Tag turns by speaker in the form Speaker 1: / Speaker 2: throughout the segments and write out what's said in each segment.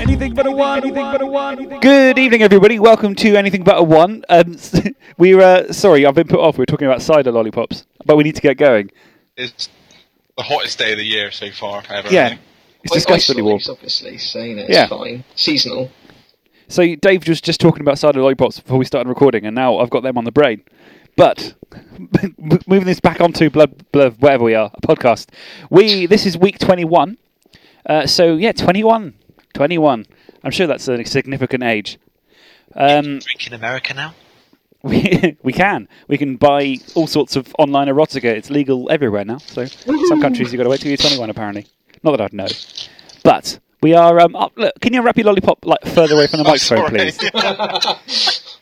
Speaker 1: anything but a one. Anything but a one. Good evening, everybody. Welcome to anything but a one. Um, we're uh, sorry, I've been put off. We are talking about cider lollipops, but we need to get going.
Speaker 2: It's the hottest day of the year so far ever. I
Speaker 1: Yeah,
Speaker 2: think.
Speaker 1: it's disgustingly warm.
Speaker 3: It's obviously, so you know, it's
Speaker 1: Yeah.
Speaker 3: fine. Seasonal.
Speaker 1: So Dave was just talking about cider lollipops before we started recording, and now I've got them on the brain. But m- moving this back onto blood, blood, wherever we are, a podcast. We this is week twenty-one. Uh, so yeah, 21. 21. I'm sure that's a significant age. Um,
Speaker 2: Drink in America now.
Speaker 1: we, we can we can buy all sorts of online erotica. It's legal everywhere now. So some countries you've got to wait till you're 21, apparently. Not that I'd know, but. We are. Um, up, look, can you wrap your lollipop like further away from the microphone, please?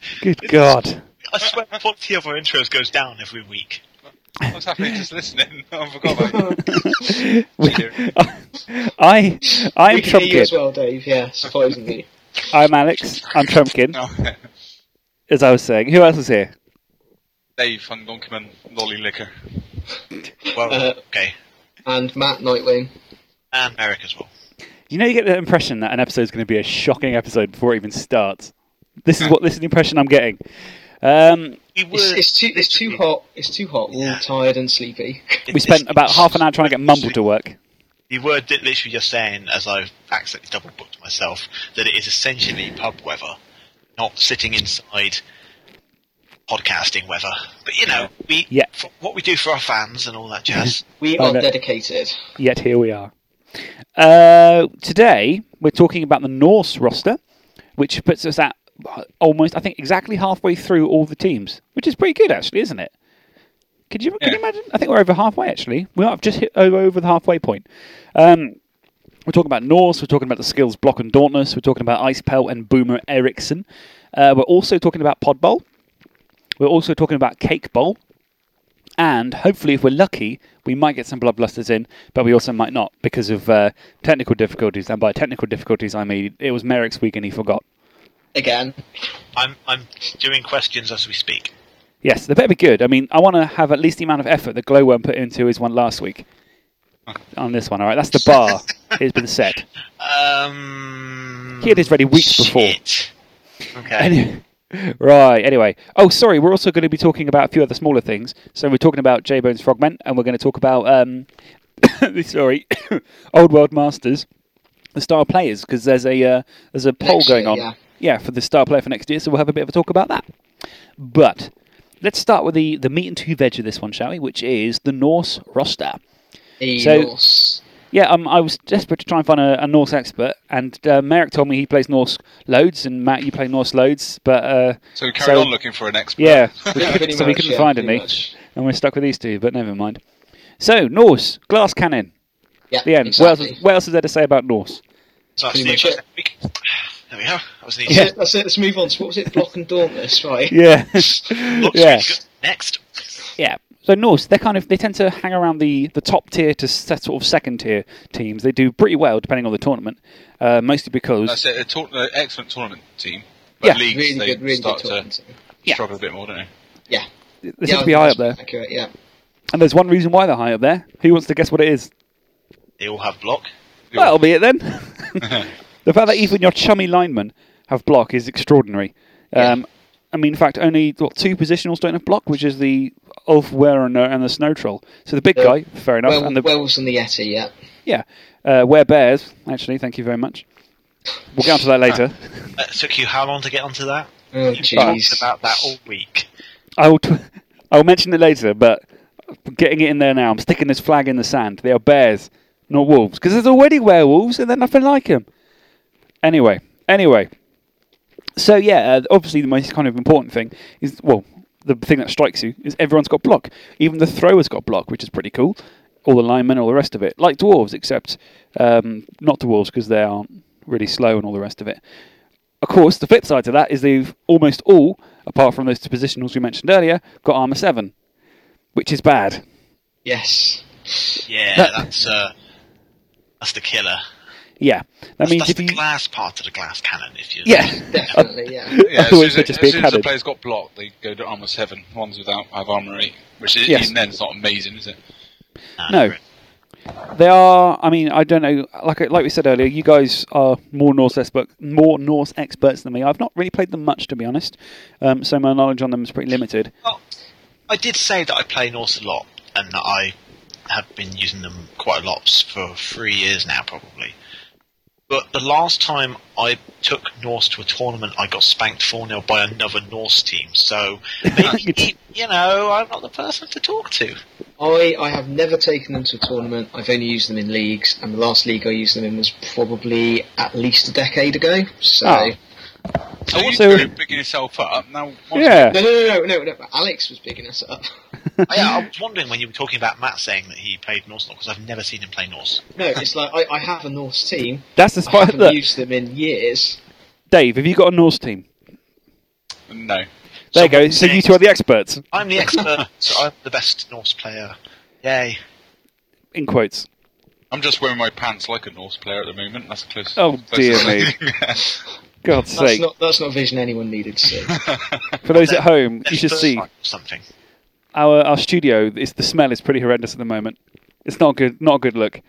Speaker 1: Good God.
Speaker 4: I swear, quality of our intros goes down every week.
Speaker 2: I was happy just listening. I forgot about it.
Speaker 1: I, I'm
Speaker 3: we can
Speaker 1: Trump
Speaker 3: hear you
Speaker 1: Kid.
Speaker 3: as well, Dave. Yeah, surprisingly.
Speaker 1: I'm Alex. I'm Trump Kid,
Speaker 3: Oh.
Speaker 2: No.
Speaker 1: as I was saying. Who else is here?
Speaker 2: Dave Van Donkerman, Lolly Liquor.
Speaker 4: Well,
Speaker 3: Uh,
Speaker 4: okay.
Speaker 3: and Matt Nightwing.
Speaker 4: And Eric as well.
Speaker 1: You know, you get the impression that an episode's going to be a shocking episode before it even starts. This
Speaker 3: Hmm.
Speaker 1: is what this is the impression I'm getting. Um,
Speaker 4: We were,
Speaker 3: It's, it's too it's too hot. It's too hot. We're all tired and sleepy.
Speaker 1: we spent about half an hour trying to get Mumble to work.
Speaker 4: You were di- literally just saying, as I've accidentally double booked myself, that it is essentially pub weather, not sitting inside podcasting weather. But you know, we
Speaker 1: Yeah.
Speaker 4: f- what we do for our fans and all that jazz.
Speaker 3: We
Speaker 1: Oh,
Speaker 3: are
Speaker 1: no.
Speaker 3: dedicated.
Speaker 1: Yet here we are. Uh, today we're talking about the Norse roster, which puts us at almost, I think, exactly halfway through all the teams, which is pretty good, actually, isn't it? Could you, could you
Speaker 2: Yeah.
Speaker 1: imagine? I think we're over halfway, actually. We might have just hit over, over the halfway point. Um, we're talking about Norse, we're talking about the skills Block and Dauntless, we're talking about Ice Pelt and Boomer Eriksson. Uh, we're also talking about Pod Bowl. We're also talking about Cake Bowl. And hopefully, if we're lucky, we might get some bloodlusters in, but we also might not because of uh, technical difficulties. And by technical difficulties, I mean it was Merrick's week and he forgot.
Speaker 3: Again.
Speaker 4: I'm I'm doing questions as we speak.
Speaker 1: Yes, they better be good. I mean, I want to have at least the amount of effort that Glowworm put into his one last week on this one. All right, that's the bar. it's been set.
Speaker 4: Um,
Speaker 1: He had his ready weeks before.
Speaker 4: shit. Okay.
Speaker 1: Any- right, anyway. Oh, sorry, we're also going to be talking about a few other smaller things. So we're talking about J Bone's Frogmen, and we're going to talk about, um, sorry, Old World Masters, the star players, because there's a uh, there's a poll
Speaker 3: Next
Speaker 1: going
Speaker 3: year,
Speaker 1: on.
Speaker 3: yeah.
Speaker 1: for the star player for next year, so we'll have a bit of a talk about that. But let's start with the, the meat and two veg of this one, shall we? Which is the Norse roster.
Speaker 3: The
Speaker 1: So-
Speaker 3: Norse.
Speaker 1: Yeah, um, I was desperate to try and find a, a Norse expert, and uh, Merrick told me he plays Norse loads, and Matt, you play Norse loads, but uh,
Speaker 2: So we carried
Speaker 1: So-
Speaker 2: on looking for an expert.
Speaker 1: yeah, we
Speaker 3: Yeah,
Speaker 1: couldn't-
Speaker 3: pretty
Speaker 1: so we
Speaker 3: much,
Speaker 1: couldn't
Speaker 3: yeah,
Speaker 1: find
Speaker 3: pretty
Speaker 1: any,
Speaker 3: much.
Speaker 1: and we're stuck with these two. But never mind. So Norse glass cannon.
Speaker 3: Yeah.
Speaker 1: The end.
Speaker 3: Exactly.
Speaker 1: What, else is, what else is there to say about Norse?
Speaker 4: So that's
Speaker 3: pretty
Speaker 4: the
Speaker 3: much
Speaker 4: news
Speaker 3: it.
Speaker 4: week. There we go. That was an easy
Speaker 1: Yeah.
Speaker 3: Let's- Let's, let's move on. So what was it? Block and Dauntless, right?
Speaker 1: Yeah,
Speaker 4: Looks
Speaker 1: yeah,
Speaker 4: really good. Next.
Speaker 1: yeah. So Norse, they kind of they tend to hang around the, the top tier to s- sort of second tier teams. They do pretty well depending on the tournament, uh, mostly because
Speaker 2: That's it. A tour- uh, excellent tournament team. But
Speaker 1: Yeah.
Speaker 2: leagues,
Speaker 3: Really
Speaker 2: they
Speaker 3: good, really good
Speaker 2: start
Speaker 3: talking.
Speaker 2: to
Speaker 3: to me.
Speaker 1: Yeah.
Speaker 2: struggle a bit more, don't they?
Speaker 3: Yeah.
Speaker 1: they
Speaker 3: yeah,
Speaker 1: seem
Speaker 3: I
Speaker 1: to be
Speaker 3: think
Speaker 1: high
Speaker 3: that's
Speaker 1: up there.
Speaker 3: Accurate, yeah.
Speaker 1: And there's one reason why they're high up there. Who wants to guess what it is?
Speaker 4: They all have block.
Speaker 1: Well, that'll be it then. the fact that even your chummy linemen have block is extraordinary. Um, I mean, in fact, only what, two positionals don't have block, which is the Ulf Werner and the Snow Troll. So the big
Speaker 3: Yeah.
Speaker 1: guy, fair enough,
Speaker 3: Well,
Speaker 1: and the
Speaker 3: Wells and the Yeti, yeah.
Speaker 1: yeah, uh, Were Bears actually. Thank you very much. We'll get onto that later.
Speaker 4: That Uh, took you how long to get onto that?
Speaker 3: Oh,
Speaker 4: talked
Speaker 3: jeez.
Speaker 4: about that all week.
Speaker 1: I will. T- I'll mention it later, but getting it in there now. I'm sticking this flag in the sand. They are bears, not wolves, because there's already werewolves and they're nothing like them. Anyway, anyway. So yeah, uh, obviously the most kind of important thing is well, the thing that strikes you is everyone's got block. Even the thrower's got block, which is pretty cool. All the linemen, all the rest of it, like dwarves, except um, not dwarves because they aren't really slow and all the rest of it. Of course, the flip side to that is they've almost all, apart from those two positionals we mentioned earlier, got armor seven, which is bad.
Speaker 3: Yes.
Speaker 4: Yeah,
Speaker 1: That-
Speaker 4: that's uh, that's the killer.
Speaker 1: Yeah, that
Speaker 4: That's,
Speaker 1: means
Speaker 4: that's
Speaker 1: if
Speaker 4: the
Speaker 1: you
Speaker 4: glass part of the glass cannon. If you
Speaker 1: yeah,
Speaker 3: Definitely, yeah.
Speaker 2: Yeah,
Speaker 1: Otherwise
Speaker 2: as
Speaker 1: they'd
Speaker 2: soon
Speaker 1: just
Speaker 2: as, as,
Speaker 1: be a
Speaker 2: soon as the
Speaker 1: cabbage.
Speaker 2: player's got blocked, they go to armor seven. Ones without have armor eight, which is,
Speaker 1: Yes.
Speaker 2: even then it's not amazing, is it?
Speaker 4: Nah,
Speaker 1: no.
Speaker 4: right.
Speaker 1: They are. I mean, I don't know. Like like we said earlier, you guys are more Norse expert, more Norse experts than me. I've not really played them much, to be honest. Um, so my knowledge on them is pretty limited.
Speaker 4: Well, I did say that I play Norse a lot, and that I have been using them quite a lot for three years now, probably. But the last time I took Norse to a tournament, I got spanked 4 0 by another Norse team. So maybe, you know, I'm not the person to talk to.
Speaker 3: I, I have never taken them to a tournament. I've only used them in leagues, and the last league I used them in was probably at least a decade ago. So
Speaker 1: Oh.
Speaker 2: So you
Speaker 1: Also-
Speaker 2: two bigging yourself up. Now, what's-
Speaker 1: Yeah.
Speaker 3: no, no, no, no, no, no. Alex was bigging us up.
Speaker 4: Oh, yeah, I was wondering when you were talking about Matt saying that he played Norse because I've never seen him play Norse.
Speaker 3: No, it's like I, I have a Norse team.
Speaker 1: That's the
Speaker 3: I
Speaker 1: spot.
Speaker 3: haven't
Speaker 1: Look,
Speaker 3: used them in years.
Speaker 1: Dave, have you got a Norse team?
Speaker 2: No.
Speaker 1: There you go.
Speaker 4: Someone
Speaker 1: So you
Speaker 4: next.
Speaker 1: two are the experts.
Speaker 4: I'm the expert, so I'm the best Norse player. Yay.
Speaker 1: In quotes.
Speaker 2: I'm just wearing my pants like a Norse player at the moment. That's close.
Speaker 1: Oh,
Speaker 2: closest
Speaker 1: dear
Speaker 2: thing.
Speaker 1: God's
Speaker 3: That's
Speaker 1: sake.
Speaker 3: not that's not vision anyone needed. So.
Speaker 1: For those at home, you should
Speaker 4: First
Speaker 1: see
Speaker 4: time or Something.
Speaker 1: our our studio. Is the smell is pretty horrendous at the moment. It's not good. Not a good look.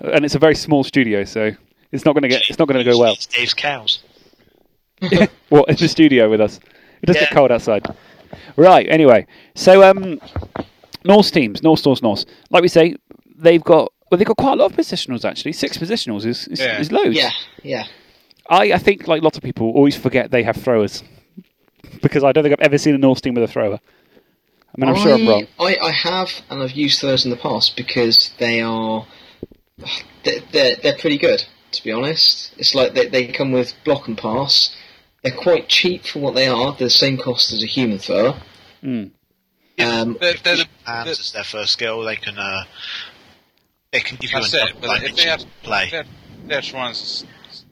Speaker 1: And it's a very small studio, so it's not going to get. It's not going to go well.
Speaker 4: It's Dave's cows.
Speaker 1: well, in the studio with us. It does get
Speaker 4: Yeah.
Speaker 1: cold outside. Right. Anyway, so um, Norse teams, Norse, Norse, Norse. Like we say, they've got well, they've got quite a lot of positionals actually. Six positionals is is,
Speaker 2: Yeah.
Speaker 1: is loads.
Speaker 3: yeah, yeah.
Speaker 1: I, I think like lots of people always forget they have throwers because I don't think I've ever seen a Norse team with a thrower. I mean, I'm sure I'm
Speaker 3: I-
Speaker 1: wrong.
Speaker 3: I, I have, and I've used those in the past because they are they're they're, they're pretty good. To be honest, it's like they, they come with block and pass. They're quite cheap for what they are. They're the same cost as a human thrower.
Speaker 1: Hmm.
Speaker 3: Um,
Speaker 2: They're- they're the-
Speaker 4: Hands
Speaker 2: they're-
Speaker 4: is their first skill. They can uh, they can give you
Speaker 2: That's
Speaker 4: a
Speaker 2: it. But if they have,
Speaker 4: play.
Speaker 2: if they have, if they have Shrines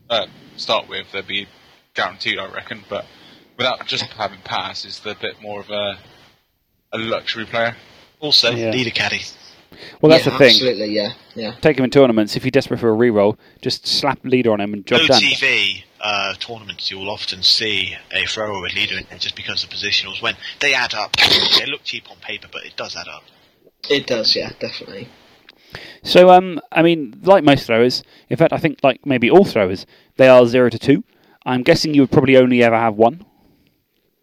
Speaker 2: uh, start with, they'd be guaranteed, I reckon. But without just having passes, they're a bit more of a a luxury player.
Speaker 4: also,
Speaker 1: Yeah.
Speaker 4: leader caddy.
Speaker 1: Well, that's
Speaker 3: yeah,
Speaker 1: the thing.
Speaker 3: Absolutely, yeah, yeah.
Speaker 1: Take him in tournaments. If you're desperate for a reroll, just slap leader on him and job done.
Speaker 4: OTV uh, tournaments, you'll often see a thrower with leader in there just because of positionals. When they add up, they look cheap on paper, but it does add up.
Speaker 3: It does, yeah, definitely.
Speaker 1: So, um, I mean, like most throwers, in fact, I think like maybe all throwers, they are zero to two. I'm guessing you would probably only ever have one.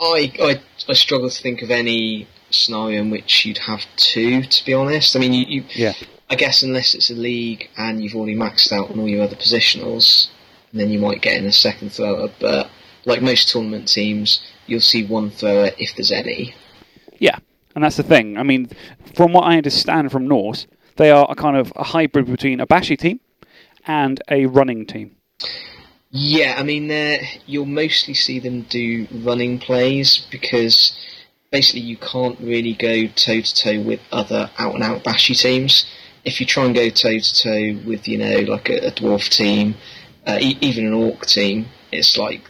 Speaker 3: I, I I struggle to think of any scenario in which you'd have two. To be honest, I mean, you, you
Speaker 1: Yeah.
Speaker 3: I guess unless it's a league and you've already maxed out on all your other positionals, then you might get in a second thrower. But like most tournament teams, you'll see one thrower if there's any.
Speaker 1: Yeah, and that's the thing. I mean, from what I understand from Norse, they are a kind of a hybrid between a bashi team and a running team.
Speaker 3: Yeah, I mean, they're- you'll mostly see them do running plays because basically you can't really go toe to toe with other out and out bashy teams. If you try and go toe to toe with, you know, like a, a dwarf team, uh, e- even an orc team, it's like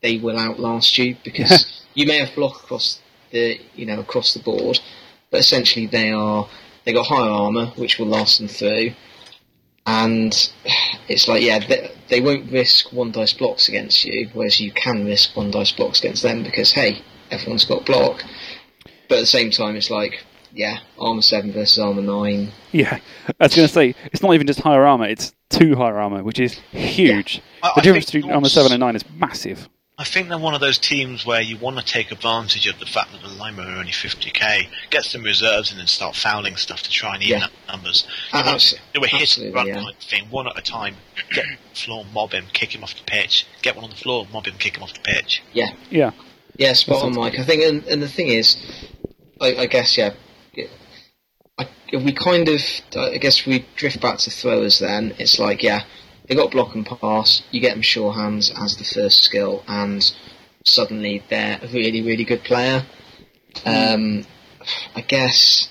Speaker 3: they will outlast you because you may have block across the, you know, across the board, but essentially they are they got higher armor which will last them through, and it's like yeah they, they won't risk one dice blocks against you, whereas you can risk one dice blocks against them because hey everyone's got block, but at the same time it's like yeah armor seven versus armor nine.
Speaker 1: Yeah, I was going to say it's not even just higher armor; it's two higher armor, which is huge.
Speaker 4: Well,
Speaker 1: the
Speaker 4: I
Speaker 1: difference
Speaker 4: think
Speaker 1: between
Speaker 4: Norse-
Speaker 1: armor seven and nine is massive.
Speaker 4: I think they're one of those teams where you want to take advantage of the fact that the Lima are only 50k, get some reserves and then start fouling stuff to try and even
Speaker 3: Yeah.
Speaker 4: up numbers.
Speaker 3: Uh,
Speaker 4: You want
Speaker 3: abso-
Speaker 4: to do a hit and
Speaker 3: absolutely,
Speaker 4: run
Speaker 3: yeah.
Speaker 4: type thing, one at a time, get on the floor, mob him, kick him off the pitch, get one on the floor, mob him, kick him off the pitch.
Speaker 3: Yeah,
Speaker 1: Yeah,
Speaker 3: Yeah, spot on, Mike. I think, and, and the thing is, I, I guess, yeah, I, we kind of, I guess, we drift back to throwers. Then it's like, yeah, they got block and pass. You get them sure hands as the first skill, and suddenly they're a really, really good player. Um, I guess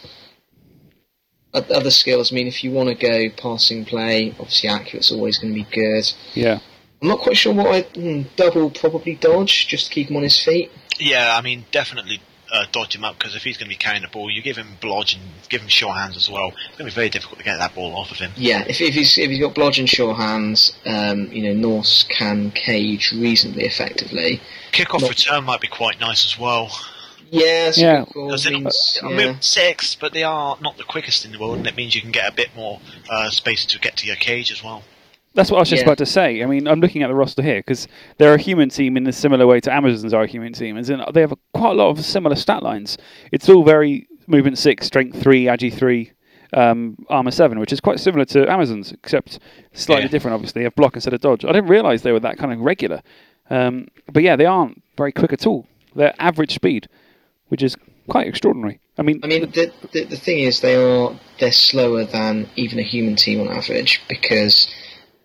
Speaker 3: o- other skills. I mean, if you want to go passing play, obviously accurate's always going to be good.
Speaker 1: yeah.
Speaker 3: I'm not quite sure what I hmm, double probably dodge just to keep him on his feet.
Speaker 4: Yeah, I mean, definitely uh, dodge him up because if he's going to be carrying the ball, you give him blodge and give him sure hands as well. It's going to be very difficult to get that ball off of him.
Speaker 3: Yeah, if, if he's if he's got blodge and sure hands, um, you know Norse can cage reasonably effectively.
Speaker 4: Kick off
Speaker 3: Not-
Speaker 4: return might be quite nice as well.
Speaker 3: Yeah, that's
Speaker 1: Yeah.
Speaker 3: a good call.
Speaker 4: Because they're not,
Speaker 3: Means-
Speaker 4: I
Speaker 3: yeah.
Speaker 4: mean, six, but they are not the quickest in the world, and it means you can get a bit more uh, space to get to your cage as well.
Speaker 1: That's what I was just
Speaker 3: Yeah.
Speaker 1: about to say. I mean, I'm looking at the roster here because they're a human team in a similar way to Amazon's are a human team, and then they have quite a lot of similar stat lines. It's all very movement six, strength three, agi three, um, armor seven, which is quite similar to Amazon's, except slightly
Speaker 2: Yeah.
Speaker 1: different. Obviously, they have block instead of dodge. I didn't realize they were that kind of regular, um, but yeah, they aren't very quick at all. They're average speed, which is quite extraordinary. I mean,
Speaker 3: I mean, the, the the thing is, they are they're slower than even a human team on average because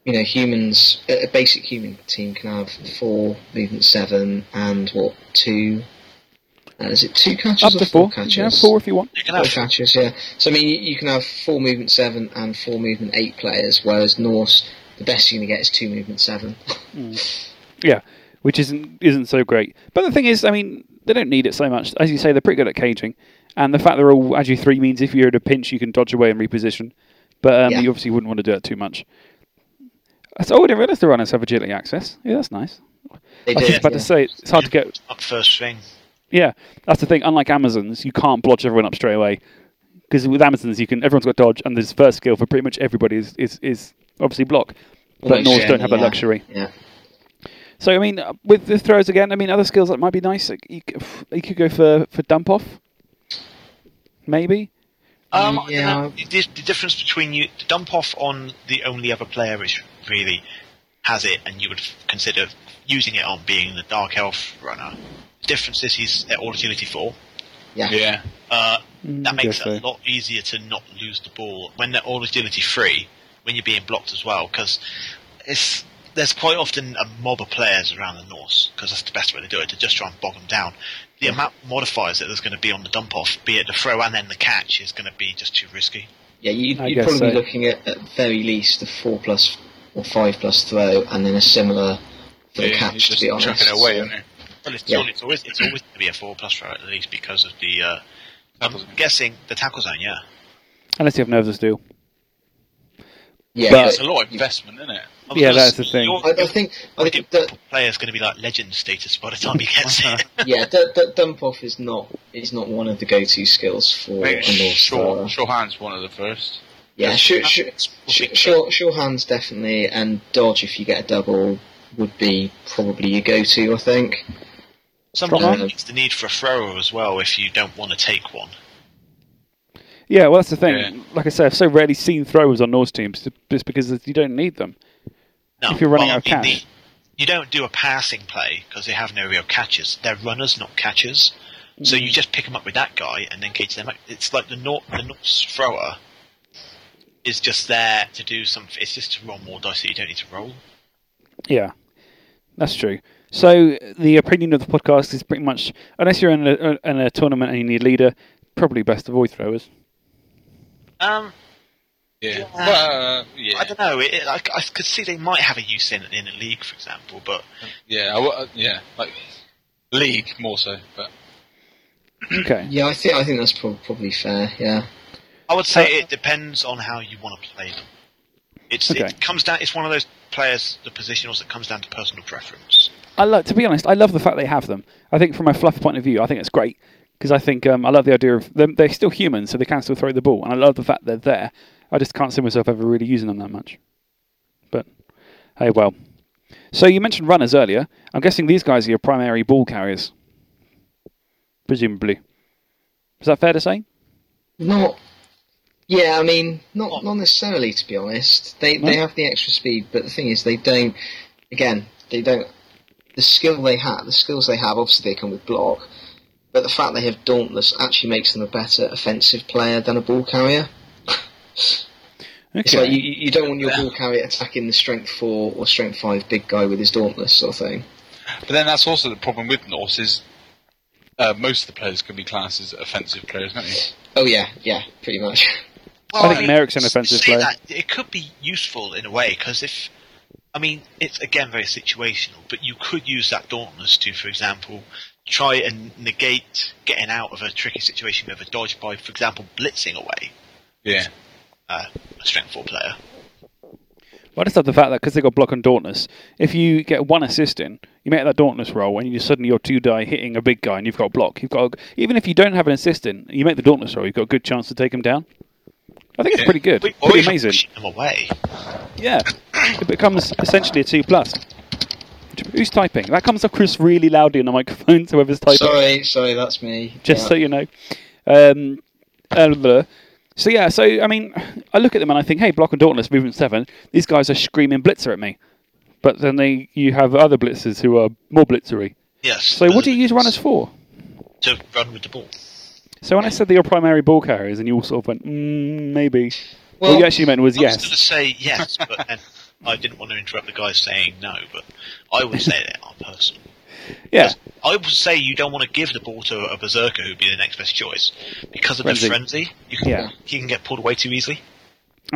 Speaker 3: you know humans, a a basic human team can have four movement seven and what two? Uh, is it two catches
Speaker 1: up
Speaker 3: or
Speaker 1: to
Speaker 3: four,
Speaker 1: four,
Speaker 3: catches?
Speaker 1: yeah, four if you want.
Speaker 4: You can
Speaker 3: Four
Speaker 4: have
Speaker 3: catches, yeah. So I mean, you, you can have four movement seven and four movement eight players, whereas Norse, the best you're gonna get is two movement seven.
Speaker 1: Yeah, which isn't isn't so great. But the thing is, I mean, they don't need it so much. As you say, they're pretty good at caging, and the fact they're all agi three means if you're at a pinch, you can dodge away and reposition. But um,
Speaker 3: Yeah.
Speaker 1: you obviously wouldn't want to do that too much. So, oh, I didn't realise the runners have agility access. Yeah, that's nice.
Speaker 3: They
Speaker 1: I was
Speaker 3: did,
Speaker 1: just about
Speaker 3: yeah.
Speaker 1: to say it's hard to get.
Speaker 4: up first thing.
Speaker 1: Yeah, that's the thing. Unlike Amazon's, you can't blodge everyone up straight away because with Amazon's, you can everyone's got dodge, and there's first skill for pretty much everybody is is, is obviously block. But Norse
Speaker 3: Almost
Speaker 1: don't
Speaker 3: certainly,
Speaker 1: have that
Speaker 3: yeah.
Speaker 1: luxury.
Speaker 3: Yeah.
Speaker 1: So I mean, uh, with the throws again, I mean other skills that might be nice. Like you, c- f- you could go for for dump off, maybe.
Speaker 4: Um,
Speaker 3: Yeah.
Speaker 4: yeah. the, the difference between you the dump off on the only other player which really has it, and you would f- consider using it on being the dark elf runner. The difference is he's at all agility four.
Speaker 3: Yeah.
Speaker 2: Yeah.
Speaker 4: Uh,
Speaker 1: Mm,
Speaker 4: that
Speaker 1: I guess
Speaker 4: makes it
Speaker 1: so.
Speaker 4: a lot easier to not lose the ball when they're all agility free, when you're being blocked as well, because it's there's quite often a mob of players around the Norse because that's the best way to do it to just try and bog them down. The amount of modifiers that there's going to be on the dump off, be it the throw and then the catch, is going to be just too risky.
Speaker 3: Yeah, you'd,
Speaker 1: I
Speaker 3: you'd
Speaker 1: guess
Speaker 3: probably be
Speaker 1: so.
Speaker 3: looking at at very least a four plus or five plus throw, and then a similar for the
Speaker 2: yeah, you're
Speaker 3: catch.
Speaker 2: just
Speaker 3: To be honest,
Speaker 2: chucking it away,
Speaker 3: So-
Speaker 2: aren't you?
Speaker 4: Well, it's,
Speaker 3: Yeah.
Speaker 4: it's always it's always going to be a four plus throw at least because of the. Uh, I'm
Speaker 2: Tackle zone.
Speaker 4: guessing the tackle zone, yeah.
Speaker 1: Unless you have nerves of steel.
Speaker 3: yeah,
Speaker 1: But-
Speaker 2: It's a lot of investment, isn't it?
Speaker 4: I was
Speaker 1: Yeah,
Speaker 4: gonna
Speaker 1: that's the
Speaker 4: say,
Speaker 1: thing.
Speaker 4: your-
Speaker 3: I, I think I
Speaker 4: your
Speaker 3: think that
Speaker 4: player's going to be like legend status by the time he gets it.
Speaker 3: yeah, that, that dump off is not is not one of the go to skills for
Speaker 2: I think
Speaker 3: a North
Speaker 2: Shaw,
Speaker 3: Star.
Speaker 2: Shaw Hand's one of the first.
Speaker 3: Yeah, sure, sure,
Speaker 4: We'll fix
Speaker 3: sure, sure hands definitely, and dodge if you get a double would be probably your go to. I think.
Speaker 4: Sometimes
Speaker 3: Problem.
Speaker 4: it's the need for a thrower as well if you don't want to take one.
Speaker 1: Yeah, well that's the thing.
Speaker 2: Yeah.
Speaker 1: Like I say, I've so rarely seen throwers on Norse teams just because you don't need them.
Speaker 4: No,
Speaker 1: If you're running out of
Speaker 4: I mean,
Speaker 1: cash.
Speaker 4: the- you don't do a passing play because they have no real catches. They're runners, not catchers. So
Speaker 1: Mm.
Speaker 4: you just pick them up with that guy and then cage them up. It's like the North, the Norse thrower is just there to do something. It's just to roll more dice, so you don't need to roll.
Speaker 1: Yeah, that's true. So the opinion of the podcast is pretty much, unless you're in a, in a tournament and you need a leader, probably best avoid throwers.
Speaker 4: Um,
Speaker 2: Yeah.
Speaker 4: Yeah.
Speaker 2: Well, uh, yeah.
Speaker 4: I don't know. It, it, I, I could see they might have a use in in a league, for example, but
Speaker 2: Yeah, I, wa- yeah, like league more so, but
Speaker 1: Okay.
Speaker 3: Yeah, I think I think that's prob- probably fair. Yeah.
Speaker 4: I would say
Speaker 1: Uh,
Speaker 4: it depends on how you want to play them. It's
Speaker 1: Okay.
Speaker 4: it comes down. It's one of those players, the positionals that comes down to personal preference.
Speaker 1: I love, to be honest, I love the fact they have them. I think from a fluff point of view, I think it's great because I think um, I love the idea of them. They're still humans, so they can still throw the ball, and I love the fact they're there. I just can't see myself ever really using them that much. But hey, well. So you mentioned runners earlier. I'm guessing these guys are your primary ball carriers, presumably. Is that fair to say?
Speaker 3: Not. Yeah, I mean, not not necessarily. To be honest, they they have the extra speed, but the thing is, they don't. Again, they don't. The skill they have, the skills they have, obviously they come with block, but the fact they have dauntless actually makes them a better offensive player than a ball carrier. It's like you, you you don't want your ball carrier attacking the strength four or strength five big guy with his dauntless sort of thing.
Speaker 2: but then that's also the problem with Norse is uh, most of the players can be classed as offensive players, can't you?
Speaker 3: Oh yeah, yeah, pretty much.
Speaker 1: I think Merrick's an offensive
Speaker 4: say
Speaker 1: player.
Speaker 4: that, it could be useful in a way because if, I mean, it's again very situational, but you could use that dauntless to, for example, try and negate getting out of a tricky situation with a dodge by, for example, blitzing away
Speaker 2: Yeah.
Speaker 4: uh, a strength four player.
Speaker 1: But I just love the fact that because they got block on Dauntless, if you get one assist in, you make that Dauntless roll, and you suddenly your two die hitting a big guy, and you've got block. You've got even if you don't have an assist in, you make the Dauntless roll, you've got a good chance to take him down. I think it's pretty good,
Speaker 4: We- or
Speaker 1: pretty
Speaker 4: you can
Speaker 1: amazing.
Speaker 4: push them away.
Speaker 1: Yeah, it becomes essentially a two plus. Who's typing? That comes across really loudly on the microphone, so whoever's typing
Speaker 3: Sorry, sorry, that's me.
Speaker 1: just
Speaker 3: Yeah.
Speaker 1: so you know. Um, uh, blah. so yeah, so I mean, I look at them and I think, hey, Block and Dauntless, Movement Seven. These guys are screaming Blitzer at me, but then they you have other Blitzers who are more Blitzery.
Speaker 4: Yes.
Speaker 1: So what do you use
Speaker 4: run
Speaker 1: runners for?
Speaker 4: To run with the ball.
Speaker 1: So when I said that your primary ball carriers, and you all sort of went, mm, maybe.
Speaker 3: Well,
Speaker 1: what you actually meant was
Speaker 4: I was going to
Speaker 1: yes.
Speaker 4: say yes, but then I didn't want to interrupt the guy saying no, but I would say they are personal.
Speaker 1: Yeah,
Speaker 4: I would say you don't want to give the ball to a berserker who'd be the next best choice because of
Speaker 1: Frenzy.
Speaker 4: the frenzy. You can,
Speaker 1: Yeah.
Speaker 4: you can get pulled away too easily.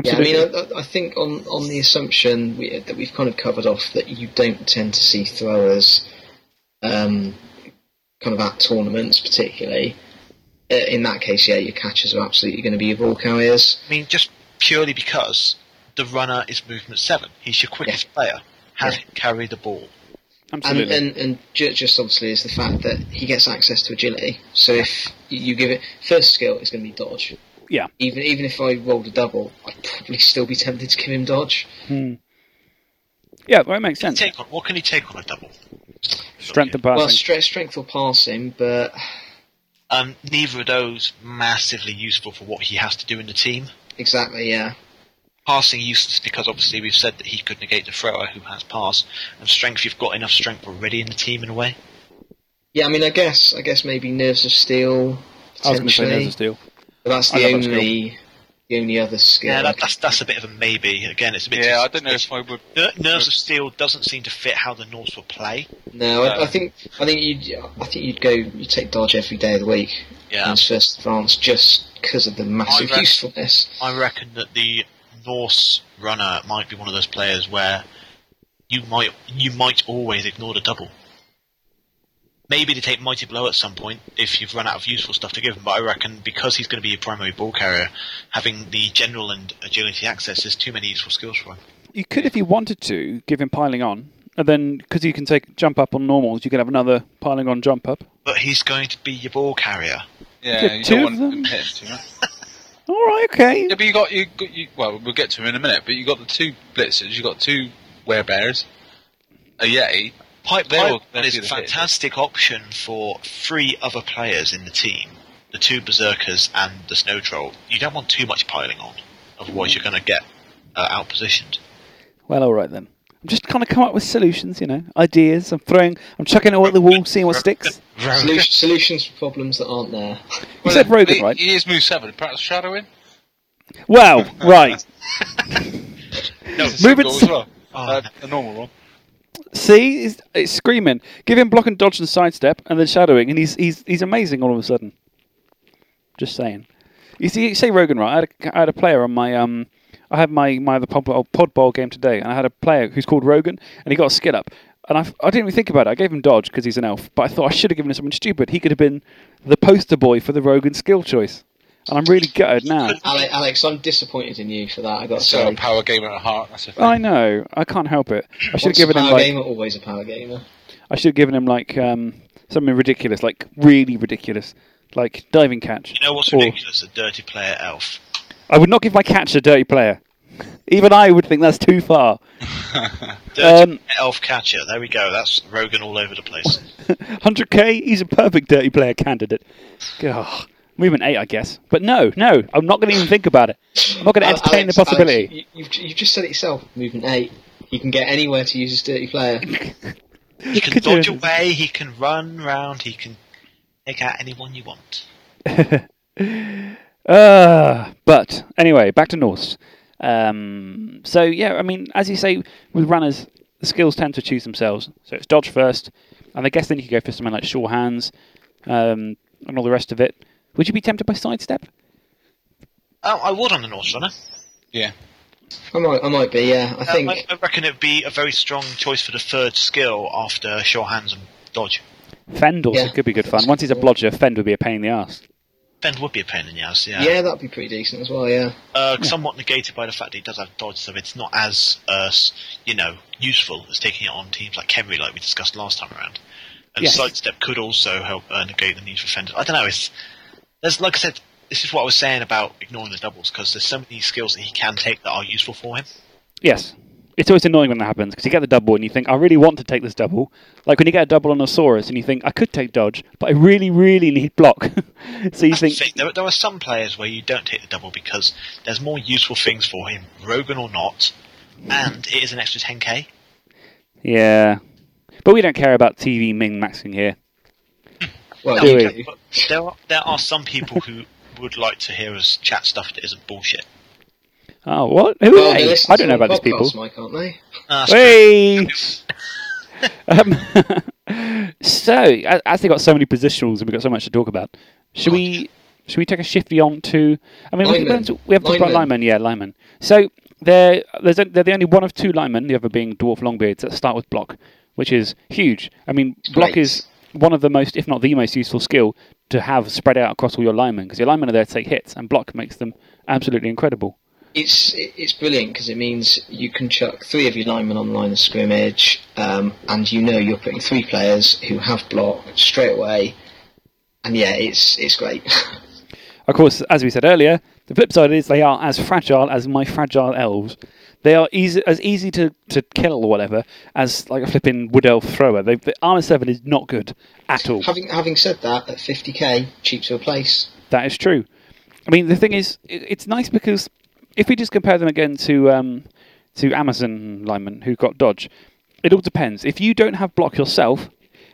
Speaker 3: Yeah, I
Speaker 1: absolutely.
Speaker 3: mean, I, I- I think on, on the assumption we, that we've kind of covered off that you don't tend to see throwers um, kind of at tournaments, particularly. Uh, In that case, yeah, your catchers are absolutely going to be your ball carriers.
Speaker 4: I mean, just purely because the runner is movement seven. He's your quickest player. Have
Speaker 3: Yeah.
Speaker 4: him carry the ball.
Speaker 3: And,
Speaker 1: absolutely.
Speaker 3: and, and ju- just obviously is the fact that he gets access to agility. So if you give it. First skill is going to be dodge.
Speaker 1: Yeah.
Speaker 3: Even, even if I rolled a double, I'd probably still be tempted to give him dodge.
Speaker 1: Hmm. yeah, well, it makes sense.
Speaker 4: Take on, what can he take on a double?
Speaker 1: Strength and
Speaker 3: Well,
Speaker 1: passing.
Speaker 3: stre- strength or passing, but
Speaker 4: Um, neither of those massively useful for what he has to do in the team.
Speaker 3: exactly, yeah.
Speaker 4: Passing useless because obviously we've said that he could negate the thrower who has pass, and strength you've got enough strength already in the team in a way.
Speaker 3: Yeah, I mean, I guess, I guess maybe Nerves of Steel.
Speaker 1: I was going to say
Speaker 3: potentially.
Speaker 1: Nerves of Steel.
Speaker 3: But that's
Speaker 1: I
Speaker 3: the
Speaker 1: love that
Speaker 3: only, the only other skill.
Speaker 4: Yeah, that, that's that's a bit of a maybe. Again, it's a bit.
Speaker 2: Yeah,
Speaker 4: too-
Speaker 2: I don't know if I would.
Speaker 4: Ner- Nerves of Steel doesn't seem to fit how the Norse will play.
Speaker 3: no, I,
Speaker 2: No.
Speaker 3: I think, I think you'd, I think you'd go, you take dodge every day of the week
Speaker 4: Yeah,
Speaker 3: as first advance just because of the massive
Speaker 4: reckon-
Speaker 3: usefulness.
Speaker 4: I reckon that the Norse runner might be one of those players where you might you might always ignore the double. Maybe they take mighty blow at some point if you've run out of useful stuff to give him. But I reckon because he's going to be your primary ball carrier, having the general and agility access is too many useful skills for him.
Speaker 1: You could, if you wanted to, give him piling on, and then because you can take jump up on normals, you can have another piling on jump up.
Speaker 4: But he's going to be your ball carrier.
Speaker 2: Yeah,
Speaker 1: Get
Speaker 2: you
Speaker 1: two
Speaker 2: don't
Speaker 1: of
Speaker 2: want to
Speaker 1: them.
Speaker 2: admit it too much.
Speaker 1: All right, okay.
Speaker 2: Yeah, but you got you, got, you well, we'll get to him in a minute. But you got the two blitzers, you got two werebears, a yeti.
Speaker 4: Pipe
Speaker 2: They will-
Speaker 4: Pipe
Speaker 2: they'll
Speaker 4: is
Speaker 2: do
Speaker 4: a
Speaker 2: the hit.
Speaker 4: fantastic option for three other players in the team the two Berserkers and the Snow Troll. You don't want too much piling on, otherwise, you're going to get uh, outpositioned.
Speaker 1: Well, all right then. I'm just kind of come up with solutions, you know, ideas. I'm throwing, I'm chucking it all at the wall, seeing what sticks.
Speaker 3: Solu- solutions for problems that aren't there.
Speaker 1: You said Rogan,
Speaker 2: he,
Speaker 1: right?
Speaker 2: He is move seven. Perhaps shadowing.
Speaker 1: Wow, right.
Speaker 2: No, it's a
Speaker 1: Move it
Speaker 2: single
Speaker 1: s-
Speaker 2: as well.
Speaker 4: Oh,
Speaker 2: Uh, a normal one.
Speaker 1: See, it's, it's screaming. Give him block and dodge and sidestep, and then shadowing, and he's he's he's amazing all of a sudden. Just saying. You see, you say Rogan, right? I had, a, I had a player on my um, I had my my the pod, pod bowl game today, and I had a player who's called Rogan, and he got a skill up, and I, I didn't even think about it. I gave him dodge because he's an elf, but I thought I should have given him something stupid. He could have been the poster boy for the Rogan skill choice, and I'm really gutted now.
Speaker 3: Alex, Alex, I'm disappointed in you for that. I got to
Speaker 2: So
Speaker 3: say,
Speaker 2: a power game at heart. That's a thing.
Speaker 1: I know I can't help it. I should have
Speaker 3: once a
Speaker 1: given him
Speaker 3: power
Speaker 1: like
Speaker 3: gamer, always a power gamer.
Speaker 1: I should have given him like um, something ridiculous, like really ridiculous, like diving catch.
Speaker 4: You know what's
Speaker 1: Or-
Speaker 4: ridiculous? A dirty player elf.
Speaker 1: I would not give my catch a dirty player. Even I would think that's too far.
Speaker 4: Dirty
Speaker 1: Um,
Speaker 4: elf catcher. There we go. That's Rogan all over the place.
Speaker 1: 100k, he's a perfect dirty player candidate. Gah. Movement 8, I guess. But no, no, I'm not going to even think about it. I'm not going to
Speaker 3: Alex-
Speaker 1: entertain
Speaker 3: Alex,
Speaker 1: the possibility.
Speaker 3: Alex, you, have you've just said it yourself. Movement eight. He can get anywhere to use his dirty player.
Speaker 4: He can
Speaker 1: Could you-
Speaker 4: dodge away. He can run round. He can take out anyone you want.
Speaker 1: Uh, but anyway, back to Norse. Um, so yeah, I mean, as you say, with runners, the skills tend to choose themselves. So it's dodge first, and I guess then you could go for something like sure hands um, and all the rest of it. Would you be tempted by sidestep?
Speaker 4: Oh, I would on the Norse runner.
Speaker 2: Yeah.
Speaker 3: I might, I might be. Yeah, I
Speaker 4: Uh,
Speaker 3: think.
Speaker 4: I, I reckon it'd be a very strong choice for the third skill after sure hands and dodge.
Speaker 1: Fend also
Speaker 3: Yeah.
Speaker 1: could be good fun. Once he's a blodger, Fend would be a pain in the ass.
Speaker 4: Bend would be a pain in the ass, yeah.
Speaker 3: Yeah, that'd be pretty decent as well. Yeah.
Speaker 4: Uh, Somewhat negated by the fact that he does have dodge, so it's not as, uh, s- you know, useful as taking it on teams like Kemri, like we discussed last time around. And
Speaker 1: Yes.
Speaker 4: sidestep could also help uh, negate the need for fenders. I don't know. It's there's like I said, this is what I was saying about ignoring the doubles because there's so many skills that he can take that are useful for him.
Speaker 1: Yes. It's always annoying when that happens because you get the double and you think, I really want to take this double. Like when you get a double on Osaurus and you think, I could take dodge, but I really, really need block. so you
Speaker 4: That's the
Speaker 1: think,
Speaker 4: thing. There, there are some players where you don't take the double because there's more useful things for him, Rogan or not, and it is an extra 10k.
Speaker 1: yeah. But we don't care about TV min maxing here.
Speaker 3: Well,
Speaker 1: Do
Speaker 3: you
Speaker 1: it.
Speaker 3: do.
Speaker 4: But there are, there are some people who would like to hear us chat stuff that isn't bullshit.
Speaker 1: Oh, what? Who
Speaker 3: Well,
Speaker 1: are
Speaker 3: they
Speaker 1: they?
Speaker 3: listen
Speaker 1: I
Speaker 3: to
Speaker 1: don't know
Speaker 3: all
Speaker 1: about these
Speaker 3: the podcasts,
Speaker 1: people.
Speaker 3: Mike, aren't they?
Speaker 4: Uh,
Speaker 1: Hey! um, so, a- as they got so many positionals and we've got so much to talk about, should we should we take a shifty on to? I mean, we, can- we
Speaker 3: Linemen.
Speaker 1: have to, we have to talk about
Speaker 3: Linemen.
Speaker 1: linemen, yeah, linemen. So they're there's a, they're the only one of two linemen, the other being dwarf longbeards that start with block, which is huge. I mean, block
Speaker 3: Great.
Speaker 1: is one of the most, if not the most, useful skill to have spread out across all your linemen because your linemen are there to take hits, and block makes them absolutely incredible.
Speaker 3: It's it- it's brilliant because it means you can chuck three of your linemen on the line of scrimmage, um, and you know you're putting three players who have block straight away, and yeah, it's it's great.
Speaker 1: Of course, as we said earlier, the flip side is they are as fragile as my fragile elves. They are easy, as easy to, to kill or whatever as like a flipping wood elf thrower. They, the armor seven is not good at all.
Speaker 3: having having said that, at 50k, cheap to replace.
Speaker 1: That is true. I mean, the thing is, it, it's nice because if we just compare them again to um, to Amazon linemen who got dodge, it all depends. If you don't have block yourself,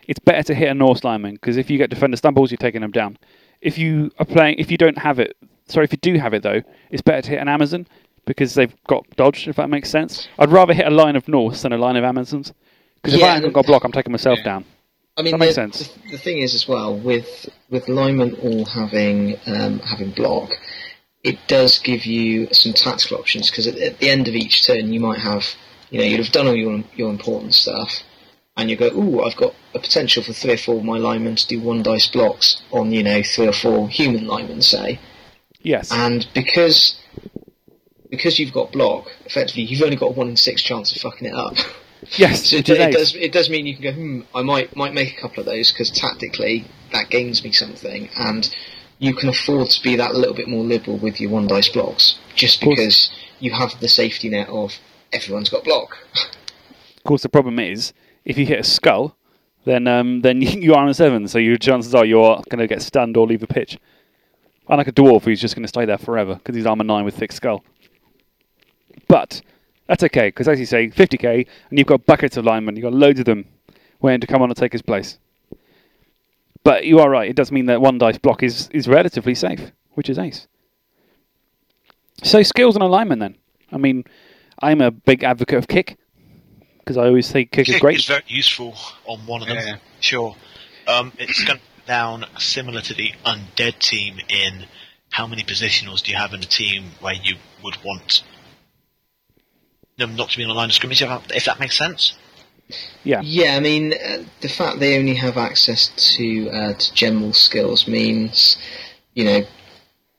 Speaker 1: it's better to hit a Norse lineman because if you get defender stumbles, you're taking them down. If you are playing, if you don't have it, sorry, if you do have it though, it's better to hit an Amazon because they've got dodge. If that makes sense, I'd rather hit a line of Norse than a line of Amazons because if I
Speaker 3: Yeah, and-
Speaker 1: haven't got block, I'm taking myself
Speaker 2: Yeah.
Speaker 1: down.
Speaker 3: I mean,
Speaker 1: That makes
Speaker 3: the,
Speaker 1: sense.
Speaker 3: The, the thing is, as well, with with linemen all having um, having block, it does give you some tactical options because at, at the end of each turn, you might have, you know, you'd have done all your your important stuff, and you go, "Ooh, I've got a potential for three or four of my linemen to do one dice blocks on, you know, three or four human linemen, say."
Speaker 1: Yes.
Speaker 3: And because because you've got block, effectively, you've only got a one in six chance of fucking it up.
Speaker 1: yes.
Speaker 3: So it,
Speaker 1: which is
Speaker 3: it
Speaker 1: ace.
Speaker 3: does. It does mean you can go. Hmm. I might might make a couple of those because tactically that gains me something, and you can afford to be that little bit more liberal with your one dice blocks, just
Speaker 1: course.
Speaker 3: because you have the safety net of everyone's got block.
Speaker 1: Of course, the problem is if you hit a skull, then um, then you are on a seven, so your chances are you're going to get stunned or leave the pitch. Unlike a dwarf who's just going to stay there forever because he's armor nine with thick skull. But that's okay because, as you say, 50k, and you've got buckets of linemen, you've got loads of them waiting to come on and take his place. But you are right; it does mean that one dice block is is relatively safe, which is ace. So skills and alignment, then. I mean, I'm a big advocate of kick because I always think kick is
Speaker 4: Kick
Speaker 1: great.
Speaker 4: is very useful on one of them.
Speaker 2: Yeah.
Speaker 4: Sure. Um, it's going down similar to the undead team in how many positionals do you have in a team where you would want them not to be on the line of scrimmage, if that, if that makes sense?
Speaker 1: Yeah.
Speaker 3: Yeah, I mean uh, the fact they only have access to uh, to general skills means, you know,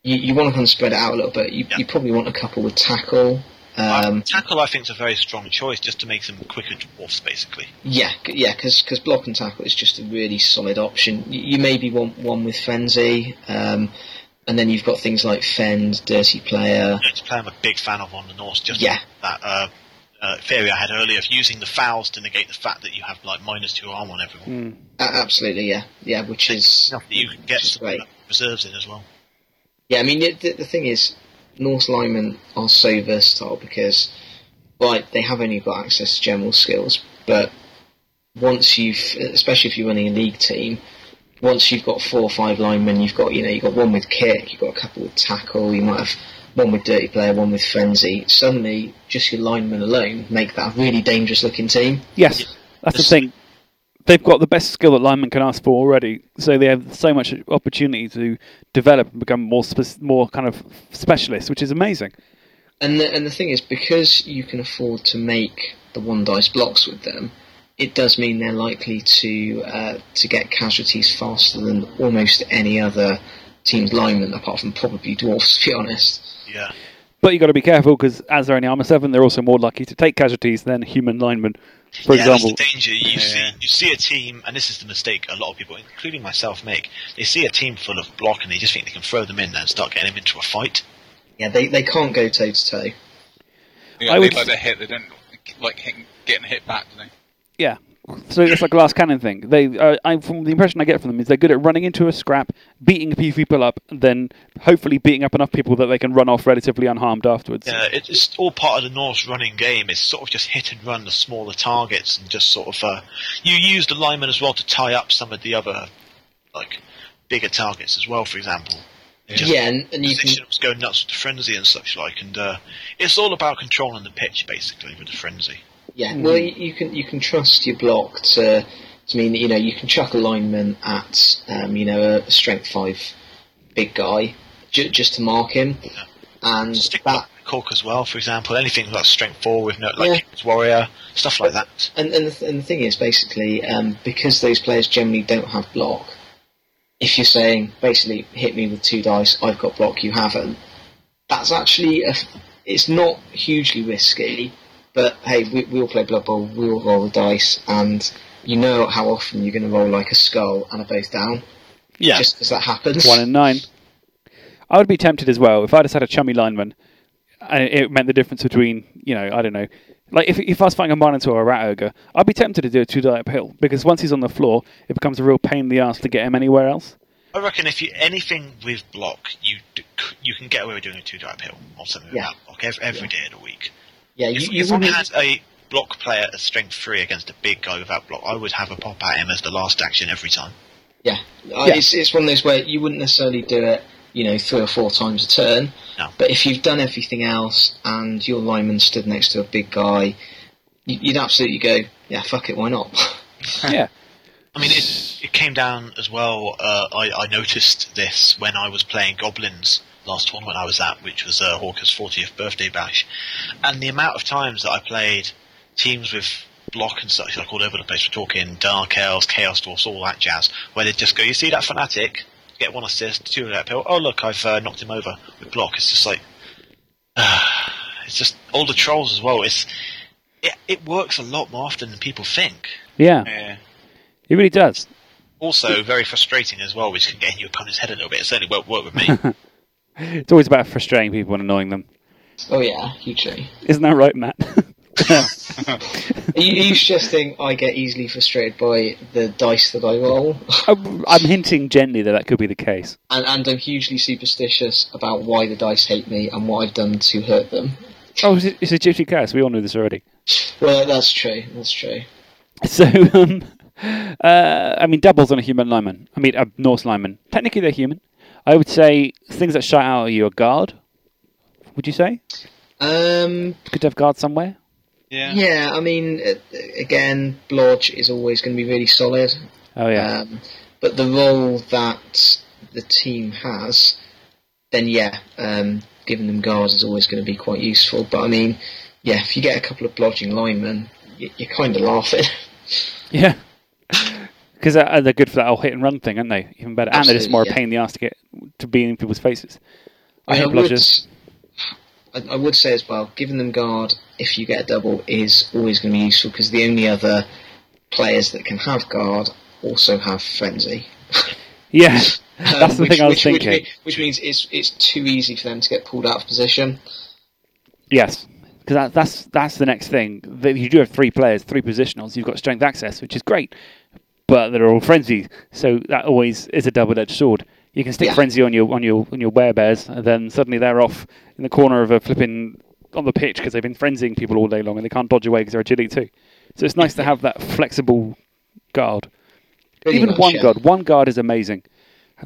Speaker 3: you, you want to kind of spread it out a little bit. You, you probably want a couple with tackle. Um,
Speaker 4: Uh, Tackle, I think, is a very strong choice just to make them quicker dwarfs, basically.
Speaker 3: Yeah, c- yeah, because block and tackle is just a really solid option. You, you maybe want one with frenzy, um, and then you've got things like fend, dirty player.
Speaker 4: It's a player I'm a big fan of on the Norse, just
Speaker 3: Yeah.
Speaker 4: that uh, uh, theory I had earlier of using the fouls to negate the fact that you have like minus two arm on everyone.
Speaker 1: Hmm.
Speaker 3: A- absolutely, yeah, yeah, which is
Speaker 4: That you can get
Speaker 3: which is
Speaker 4: some
Speaker 3: great.
Speaker 4: uh, reserves in as well.
Speaker 3: Yeah, I mean it, the, the thing is, Norse linemen are so versatile because, right, they have only got access to general skills, but once you've, especially if you're running a league team, once you've got four or five linemen, you've got you know you've got one with kick, you've got a couple with tackle, you might have one with dirty player, one with frenzy. Suddenly, just your linemen alone make that a really dangerous looking team.
Speaker 1: Yes, that's the
Speaker 4: Just-
Speaker 1: thing. They've got the best skill that linemen can ask for already, so they have so much opportunity to develop and become more spec- more kind of specialist, which is amazing.
Speaker 3: And the, and the thing is, because you can afford to make the one dice blocks with them, it does mean they're likely to uh, to get casualties faster than almost any other team's linemen, apart from probably dwarfs, to be honest.
Speaker 4: Yeah.
Speaker 1: But you got to be careful because as they're only armor seven, they're also more likely to take casualties than human linemen. For
Speaker 4: yeah,
Speaker 1: example,
Speaker 4: that's the danger. You see,
Speaker 2: Yeah.
Speaker 4: you see a team, and this is the mistake a lot of people, including myself, make. They see a team full of block, and they just think they can throw them in and start getting them into a fight.
Speaker 3: Yeah, they, they can't go toe to toe.
Speaker 2: Yeah,
Speaker 1: I
Speaker 2: they
Speaker 1: would-
Speaker 2: like their hit. They don't like hit, getting hit back. Do they?
Speaker 1: Yeah. So it's like a glass cannon thing. They, uh, I, from the impression I get from them, is they're good at running into a scrap, beating a few people up, and then hopefully beating up enough people that they can run off relatively unharmed afterwards.
Speaker 4: Yeah, it's just all part of the Norse running game. It's sort of just hit and run the smaller targets, and just sort of uh, you use the lineman as well to tie up some of the other like bigger targets as well. For example, Just
Speaker 3: yeah, and, and you can
Speaker 4: positions go nuts with the frenzy and such like, and uh, it's all about controlling the pitch basically with the frenzy.
Speaker 3: Yeah, well, you, you can you can trust your block to to mean that you know you can chuck a lineman at um, you know a strength five big guy ju- just to mark him, and
Speaker 4: Stick
Speaker 3: that
Speaker 4: that Cork as well, for example. Anything like strength four with no
Speaker 3: Yeah.
Speaker 4: like King's Warrior stuff like that.
Speaker 3: and and the, th- and the thing is basically um, because those players generally don't have block. If you're saying basically hit me with two dice, I've got block, you haven't. That's actually a, f- it's not hugely risky, but hey, we, we'll play Blood Bowl, we'll roll the dice, and you know how often you're going to roll like a skull and are both down.
Speaker 4: Yeah,
Speaker 3: just as that happens.
Speaker 1: One in nine. I would be tempted as well if I'd just had a chummy lineman, and it- it meant the difference between you know I don't know, like if if I was fighting a minotaur or a rat ogre, I'd be tempted to do a two die uphill because once he's on the floor, it becomes a real pain in the ass to get him anywhere else.
Speaker 4: I reckon if you anything with block, you d- c- you can get away with doing a two die uphill or something
Speaker 3: Yeah.
Speaker 4: like that. Block every, every day of the week.
Speaker 3: yeah, you,
Speaker 4: If,
Speaker 3: you
Speaker 4: if I
Speaker 3: wouldn't.
Speaker 4: had a block player at strength three against a big guy without block, I would have a pop at him as the last action every time.
Speaker 3: yeah, Uh,
Speaker 1: Yeah.
Speaker 3: It's, it's one of those where you wouldn't necessarily do it, you know, three or four times a turn.
Speaker 4: No.
Speaker 3: But if you've done everything else and your lineman stood next to a big guy, you, you'd absolutely go, yeah, fuck it, why not?
Speaker 1: yeah.
Speaker 4: I mean, it, it came down as well. Uh, I, I noticed this when I was playing Goblins last tournament I was at, which was uh, Hawker's 40th birthday bash. And the amount of times that I played teams with block and such, like all over the place, we're talking Dark Elves, Chaos Dwarfs, all that jazz, where they'd just go, You see that fanatic? Get one assist, two of that pill. Oh, look, I've uh, knocked him over with block. It's just like. it's just. All the trolls as well. It's. It, it works a lot more often than people think
Speaker 1: Yeah,
Speaker 2: Yeah.
Speaker 1: he really does.
Speaker 4: also very frustrating as well, which can get in your opponent's head a little bit. It certainly won't work with me.
Speaker 1: It's always about frustrating people and annoying them.
Speaker 3: oh yeah, hugely.
Speaker 1: Isn't that right, Matt?
Speaker 3: Are you, are you suggesting I get easily frustrated by the dice that I roll,
Speaker 1: I'm, I'm hinting gently that that could be the case.
Speaker 3: and, and I'm hugely superstitious about why the dice hate me and what I've done to hurt them?
Speaker 1: Oh, it's a, it's a gypsy curse. We all knew this already.
Speaker 3: Well, that's true. That's true.
Speaker 1: So, um, uh, I mean, doubles on a human lineman. I mean, a Norse lineman. Technically, they're human. I would say things that shout out at you are guard. Would you say?
Speaker 3: Um,
Speaker 1: Could have guard somewhere.
Speaker 2: Yeah.
Speaker 3: Yeah, I mean, uh, again, Blodge is always going to be really solid,
Speaker 1: Oh yeah.
Speaker 3: um, but the role that the team has, then yeah, um, giving them guards is always going to be quite useful. But I mean, yeah, if you get a couple of blodging linemen, y- you're kind of laughing.
Speaker 1: yeah. Because uh, they're good for that old hit and run thing, aren't they? Even better. and they're just
Speaker 3: Absolutely,
Speaker 1: more a
Speaker 3: yeah.
Speaker 1: pain in the ass to get to be in people's faces. I
Speaker 3: mean,
Speaker 1: hate blodgers.
Speaker 3: I, I would say as well, giving them guard if you get a double is always going to be useful because the only other players that can have guard also have frenzy.
Speaker 1: Yeah.
Speaker 3: Um,
Speaker 1: That's the
Speaker 3: which,
Speaker 1: thing I was
Speaker 3: which,
Speaker 1: thinking.
Speaker 3: Which, mean- which means it's it's too easy for them to get pulled out of position.
Speaker 1: Yes, because that, that's that's the next thing. That you do have three players, three positionals. You've got strength access, which is great, but they're all frenzy, so that always is a double-edged sword. You can stick
Speaker 3: Yeah.
Speaker 1: frenzy on your on your on your werebears, and then suddenly they're off in the corner of a flipping on the pitch because they've been frenzying people all day long, and they can't dodge away because they're agility too. So it's nice to have that flexible guard.
Speaker 3: Pretty
Speaker 1: Even
Speaker 3: much,
Speaker 1: one
Speaker 3: yeah.
Speaker 1: guard, one guard is amazing.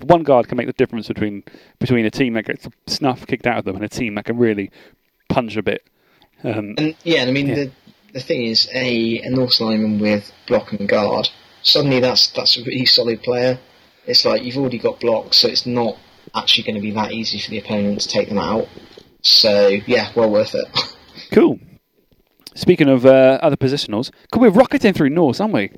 Speaker 1: One guard can make the difference between between a team that gets snuff kicked out of them and a team that can really punch a bit. Um,
Speaker 3: And yeah, and I mean
Speaker 1: Yeah.
Speaker 3: the the thing is a a Norse lineman with block and guard. Suddenly that's that's a really solid player. It's like you've already got blocks, so it's not actually going to be that easy for the opponent to take them out. So yeah, well worth it.
Speaker 1: cool. Speaking of uh, other positionals, could we're rocketing through Norse, aren't we?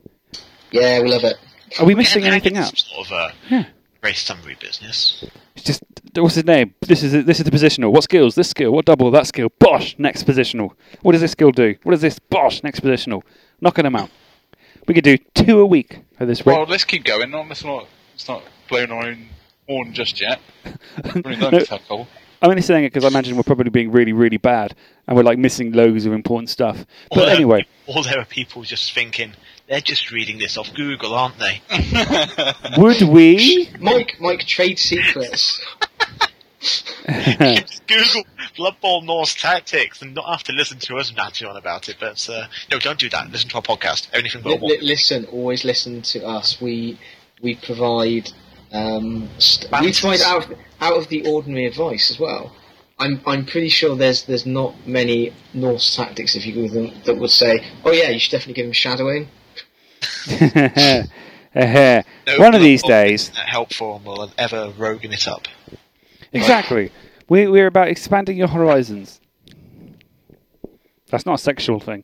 Speaker 3: yeah, we love it.
Speaker 1: Are we missing
Speaker 4: And I
Speaker 1: anything
Speaker 4: get
Speaker 1: out?
Speaker 4: Sort of, uh,
Speaker 1: Yeah.
Speaker 4: race summary business.
Speaker 1: It's just what's his name? This is this is the positional. What skills? This skill. What double? That skill. Bosh. Next positional. What does this skill do? What does this? Bosh. Next positional. Knocking them out. We could do two a week at this rate.
Speaker 2: Well, let's keep going. Not, let's not let's not blow our own horn just yet. We've only done
Speaker 1: No,
Speaker 2: this a couple.
Speaker 1: I'm only saying it because I imagine we're probably being really, really bad, and we're like missing loads of important stuff. But
Speaker 4: there-
Speaker 1: anyway,
Speaker 4: or there are people just thinking they're just reading this off Google, aren't they?
Speaker 1: would we?
Speaker 3: Mike, Mike, trade secrets.
Speaker 4: Just Google Blood Bowl Norse tactics and not have to listen to us natter on about it. But uh, no, don't do that. Listen to our podcast. Anything
Speaker 3: Li-
Speaker 4: global.
Speaker 3: li- listen, always listen to us. We we provide um, st- we
Speaker 4: Banters.
Speaker 3: provide out of, out of the ordinary advice as well. I'm I'm pretty sure there's there's not many Norse tactics if you Google them that would say, oh yeah, you should definitely give him shadowing.
Speaker 4: No
Speaker 1: One
Speaker 4: Blood
Speaker 1: of these
Speaker 4: Bowl isn't
Speaker 1: days,
Speaker 4: that helpful and will ever rogan it up.
Speaker 1: exactly. We, we're about expanding your horizons. That's not a sexual thing,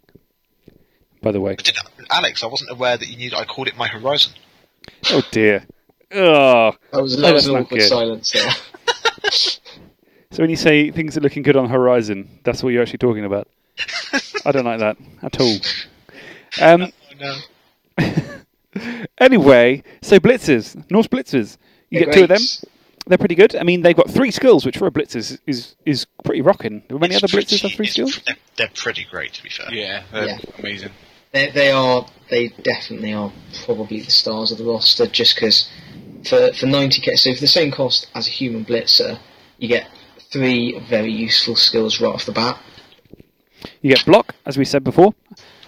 Speaker 1: by the way.
Speaker 4: I didn't, Alex, I wasn't aware that you knew that I called it my horizon.
Speaker 1: Oh dear. Oh.
Speaker 3: That was,
Speaker 1: Oh,
Speaker 3: that
Speaker 1: that's
Speaker 3: was an
Speaker 1: not
Speaker 3: awkward
Speaker 1: good.
Speaker 3: silence there.
Speaker 1: So when you say things are looking good on the horizon, that's what you're actually talking about. I don't like that at all. Um,
Speaker 4: No.
Speaker 1: anyway, so blitzers, Norse blitzers. You get two of them.
Speaker 3: Great.
Speaker 1: They're pretty good. I mean, they've got three skills, which for a blitzer is is, is pretty rocking. Do many
Speaker 4: It's
Speaker 1: other blitzers
Speaker 4: pretty-
Speaker 1: have three
Speaker 4: it's-
Speaker 1: skills?
Speaker 4: They're, they're pretty great, to be fair.
Speaker 2: Yeah, they're
Speaker 3: Yeah.
Speaker 2: amazing.
Speaker 3: They, they are. They definitely are probably the stars of the roster, just because for for ninety k, so for the same cost as a human blitzer, you get three very useful skills right off the bat.
Speaker 1: You get block, as we said before.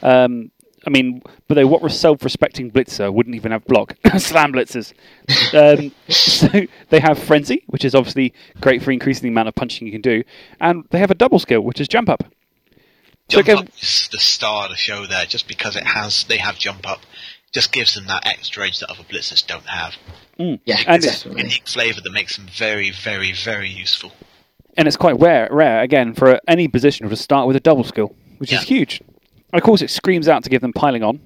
Speaker 1: Um, I mean, but they what self-respecting blitzer wouldn't even have block? Slam blitzers. Um, so they have frenzy, which is obviously great for increasing the amount of punching you can do, and they have a double skill, which is jump up. So
Speaker 4: Jump
Speaker 1: again-
Speaker 4: up is the star of the show there, just because it has they have jump up, just gives them that extra edge that other blitzers don't have.
Speaker 3: Yeah,
Speaker 1: And it's-
Speaker 3: definitely.
Speaker 4: Unique flavour that makes them very, very, very useful.
Speaker 1: and it's quite rare, rare again for any position to start with a double skill, which is
Speaker 4: Yeah.
Speaker 1: huge. And of course, it screams out to give them piling on,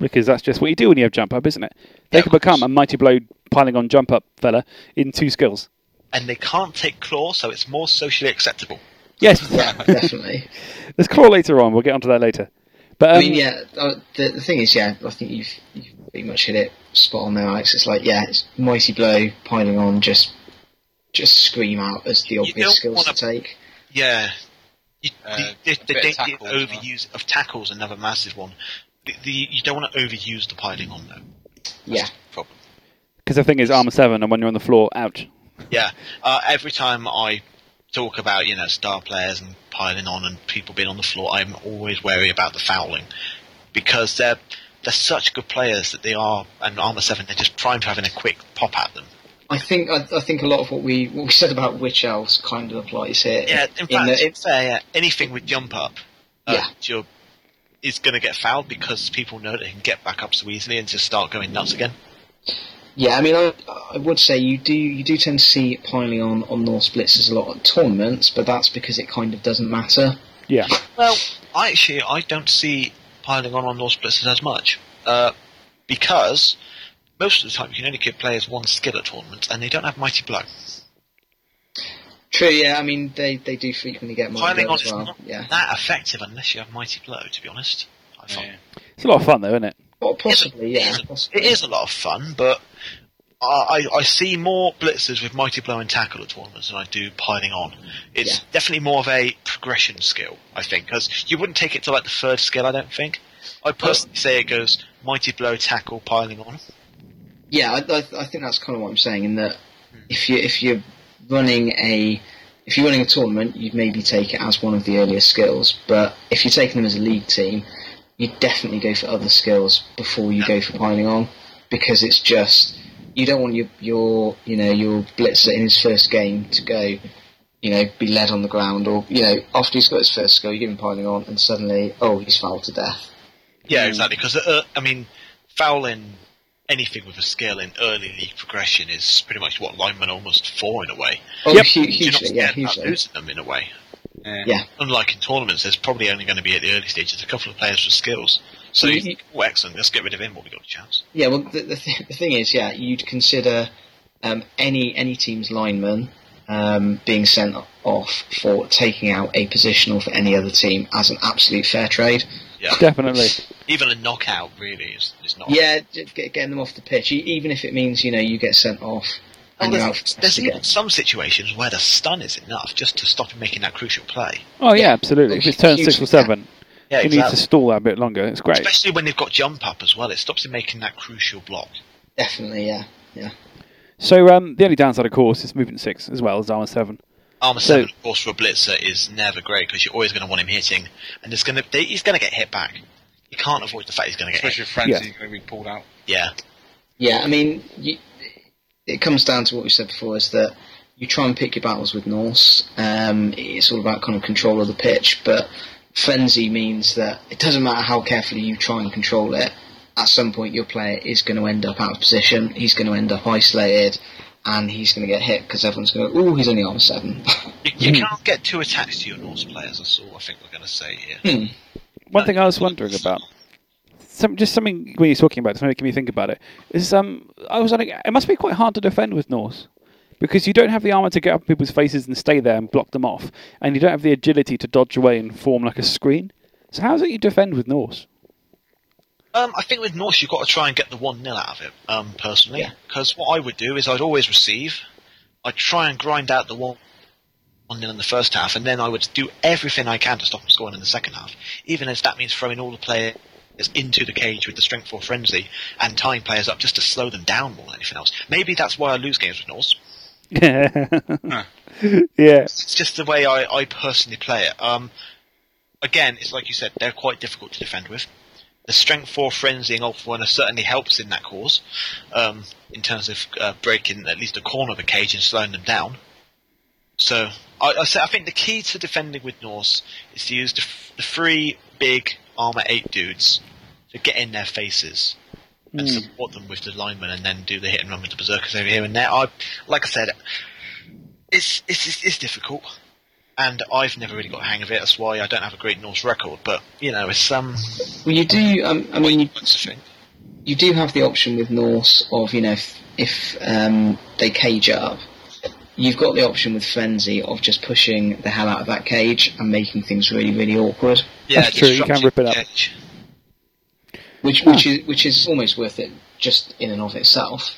Speaker 1: because that's just what you do when you have jump up, isn't it? They
Speaker 4: Yeah,
Speaker 1: can
Speaker 4: of course.
Speaker 1: become a mighty blow piling on jump up fella in two skills.
Speaker 4: And they can't take claw, so it's more socially acceptable.
Speaker 1: Yes,
Speaker 3: Yeah, definitely.
Speaker 1: there's claw later on. We'll get onto that later. But um,
Speaker 3: I mean, yeah. Uh, the, the thing is, yeah, I think you've, you've pretty much hit it spot on there, Alex. It's like, yeah, it's mighty blow piling on, just just scream out as the obvious
Speaker 4: don't
Speaker 3: skills to
Speaker 4: wanna-
Speaker 3: take.
Speaker 4: Yeah. You,
Speaker 2: Uh,
Speaker 4: the
Speaker 2: a
Speaker 4: the, the
Speaker 2: bit of
Speaker 4: dainty
Speaker 2: tackle,
Speaker 4: overuse of tackles another massive one. The, the, you don't want to overuse the piling on though.
Speaker 3: Yeah,
Speaker 4: Problem.
Speaker 1: Because the thing is, armor seven, and when you're on the floor, ouch.
Speaker 4: Yeah. Uh, every time I talk about you know star players and piling on and people being on the floor, I'm always wary about the fouling because they're they're such good players that they are. And armor seven, they're just primed for having a quick pop at them.
Speaker 3: I think I, I think a lot of what we what we said about witch elves kind of applies here.
Speaker 4: Yeah. In fact,
Speaker 3: that it-
Speaker 4: it's fair. Yeah, anything with jump up, uh,
Speaker 3: Yeah.
Speaker 4: you're, is going to get fouled because people know they can get back up so easily and just start going nuts again.
Speaker 3: Yeah, I mean, I, I would say you do you do tend to see it piling on on Norse blitzers a lot at tournaments, but that's because it kind of doesn't matter.
Speaker 1: Yeah,
Speaker 4: Well, I actually I don't see piling on on Norse blitzers as much uh, because most of the time you can only give players one skill at tournaments, and they don't have mighty blow.
Speaker 3: True. Yeah, I mean they, they do frequently get my
Speaker 4: Piling on
Speaker 3: as
Speaker 4: is
Speaker 3: well.
Speaker 4: not
Speaker 3: Yeah,
Speaker 4: that effective unless you have mighty blow. To be honest, I find
Speaker 2: Yeah.
Speaker 1: it's a lot of fun though, isn't it?
Speaker 3: well, possibly.
Speaker 4: It
Speaker 3: Yeah,
Speaker 4: is-
Speaker 3: possibly.
Speaker 4: it is a lot of fun, but. I, I I see more blitzers with mighty blow and tackle at tournaments than I do piling on. It's
Speaker 3: Yeah.
Speaker 4: definitely more of a progression skill, I think, because you wouldn't take it to like the third skill. I don't think. I personally say it goes mighty blow, tackle, piling on.
Speaker 3: Yeah, I, I, I think that's kind of what I'm saying. In that, if you if you're running a if you're running a tournament, you'd maybe take it as one of the earlier skills. But if you're taking them as a league team, you definitely go for other skills before you go for piling on, because it's just you don't want your your you know your blitzer in his first game to go, you know, be led on the ground or you know after he's got his first skill, you give him piling on, and suddenly oh he's fouled to death. Um,
Speaker 4: Yeah, exactly. Because uh, I mean, fouling anything with a skill in early league progression is pretty much what linemen are almost for in a way.
Speaker 3: Oh,
Speaker 1: Yep.
Speaker 3: hu-
Speaker 4: You're not
Speaker 3: hugely, yeah,
Speaker 4: scared about
Speaker 3: hugely.
Speaker 4: losing them in a way.
Speaker 3: Yeah.
Speaker 4: Unlike in tournaments, there's probably only going to be at the early stages a couple of players with skills. So,
Speaker 3: You-
Speaker 4: you think, oh, excellent. Let's get rid of him while we got a chance.
Speaker 3: Yeah, well, the, the, th- the thing is, yeah, you'd consider um, any any team's lineman um, being sent off for taking out a positional for any other team as an absolute fair trade.
Speaker 4: Yeah.
Speaker 1: Definitely.
Speaker 4: Even a knockout really is, is not.
Speaker 3: Yeah, j- get, getting them off the pitch, e- even if it means you know you get sent off.
Speaker 4: Oh,
Speaker 3: and you're out
Speaker 4: there's
Speaker 3: for the rest
Speaker 4: there's
Speaker 3: of the
Speaker 4: even
Speaker 3: game.
Speaker 4: some situations where the stun is enough just to stop him making that crucial play.
Speaker 1: Oh yeah,
Speaker 3: Yeah.
Speaker 1: absolutely. If it's turn
Speaker 3: Huge
Speaker 1: six or seven,
Speaker 4: Yeah,
Speaker 1: you need to stall that bit longer. It's great.
Speaker 4: Especially when they've got jump up as well, it stops him making that crucial block.
Speaker 3: Definitely, yeah, yeah.
Speaker 1: So um, the only downside, of course, is movement six as well as armor seven.
Speaker 4: Armor
Speaker 1: So-
Speaker 4: seven, of course, for a blitzer is never great because you're always going to want him hitting, and it's going to they, he's going to get hit back. You can't avoid the fact he's going to get hit.
Speaker 2: Especially if Frenzy is going to be pulled out.
Speaker 4: Yeah,
Speaker 3: Yeah, I mean, you, it comes down to what we said before: is that you try and pick your battles with Norse. Um, it's all about kind of control of the pitch, but frenzy means that it doesn't matter how carefully you try and control it. At some point, your player is going to end up out of position. He's going to end up isolated, and he's going to get hit because everyone's going to go, "Oh, he's only on seven.
Speaker 4: you, you can't get two attacks to your Norse players. That's all I think we're going to say here.
Speaker 1: One thing I was wondering about, some just something when you're talking about, it, something making me think about it, is um, I was wondering, it must be quite hard to defend with Norse. Because you don't have the armor to get up in people's faces and stay there and block them off, and you don't have the agility to dodge away and form like a screen. So how is it you defend with Norse?
Speaker 4: Um, I think with Norse, you've got to try and get the 1 0 out of it, um, personally.
Speaker 3: Yeah.
Speaker 4: Because what I would do is I'd always receive, I'd try and grind out the 1 0 in the first half, and then I would do everything I can to stop them scoring in the second half, even if that means throwing all the players into the cage with the strength four frenzy and tying players up just to slow them down more than anything else. Maybe that's why I lose games with Norse.
Speaker 1: yeah. yeah.
Speaker 4: It's just the way I, I personally play it. Um, again, it's like you said, they're quite difficult to defend with. The strength four frenzy and Ultra Warner certainly helps in that cause, um, in terms of uh, breaking at least a corner of the cage and slowing them down. So I, I, say, I think the key to defending with Norse is to use the, f- the three big armor eight dudes to get in their faces and support them with the linemen, and then do the hit and run with the berserkers over here and there. I, like I said, it's it's it's, it's difficult, and I've never really got a hang of it. That's why I don't have a great Norse record. But you know, it's um,
Speaker 3: well, you do. Um, I mean, you
Speaker 4: what's the thing?
Speaker 3: you do have the option with Norse of you know if, if um, they cage it up, you've got the option with Frenzy of just pushing the hell out of that cage and making things really really awkward,
Speaker 4: Yeah,
Speaker 1: That's true, you can
Speaker 4: disrupting
Speaker 1: rip it up.
Speaker 4: edge.
Speaker 3: which which is which is almost worth it just in and of itself.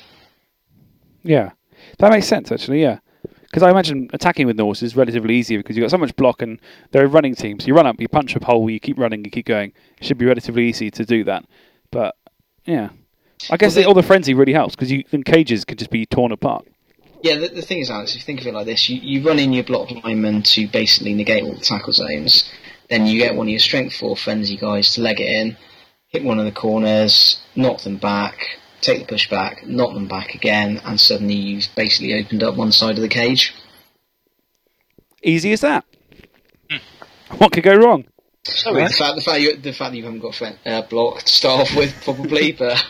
Speaker 1: Yeah, that makes sense actually. Yeah, because I imagine attacking with Norse is relatively easier because you've got so much block and they're a running team. So you run up, you punch a hole, you keep running, you keep going. It should be relatively easy to do that. But yeah, I guess
Speaker 3: Well,
Speaker 1: all the frenzy really helps because you then cages could just be torn apart.
Speaker 3: Yeah, the, the thing is, Alex, if you think of it like this, you, you run in your block lineman to basically negate all the tackle zones. Then you get one of your strength four frenzy guys to leg it in, hit one of the corners, knock them back, take the push back, knock them back again, and suddenly you've basically opened up one side of the cage.
Speaker 1: Easy as that. What could go wrong?
Speaker 3: The fact, the fact, you, the fact that you haven't got fren- uh, block to start off with, probably, but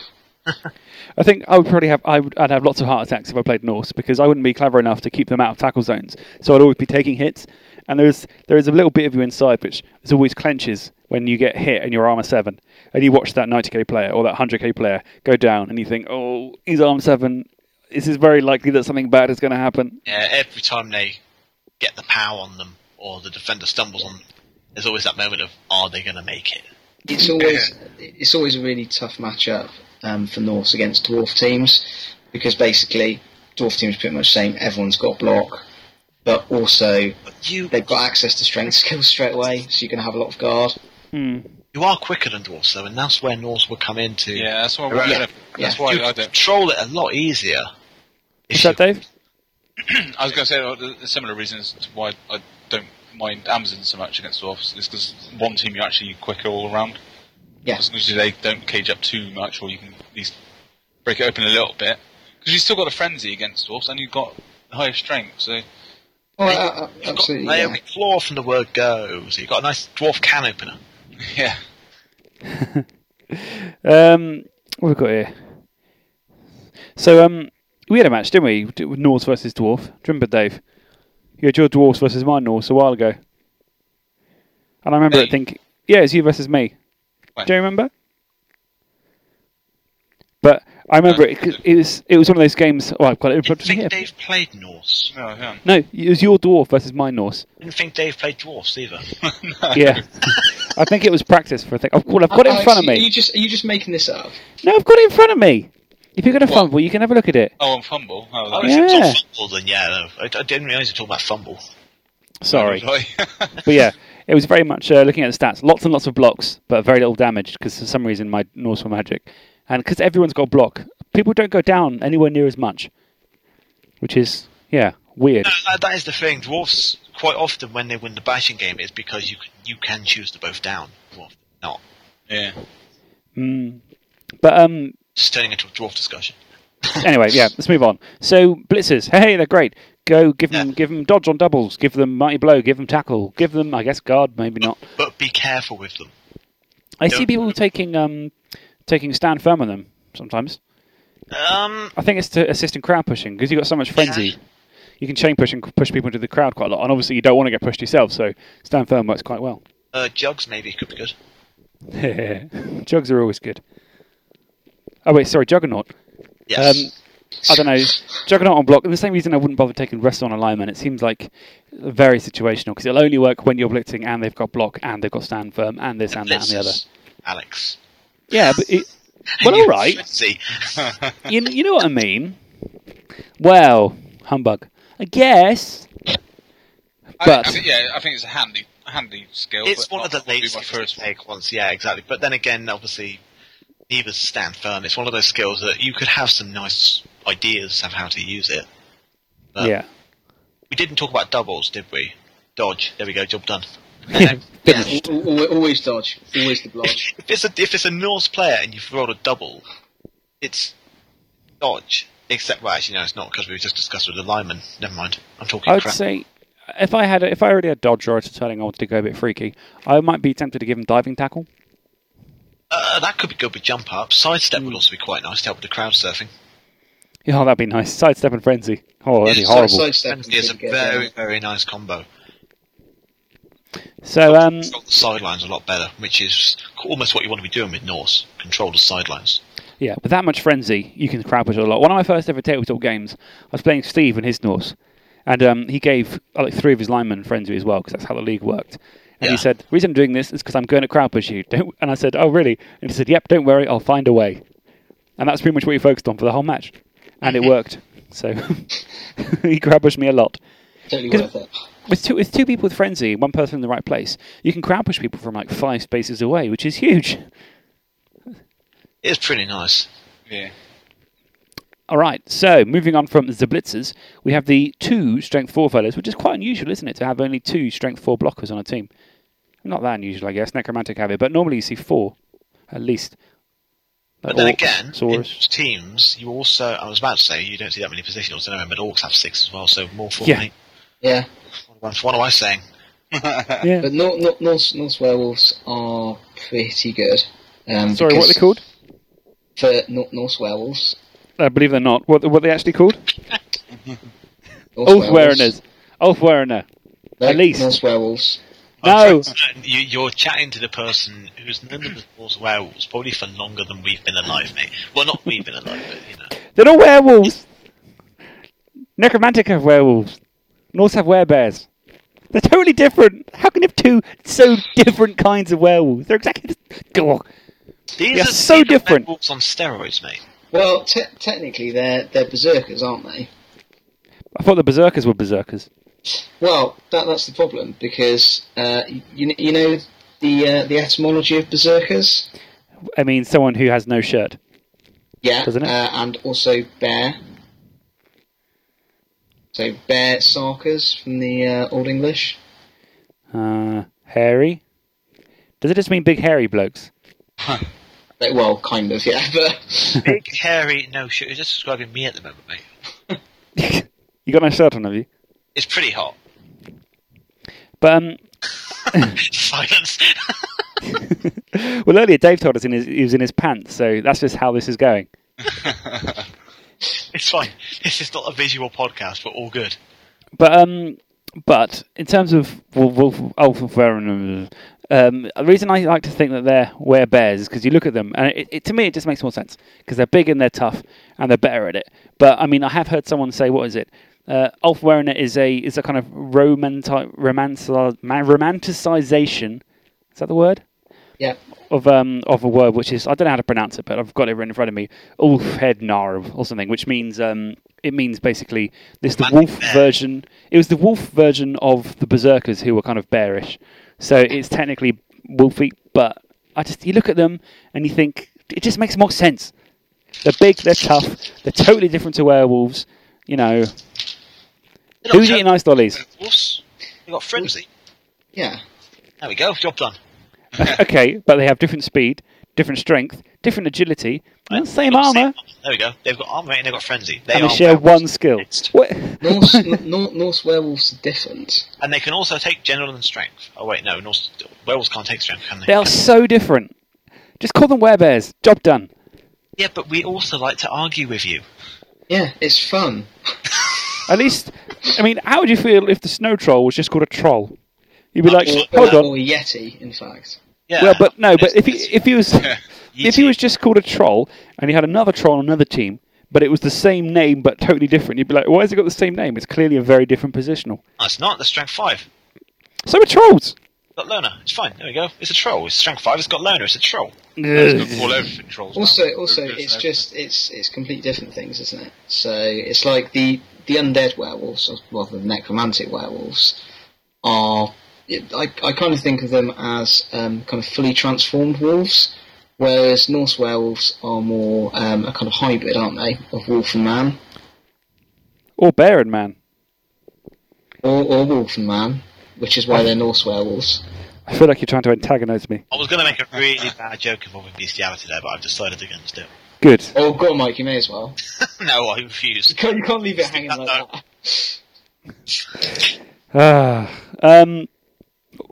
Speaker 1: I think I would probably have I would, I'd have lots of heart attacks if I played Norse because I wouldn't be clever enough to keep them out of tackle zones. So I'd always be taking hits, and there's there is a little bit of you inside which is always clenches when you get hit and your armor seven, and you watch that 90k player or that 100k player go down, and you think, oh, he's armor seven. This is very likely that something bad is going to happen.
Speaker 4: Yeah, every time they get the power on them or the defender stumbles on them, there's always that moment of are they going to make it?
Speaker 3: it's always it's always a really tough matchup um, for Norse against dwarf teams because basically dwarf teams are pretty much the same. Everyone's got block, but also
Speaker 4: But you
Speaker 3: they've got access to strength skills straight away, so you can have a lot of guard.
Speaker 4: you are quicker than dwarves though, and that's where Norse will come into.
Speaker 2: Yeah, that's why, we're
Speaker 3: Yeah.
Speaker 2: gonna, that's why
Speaker 4: you
Speaker 2: I don't.
Speaker 4: control it a lot easier. If
Speaker 1: Is that
Speaker 4: you-
Speaker 1: Dave?
Speaker 2: I was going to say uh, there's similar reasons to why I don't mind Amazon so much against Dwarfs. It's because one team you're actually quicker all around.
Speaker 3: Yeah.
Speaker 2: As long as they don't cage up too much, or you can at least break it open a little bit. Because you've still got a frenzy against Dwarfs, and you've got higher strength. So
Speaker 3: Oh, uh, uh,
Speaker 4: You've got
Speaker 3: absolutely.
Speaker 4: layer
Speaker 3: yeah.
Speaker 4: with claw from the word go, so you've got a nice dwarf can opener.
Speaker 2: yeah,
Speaker 1: Um, what have we got here? So um, we had a match, didn't we? D- with Norse versus Dwarf. Do you remember, Dave? You had your Dwarfs versus my Norse a while ago. And I remember
Speaker 2: Me?
Speaker 1: it thinking, yeah, it's you versus me.
Speaker 2: When?
Speaker 1: Do you remember? But I remember it, 'cause it was it was one of those games. Oh, I've got it in
Speaker 4: Didn't
Speaker 1: front of me.
Speaker 4: think
Speaker 1: here.
Speaker 4: Dave played Norse.
Speaker 2: No, hang on.
Speaker 1: No, it was your dwarf versus my Norse.
Speaker 4: Didn't think Dave played dwarfs either.
Speaker 1: Yeah, I think it was practice for a thing. I've, well, I've got it in front of
Speaker 3: Alex, You
Speaker 1: me.
Speaker 3: you just are you just making this up?
Speaker 1: No, I've got it in front of me. If you're going to fumble, you can have a look at it.
Speaker 2: Oh, on Fumble. Oh,
Speaker 4: Oh,
Speaker 2: that-
Speaker 4: if it was
Speaker 1: Yeah.
Speaker 4: on fumble, then yeah. no. I, I didn't realise you were talking about fumble. Uh,
Speaker 1: Sorry,
Speaker 2: Sorry.
Speaker 1: but yeah, it was very much uh, looking at the stats. Lots and lots of blocks, but very little damage because for some reason my Norse were magic, and because everyone's got a block, people don't go down anywhere near as much, which is yeah weird.
Speaker 4: No, that, that is the thing. Dwarfs quite often when they win the bashing game is because you can, you can choose to both down. Dwarf not.
Speaker 2: yeah.
Speaker 1: Mm. But um,
Speaker 4: It's turning into a dwarf discussion.
Speaker 1: anyway, yeah, let's move on. So blitzers, hey, they're great. Go give them, give them dodge on doubles, give them mighty blow, give them tackle, give them, I guess, guard, maybe not.
Speaker 4: But be careful with them.
Speaker 1: I see
Speaker 4: Don't-
Speaker 1: people taking um, taking stand firm on them sometimes.
Speaker 4: Um,
Speaker 1: I think it's to assist in crowd pushing because you've got so much frenzy. You can chain push and c- push people into the crowd quite a lot, and obviously you don't want to get pushed yourself. So stand firm works quite well.
Speaker 4: uh, jugs maybe could be good.
Speaker 1: Jugs are always good. Oh wait, sorry, Juggernaut.
Speaker 4: Yes.
Speaker 1: Um, I don't know. Juggernaut on block. The same reason I wouldn't bother taking rest on alignment. It seems like very situational because it'll only work when you're blitzing and they've got block and they've got stand firm and this and that and the other.
Speaker 4: Blitzes, Alex.
Speaker 1: Yeah, but it, well, all right.
Speaker 4: See,
Speaker 1: You, you know what I mean. Well, humbug. I guess.
Speaker 2: I-
Speaker 1: But-
Speaker 2: I, think- yeah, I think it's a handy, handy skill.
Speaker 4: it's
Speaker 2: but
Speaker 4: one of the
Speaker 2: not probably
Speaker 4: latest
Speaker 2: my first one.
Speaker 4: take ones. Yeah, exactly. But then again, obviously, neither stand firm. It's one of those skills that you could have some nice ideas of how to use it. But
Speaker 1: Yeah.
Speaker 4: We didn't talk about doubles, did we? Dodge. There we go. Job done.
Speaker 3: Yeah, al- al- always dodge, always the blodge.
Speaker 4: if it's a if it's a Norse player and you've rolled a double, it's dodge. Except, well, actually, no, it's not because we just discussed with the lineman. Never mind. I'm talking
Speaker 1: I would
Speaker 4: crap.
Speaker 1: say if I had a, if I already had dodge or turning, I wanted to go a bit freaky. I might be tempted to give him diving tackle.
Speaker 4: Uh, that could be good with jump up. Sidestep would also be quite nice to help with the crowd surfing.
Speaker 1: Yeah, Oh, that'd be nice. Sidestep and frenzy. Oh, that'd be
Speaker 4: Yeah,
Speaker 1: horrible.
Speaker 3: Sidestep
Speaker 4: Frenzy is a
Speaker 3: would get
Speaker 4: very,
Speaker 3: down.
Speaker 4: very nice combo.
Speaker 1: so um,
Speaker 4: Control the sidelines a lot better, which is almost what you want to be doing with Norse. Control the sidelines.
Speaker 1: Yeah, with that much frenzy, you can crowd push a lot. One of my first ever tabletop games, I was playing Steve and his Norse, and um, he gave uh, like three of his linemen frenzy as well because that's how the league worked. And
Speaker 4: Yeah.
Speaker 1: he said, "The reason I'm doing this is because I'm going to crowd push you." Don't, and I said, "Oh, really?" And he said, "Yep, don't worry, I'll find a way." And that's pretty much what he focused on for the whole match, and it worked. So he crowd pushed me a lot.
Speaker 3: Totally
Speaker 1: Because-
Speaker 3: worth it.
Speaker 1: With two, with two people with frenzy, and one person in the right place, you can crowd push people from like five spaces away, which is huge.
Speaker 4: It's pretty nice.
Speaker 2: Yeah.
Speaker 1: All right, so moving on from the blitzers, we have the two strength four fellows, which is quite unusual, isn't it, to have only two strength four blockers on a team? Not that unusual, I guess. Necromantic have it, but normally you see four, at least.
Speaker 4: But then again, in
Speaker 1: Saurus.
Speaker 4: teams, you also, I was about to say, you don't see that many positionals anyway, but orcs have six as well, so more for
Speaker 1: Yeah.
Speaker 4: me.
Speaker 3: Yeah,
Speaker 4: What, what am I saying?
Speaker 1: yeah.
Speaker 4: uh,
Speaker 3: but Nor- Nor- Norse, Norse werewolves are pretty good. Um,
Speaker 1: Sorry, what are
Speaker 3: because
Speaker 1: they called?
Speaker 3: For Nor- Norse werewolves.
Speaker 1: I believe they're not. What, what are they actually called?
Speaker 3: Norse
Speaker 1: Ulfwerners.
Speaker 3: werewolves.
Speaker 1: Ulfwerner.
Speaker 3: No,
Speaker 1: At least.
Speaker 3: Norse werewolves.
Speaker 4: Oh,
Speaker 1: No.
Speaker 4: You, you're chatting to the person who's none of the Norse werewolves, probably for longer than we've been alive, mate. Well, not we've been alive, but, you know.
Speaker 1: They're not werewolves! Necromantic have werewolves. Norse have werebears. They're totally different. How can you have two so different kinds of werewolves? They're exactly. Go on.
Speaker 4: These
Speaker 1: They are
Speaker 4: are
Speaker 1: so
Speaker 4: these
Speaker 1: different.
Speaker 4: Werewolves on steroids, mate.
Speaker 3: Well, te- technically, they're they're berserkers, aren't they?
Speaker 1: I thought the berserkers were berserkers.
Speaker 3: Well, that that's the problem because uh, you kn- you know the uh, the etymology of berserkers.
Speaker 1: I mean, someone who has no shirt.
Speaker 3: Yeah,
Speaker 1: Doesn't it?
Speaker 3: Uh, and also bear. So bear sarkers from the uh, Old English.
Speaker 1: Uh, hairy. Does it just mean big hairy blokes?
Speaker 3: Like, well, kind of, yeah. But
Speaker 4: Big, hairy, no shit. You're just describing me at the moment, mate.
Speaker 1: you got no shirt on, have you?
Speaker 4: It's pretty hot.
Speaker 1: But um,
Speaker 4: Silence.
Speaker 1: well, earlier Dave told us in his, he was in his pants, so that's just how this is going.
Speaker 4: it's fine. This is not a visual podcast, but all good.
Speaker 1: But um, But in terms of Wolf, Wolf, Wolfenbarren, um, the reason I like to think that they're were bears is because you look at them, and it, it, to me it just makes more sense because they're big and they're tough and they're better at it. But I mean, I have heard someone say, "What is it?" Uh, Ulfwerner is a is a kind of romanti- romanti- ma- romanticization. Is that the word?
Speaker 3: Yeah.
Speaker 1: of um of a word which is I don't know how to pronounce it, but I've got it written in front of me. Ulfhednarv or something, which means um it means basically this the wolf
Speaker 4: Romantic bear.
Speaker 1: version. It was the wolf version of the berserkers who were kind of bearish, so it's technically wolfy. But I just you look at them and you think it just makes more sense. They're big, they're tough, they're totally different to werewolves. You know,
Speaker 4: They're not
Speaker 1: who's eating ice dollies?
Speaker 4: Wolves. We got frenzy.
Speaker 3: Yeah.
Speaker 4: There we go. Job done.
Speaker 1: okay, but they have different speed, different strength, different agility, and same
Speaker 4: They've got
Speaker 1: armor.
Speaker 4: There we go. They've got armor and they've got frenzy. They
Speaker 1: and
Speaker 4: are
Speaker 1: they share
Speaker 4: werewolves.
Speaker 1: one skill.
Speaker 4: Next.
Speaker 1: What?
Speaker 3: Norse, n- Nor- Norse werewolves are different.
Speaker 4: And they can also take general and strength. Oh wait, no, Norse, werewolves can't take strength, can they?
Speaker 1: They are so different. Just call them werebears. Job done.
Speaker 4: Yeah, but we also like to argue with you.
Speaker 3: Yeah, it's fun.
Speaker 1: At least, I mean, how would you feel if the snow troll was just called a troll? You'd be like,
Speaker 3: Or,
Speaker 1: hold
Speaker 3: or,
Speaker 1: on.
Speaker 3: or Yeti, in fact.
Speaker 4: Yeah.
Speaker 1: Well, but no, but
Speaker 4: It's-
Speaker 1: if he
Speaker 4: it's-
Speaker 1: if he was if he
Speaker 4: Yeezy.
Speaker 1: was just called a troll and he had another troll on another team, but it was the same name but totally different, you'd be like, why has it got the same name? It's clearly a very different positional.
Speaker 4: No, it's not. That's strength five.
Speaker 1: So are trolls.
Speaker 4: Got loner. It's fine. There we go. It's a troll. It's strength five. It's got loner. It's a troll.
Speaker 2: It's all over controls. now.
Speaker 3: Also,
Speaker 2: They're
Speaker 3: also,
Speaker 2: good
Speaker 3: it's
Speaker 2: and
Speaker 3: just it's it's completely different things, isn't it? So it's like the the undead werewolves, or rather the necromantic werewolves, are. I, I kind of think of them as um, kind of fully transformed wolves, whereas Norse werewolves are more um, a kind of hybrid, aren't they, of wolf and man,
Speaker 1: Or bear and man.
Speaker 3: or, or wolf and man, which is why they're Norse werewolves.
Speaker 1: I feel like you're trying to antagonise me.
Speaker 4: I was going to make a really bad joke involving bestiality there, but I've decided against it.
Speaker 1: Good.
Speaker 3: Oh God, Mike, you may as well.
Speaker 4: no, I refuse.
Speaker 3: You can't, you can't leave it hanging
Speaker 4: that
Speaker 3: like
Speaker 4: down.
Speaker 3: that.
Speaker 1: Ah, um,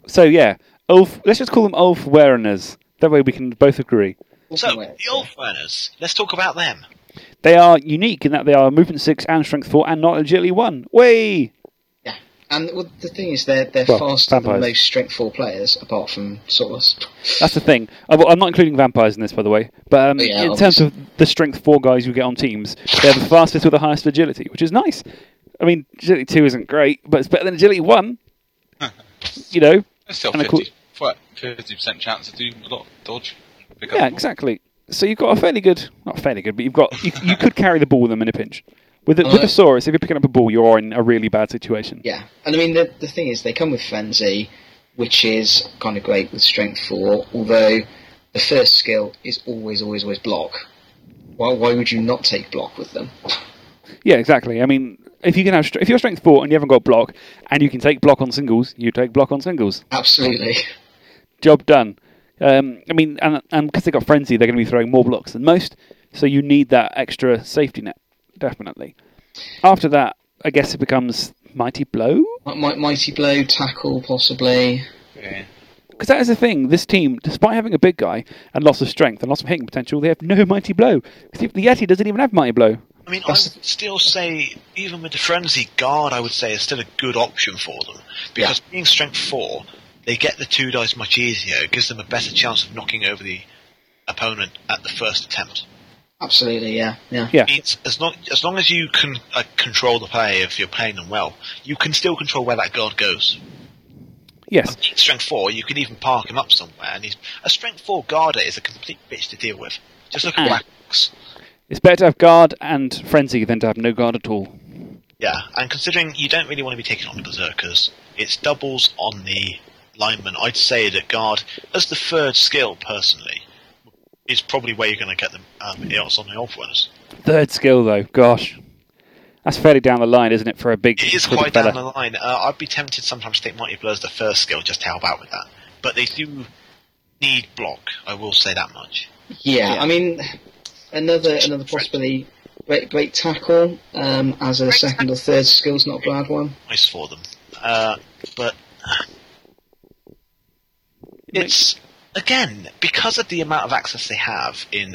Speaker 1: so yeah, Ulf. Let's just call them Ulf Wereners. That way we can both agree.
Speaker 3: Wolf
Speaker 4: So
Speaker 3: and
Speaker 4: the
Speaker 3: werewolf.
Speaker 4: Ulferners. Let's talk about them.
Speaker 1: They are unique in that they are movement six and strength four and not agility one. Way.
Speaker 3: Yeah, and well, the thing is, they're they're
Speaker 1: Well,
Speaker 3: faster
Speaker 1: vampires.
Speaker 3: than most strength four players, apart from Source.
Speaker 1: That's the thing. Oh, well, I'm not including vampires in this, by the way. But um,
Speaker 3: Oh, yeah,
Speaker 1: in terms of the strength four guys you get on teams, they're the fastest with the highest agility, which is nice. I mean, agility two isn't great, but it's better than agility one. you know.
Speaker 2: There's still
Speaker 1: and a cool-
Speaker 2: 50, what, 50% chance of doing a lot of dodge. Pick up
Speaker 1: Yeah,
Speaker 2: more.
Speaker 1: exactly. So you've got a fairly good, not fairly good, but you've got you, you could carry the ball with them in a pinch. With a, with a
Speaker 3: Uh,
Speaker 1: Saurus, if you're picking up a ball, you're in a really bad situation.
Speaker 3: Yeah, and I mean the the thing is, they come with frenzy, which is kind of great with strength four. Although the first skill is always, always, always block. Why why would you not take block with them?
Speaker 1: Yeah, exactly. I mean, if you can have str- if you're strength four and you haven't got block, and you can take block on singles, you take block on singles.
Speaker 3: Absolutely.
Speaker 1: Job done. Um, I mean, and and because they got frenzy, they're going to be throwing more blocks than most. So you need that extra safety net, definitely. After that, I guess it becomes mighty blow.
Speaker 3: Mi- mi- Mighty blow, tackle, possibly.
Speaker 2: Yeah.
Speaker 1: Because that is the thing. This team, despite having a big guy and lots of strength and lots of hitting potential, they have no mighty blow. 'Cause if the Yeti doesn't even have mighty blow.
Speaker 4: I mean, I
Speaker 3: That's-
Speaker 4: would still say, even with the frenzy guard, I would say is still a good option for them because being strength four, they get the two dice much easier. It gives them a better chance of knocking over the opponent at the first attempt.
Speaker 3: Absolutely, yeah, yeah.
Speaker 1: Yeah.
Speaker 4: It's as long as long as you can uh, control the play, if you're playing them well, you can still control where that guard goes.
Speaker 1: Yes.
Speaker 4: Strength four, you can even park him up somewhere, and he's a strength four guarder is a complete bitch to deal with. Just look at
Speaker 1: Ah.
Speaker 4: Wax.
Speaker 1: It's better to have guard and frenzy than to have no guard at all.
Speaker 4: Yeah, and considering you don't really want to be taking on the berserkers, it's doubles on the lineman. I'd say that guard, as the third skill, personally, is probably where you're going to get them um, else on the off runners.
Speaker 1: Third skill, though. Gosh. That's fairly down the line, isn't it, for a big,
Speaker 4: It is
Speaker 1: for a big
Speaker 4: quite
Speaker 1: fella?
Speaker 4: down the line. Uh, I'd be tempted sometimes to take Mighty Blur as the first skill just to help out with that. But they do need block, I will say that much.
Speaker 3: Yeah, I mean, another another possibility. Great, great tackle um, as a second or third skill's not a bad one.
Speaker 4: Nice for them. Uh, but it's, again, because of the amount of access they have in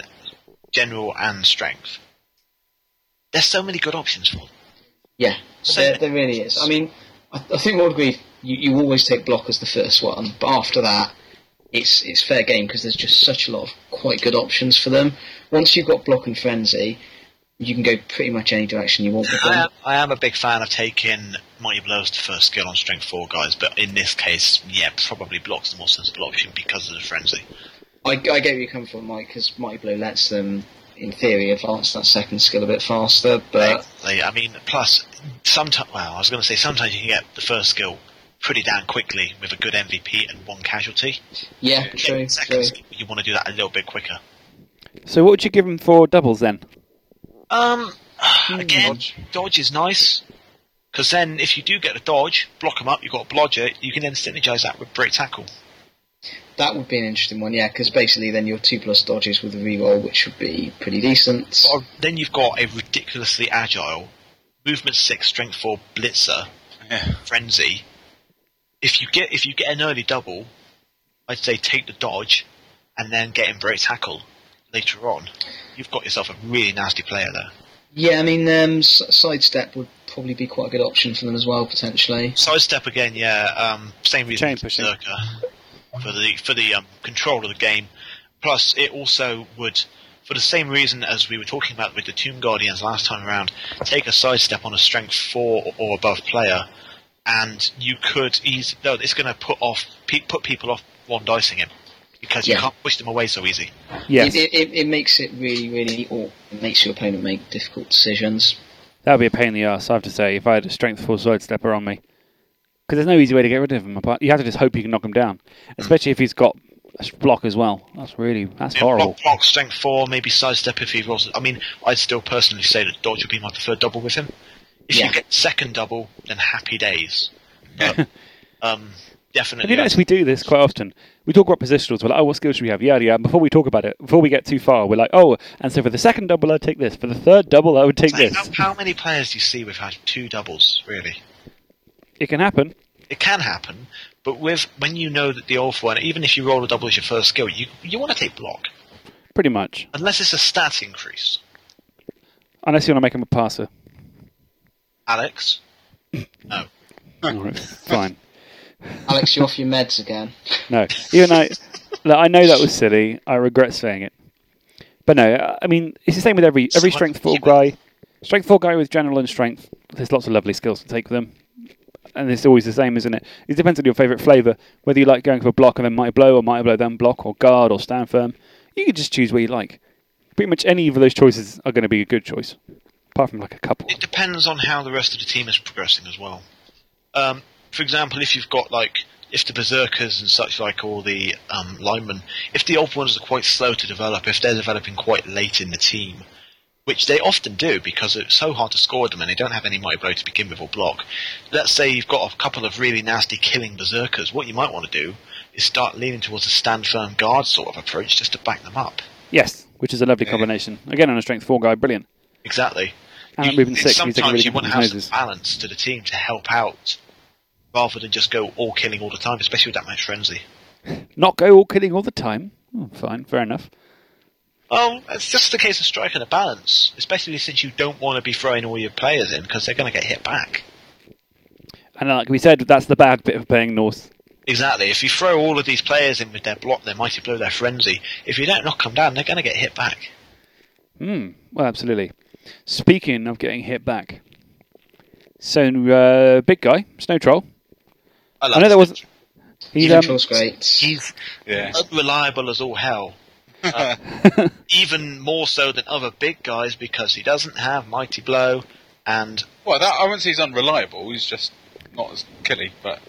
Speaker 4: general and strength, there's so many good options for them.
Speaker 3: Yeah,
Speaker 4: So-
Speaker 3: there, there really is. I mean, I, I think we'll agree. You, you always take block as the first one, but after that, it's it's fair game because there's just such a lot of quite good options for them. Once you've got block and frenzy, you can go pretty much any direction you want with
Speaker 4: I
Speaker 3: them.
Speaker 4: am, I am a big fan of taking mighty blows to first skill on strength four guys, but in this case, yeah, probably blocks the more sensible option because of the frenzy.
Speaker 3: I, I get where you come from, Mike, because Mighty Blow lets them, in theory, advance that second skill a bit faster, but
Speaker 4: Like, I mean, plus sometimes. Well, I was going to say sometimes you can get the first skill pretty down quickly with a good MVP and one casualty.
Speaker 3: yeah, true,
Speaker 4: Second
Speaker 3: true.
Speaker 4: skill, you want to do that a little bit quicker.
Speaker 1: So what would you give him for doubles then?
Speaker 4: Um, again,
Speaker 2: Dodge.
Speaker 4: dodge, is nice because then if you do get a dodge, block them up. You've got a blodger. You can then synergize that with break tackle.
Speaker 3: That would be an interesting one, yeah, because basically then your 2 plus dodges with a reroll, which would be pretty decent.
Speaker 4: Or then you've got a ridiculously agile movement six, strength four blitzer
Speaker 2: Yeah.
Speaker 4: frenzy. If you get if you get an early double, I'd say take the dodge and then get in break tackle later on. You've got yourself a really nasty player there.
Speaker 3: Yeah, I mean, um, s- sidestep would probably be quite a good option for them as well, potentially.
Speaker 4: Sidestep again, yeah. Um, same reason
Speaker 1: Chain
Speaker 4: as
Speaker 1: pushing.
Speaker 4: Berserker for the for the um, control of the game. Plus, it also would, for the same reason as we were talking about with the Tomb Guardians last time around, take a sidestep on a strength four or- or above player, and you could ease. No, it's going to put off pe- put people off one dicing him because you
Speaker 3: Yeah.
Speaker 4: can't push them away so easy.
Speaker 1: Yes,
Speaker 3: It, it, it, it makes it really, really, or it makes your opponent make difficult decisions.
Speaker 1: that would be a pain in the ass. I have to say, if I had a strength four sidestepper on me, because there's no easy way to get rid of him. Apart, you have to just hope you can knock him down, especially if he's got a s- block as well. That's really that's
Speaker 4: Yeah,
Speaker 1: horrible.
Speaker 4: Block, block strength four, maybe sidestep if he rolls. I mean, I'd still personally say that dodge would be my preferred double with him. If
Speaker 3: Yeah.
Speaker 4: you get second double, then happy days. But, um,
Speaker 1: Have
Speaker 4: definitely.
Speaker 1: you notice we do this quite often? We talk about positionals. We're like, oh, what skills should we have? Yada yada. And before we talk about it, before we get too far, we're like, oh, and so for the second double, I'd take this. For the third double, I would take
Speaker 4: Like,
Speaker 1: this.
Speaker 4: How, how many players do you see with had two doubles? Really,
Speaker 1: It can happen.
Speaker 4: it can happen. But with when you know that the off one, even if you roll a double as your first skill, you you want to take block
Speaker 1: Pretty much.
Speaker 4: unless it's a stat increase.
Speaker 1: Unless you want to make him a passer.
Speaker 4: Alex, no,
Speaker 1: All right, fine.
Speaker 3: Alex, you're off your meds again.
Speaker 1: No. Even though look, I know that was silly, I regret saying it. But no, I mean, it's the same with every every
Speaker 4: So
Speaker 1: strength
Speaker 4: I-
Speaker 1: four guy. Strength four guy with general and strength. There's lots of lovely skills to take with them. And it's always the same, isn't it? It depends on your favourite flavour, whether you like going for block and then mighty blow, or mighty blow then block, or guard, or stand firm. You can just choose where you like. Pretty much any of those choices are going to be a good choice, apart from like a couple.
Speaker 4: it depends on how the rest of the team is progressing as well. Um, for example, if you've got like if the berserkers and such like all the um, linemen, if the old ones are quite slow to develop, if they're developing quite late in the team, which they often do because it's so hard to score them and they don't have any mighty blow to begin with or block. Let's say you've got a couple of really nasty killing berserkers. What you might want to do is start leaning towards a stand firm guard sort of approach just to back them up.
Speaker 1: Yes, which is a lovely combination. Again, on a strength four guy, brilliant.
Speaker 4: Exactly.
Speaker 1: And
Speaker 4: You-
Speaker 1: moving six, he's
Speaker 4: sometimes
Speaker 1: taking really
Speaker 4: you
Speaker 1: good
Speaker 4: want to
Speaker 1: with
Speaker 4: have
Speaker 1: his
Speaker 4: some
Speaker 1: noses.
Speaker 4: balance to the team to help out, rather than just go all killing all the time, especially with that much frenzy.
Speaker 1: Not go all killing all the time. Oh, fine, fair enough.
Speaker 4: Um, it's just a case of striking a balance, especially since you don't want to be throwing all your players in because they're going to get hit back.
Speaker 1: And like we said, that's the bad bit of playing North.
Speaker 4: Exactly. If you throw all of these players in with their block, their mighty blow, their frenzy, if you don't knock them down, they're going to get hit back.
Speaker 1: Hmm. Well, absolutely. Speaking of getting hit back, so uh, big guy, Snow Troll.
Speaker 4: I,
Speaker 1: I know there
Speaker 4: that
Speaker 1: was. He's
Speaker 3: Even
Speaker 1: um,
Speaker 3: Troll's great.
Speaker 4: He's
Speaker 2: Yeah.
Speaker 4: unreliable as all hell. Uh, even more so than other big guys because he doesn't have mighty blow and
Speaker 2: Well, that, I wouldn't say he's unreliable. He's just not as killy, but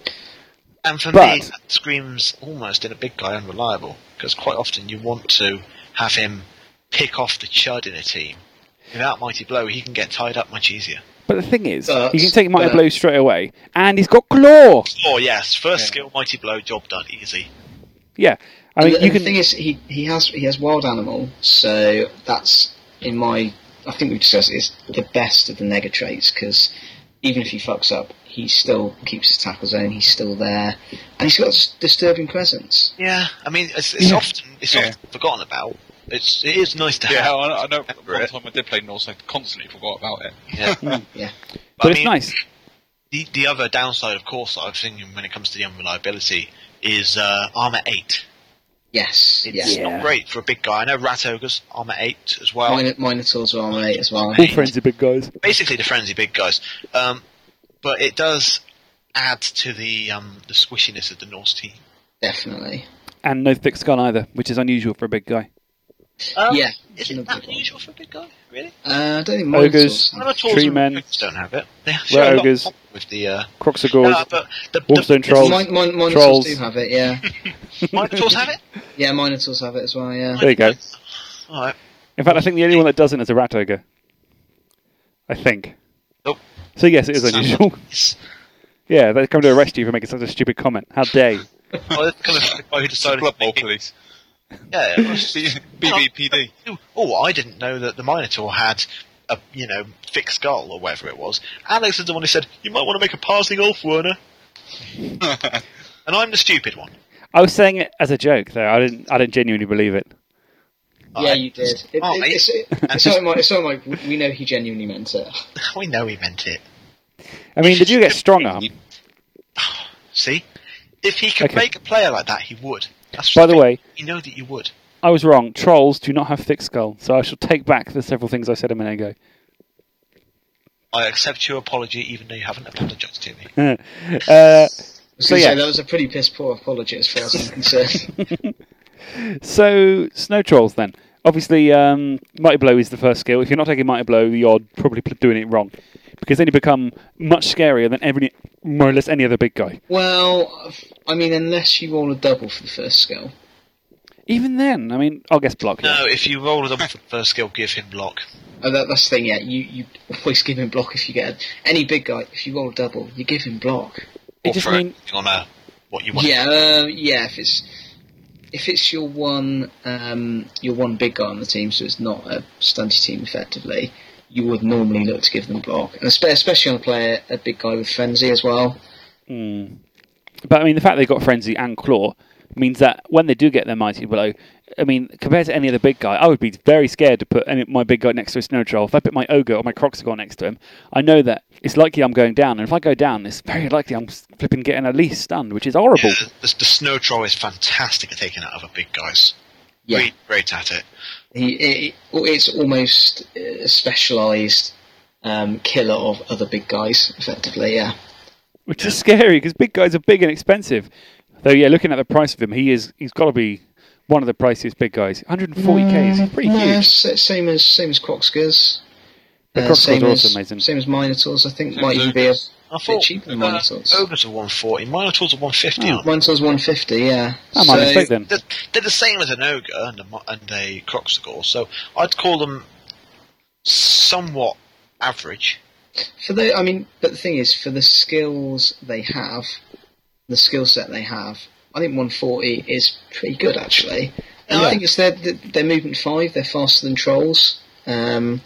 Speaker 4: And for
Speaker 1: But-
Speaker 4: me, that screams almost in a big guy unreliable because quite often you want to have him pick off the chud in a team. Without mighty blow, he can get tied up much easier.
Speaker 1: but the thing is,
Speaker 3: But-
Speaker 1: you can take Mighty
Speaker 3: but-
Speaker 1: Blow straight away, and he's got claw.
Speaker 4: Oh yes, first
Speaker 2: Yeah.
Speaker 4: skill mighty blow, job done, easy.
Speaker 1: Yeah. I
Speaker 3: And
Speaker 1: mean, you
Speaker 3: the, and the
Speaker 1: can.
Speaker 3: thing is, he, he has he has wild animal, so that's in my. I think we've discussed it's the best of the nega traits because even if he fucks up, he still keeps his tackle zone. He's still there, and he's got this disturbing presence.
Speaker 4: Yeah, I mean it's, it's
Speaker 1: Yeah.
Speaker 4: often it's
Speaker 2: Yeah.
Speaker 4: often forgotten about. It's it is nice to
Speaker 2: yeah,
Speaker 4: have.
Speaker 2: I, I know. One
Speaker 4: it.
Speaker 2: time I did play Norse, I constantly forgot about it.
Speaker 4: Yeah.
Speaker 3: Yeah,
Speaker 1: but
Speaker 4: I
Speaker 1: it's
Speaker 4: mean,
Speaker 1: nice.
Speaker 4: the, the other downside, of course, that I've seen when it comes to the unreliability is uh, armor eight.
Speaker 3: Yes,
Speaker 4: It's
Speaker 3: yes.
Speaker 1: Yeah.
Speaker 4: not great for a big guy. I know Ratogre's armor eight as well.
Speaker 3: Minor, Minotaurs are armor 8 as well.
Speaker 1: All friends are big guys.
Speaker 4: Basically, the frenzy big guys, um, but it does add to the um, the squishiness of the Norse team.
Speaker 3: Definitely.
Speaker 1: And no thick skull either, which is unusual for a big guy.
Speaker 4: Um,
Speaker 3: Yeah, it's
Speaker 4: is
Speaker 3: not
Speaker 4: it that
Speaker 3: good one.
Speaker 4: unusual for a big guy? Really?
Speaker 3: Uh, I don't think
Speaker 1: Ogres.
Speaker 3: Minotaurs.
Speaker 4: None of the
Speaker 1: Tree
Speaker 4: and
Speaker 1: men.
Speaker 4: Ratogres don't have it. They have shown a lot
Speaker 1: Ratogres.
Speaker 4: of problem with the. Uh,
Speaker 1: Croxagores.
Speaker 4: no, but the,
Speaker 1: Wolfstone
Speaker 4: the,
Speaker 1: trolls.
Speaker 3: Min- min- Minotaurs
Speaker 1: Trolls.
Speaker 3: do have it, yeah.
Speaker 4: Minotaurs have it.
Speaker 3: Yeah, Minotaurs have it as well, yeah.
Speaker 1: There you go.
Speaker 4: All right.
Speaker 1: In fact, I think the only one that doesn't is a rat ogre. I think.
Speaker 4: Nope.
Speaker 1: So yes, it is
Speaker 4: Sounds-
Speaker 1: unusual.
Speaker 4: It's-
Speaker 1: yeah, they come to arrest you for making such a stupid comment. How dare you?
Speaker 4: Oh, that's kind of the guy who decided.
Speaker 2: Blood
Speaker 4: to
Speaker 2: Bowl
Speaker 4: make it-
Speaker 2: police.
Speaker 4: Yeah. it was-
Speaker 2: B- BBPD.
Speaker 4: Oh, I didn't know that the Minotaur had a you know thick skull or whatever it was. Alex is the one who said you might want to make a passing off Werner, and I'm the stupid one.
Speaker 1: I was saying it as a joke, though. I didn't. I didn't genuinely believe it.
Speaker 3: Yeah, you did. It,
Speaker 4: Oh,
Speaker 3: it,
Speaker 4: mate.
Speaker 3: it's, it's all right, Mike. It's all right, Mike. We know he genuinely meant it.
Speaker 4: we know he meant it.
Speaker 1: I mean, did you get strong arm?
Speaker 4: See, if he could
Speaker 1: Okay.
Speaker 4: make a player like that, he would. That's
Speaker 1: By the
Speaker 4: thing.
Speaker 1: way-
Speaker 4: you know that you would.
Speaker 1: I was wrong. Trolls do not have thick skull, so I shall take back the several things I said a minute ago.
Speaker 4: I accept your apology, even though you haven't apologized to me.
Speaker 1: Uh,
Speaker 3: So,
Speaker 1: yeah.
Speaker 3: yeah, that was a pretty piss poor apology as far as I'm concerned.
Speaker 1: so snow trolls then. Obviously, um, mighty blow is the first skill. If you're not taking mighty blow, you're probably pl- doing it wrong, because then you become much scarier than every, more or less any other big guy.
Speaker 3: well, I mean, unless you roll a double for the first skill.
Speaker 1: Even then, I mean, I'll guess block. yeah.
Speaker 4: No, if you roll with them for the first skill, give him block.
Speaker 3: Oh, that, that's the thing, yeah. You, you always give him block if you get a, any big guy. If you roll a double, you give him block.
Speaker 1: It
Speaker 4: or
Speaker 1: just
Speaker 4: throw
Speaker 1: mean-
Speaker 4: it on a what you want.
Speaker 3: Yeah, uh, yeah. If it's if it's your one um, your one big guy on the team, so it's not a stunty team effectively, you would normally look to give them block, and espe- especially on a player a big guy with frenzy as well.
Speaker 1: Mm. But I mean, the fact they've got frenzy and claw means that when they do get their mighty blow, I mean, compared to any other big guy, I would be very scared to put any, my big guy next to a snow troll. If I put my ogre or my croxagore next to him, I know that it's likely I'm going down, and if I go down, it's very likely I'm s- flipping getting at least stunned, which is horrible.
Speaker 4: The, the, the snow troll is fantastic at taking out other big guys.
Speaker 3: Yeah,
Speaker 4: Really great at it.
Speaker 3: he, it, it's almost uh, specialised um, killer of other big guys effectively. Yeah,
Speaker 1: which is scary because big guys are big and expensive. Though, yeah, looking at the price of him, he is he's got to be one of the priciest big guys. 140k
Speaker 3: Mm,
Speaker 1: is pretty
Speaker 3: yeah,
Speaker 1: huge.
Speaker 3: sa- same as same as Croxgas.
Speaker 1: The
Speaker 3: Uh,
Speaker 1: Croxgas
Speaker 3: same,
Speaker 1: are
Speaker 3: as,
Speaker 1: also amazing.
Speaker 3: same as Minotaurs, I think might even be a
Speaker 4: I
Speaker 3: bit
Speaker 4: thought
Speaker 3: cheaper than
Speaker 4: uh,
Speaker 3: Minotaurs.
Speaker 4: ogres are 140, minotaurs are 150.
Speaker 1: Oh.
Speaker 4: aren't
Speaker 3: Minotaur's 150, yeah.
Speaker 1: That might be fake
Speaker 4: they?
Speaker 1: then.
Speaker 4: They're, they're the same as an ogre and a, mo- and a croxagore, so I'd call them somewhat average.
Speaker 3: For the, I mean, but the thing is, for the skills they have, the skill set they have, I think 140 is pretty good actually. And
Speaker 4: Yeah.
Speaker 3: I think it's their their movement five. They're faster than trolls. Um,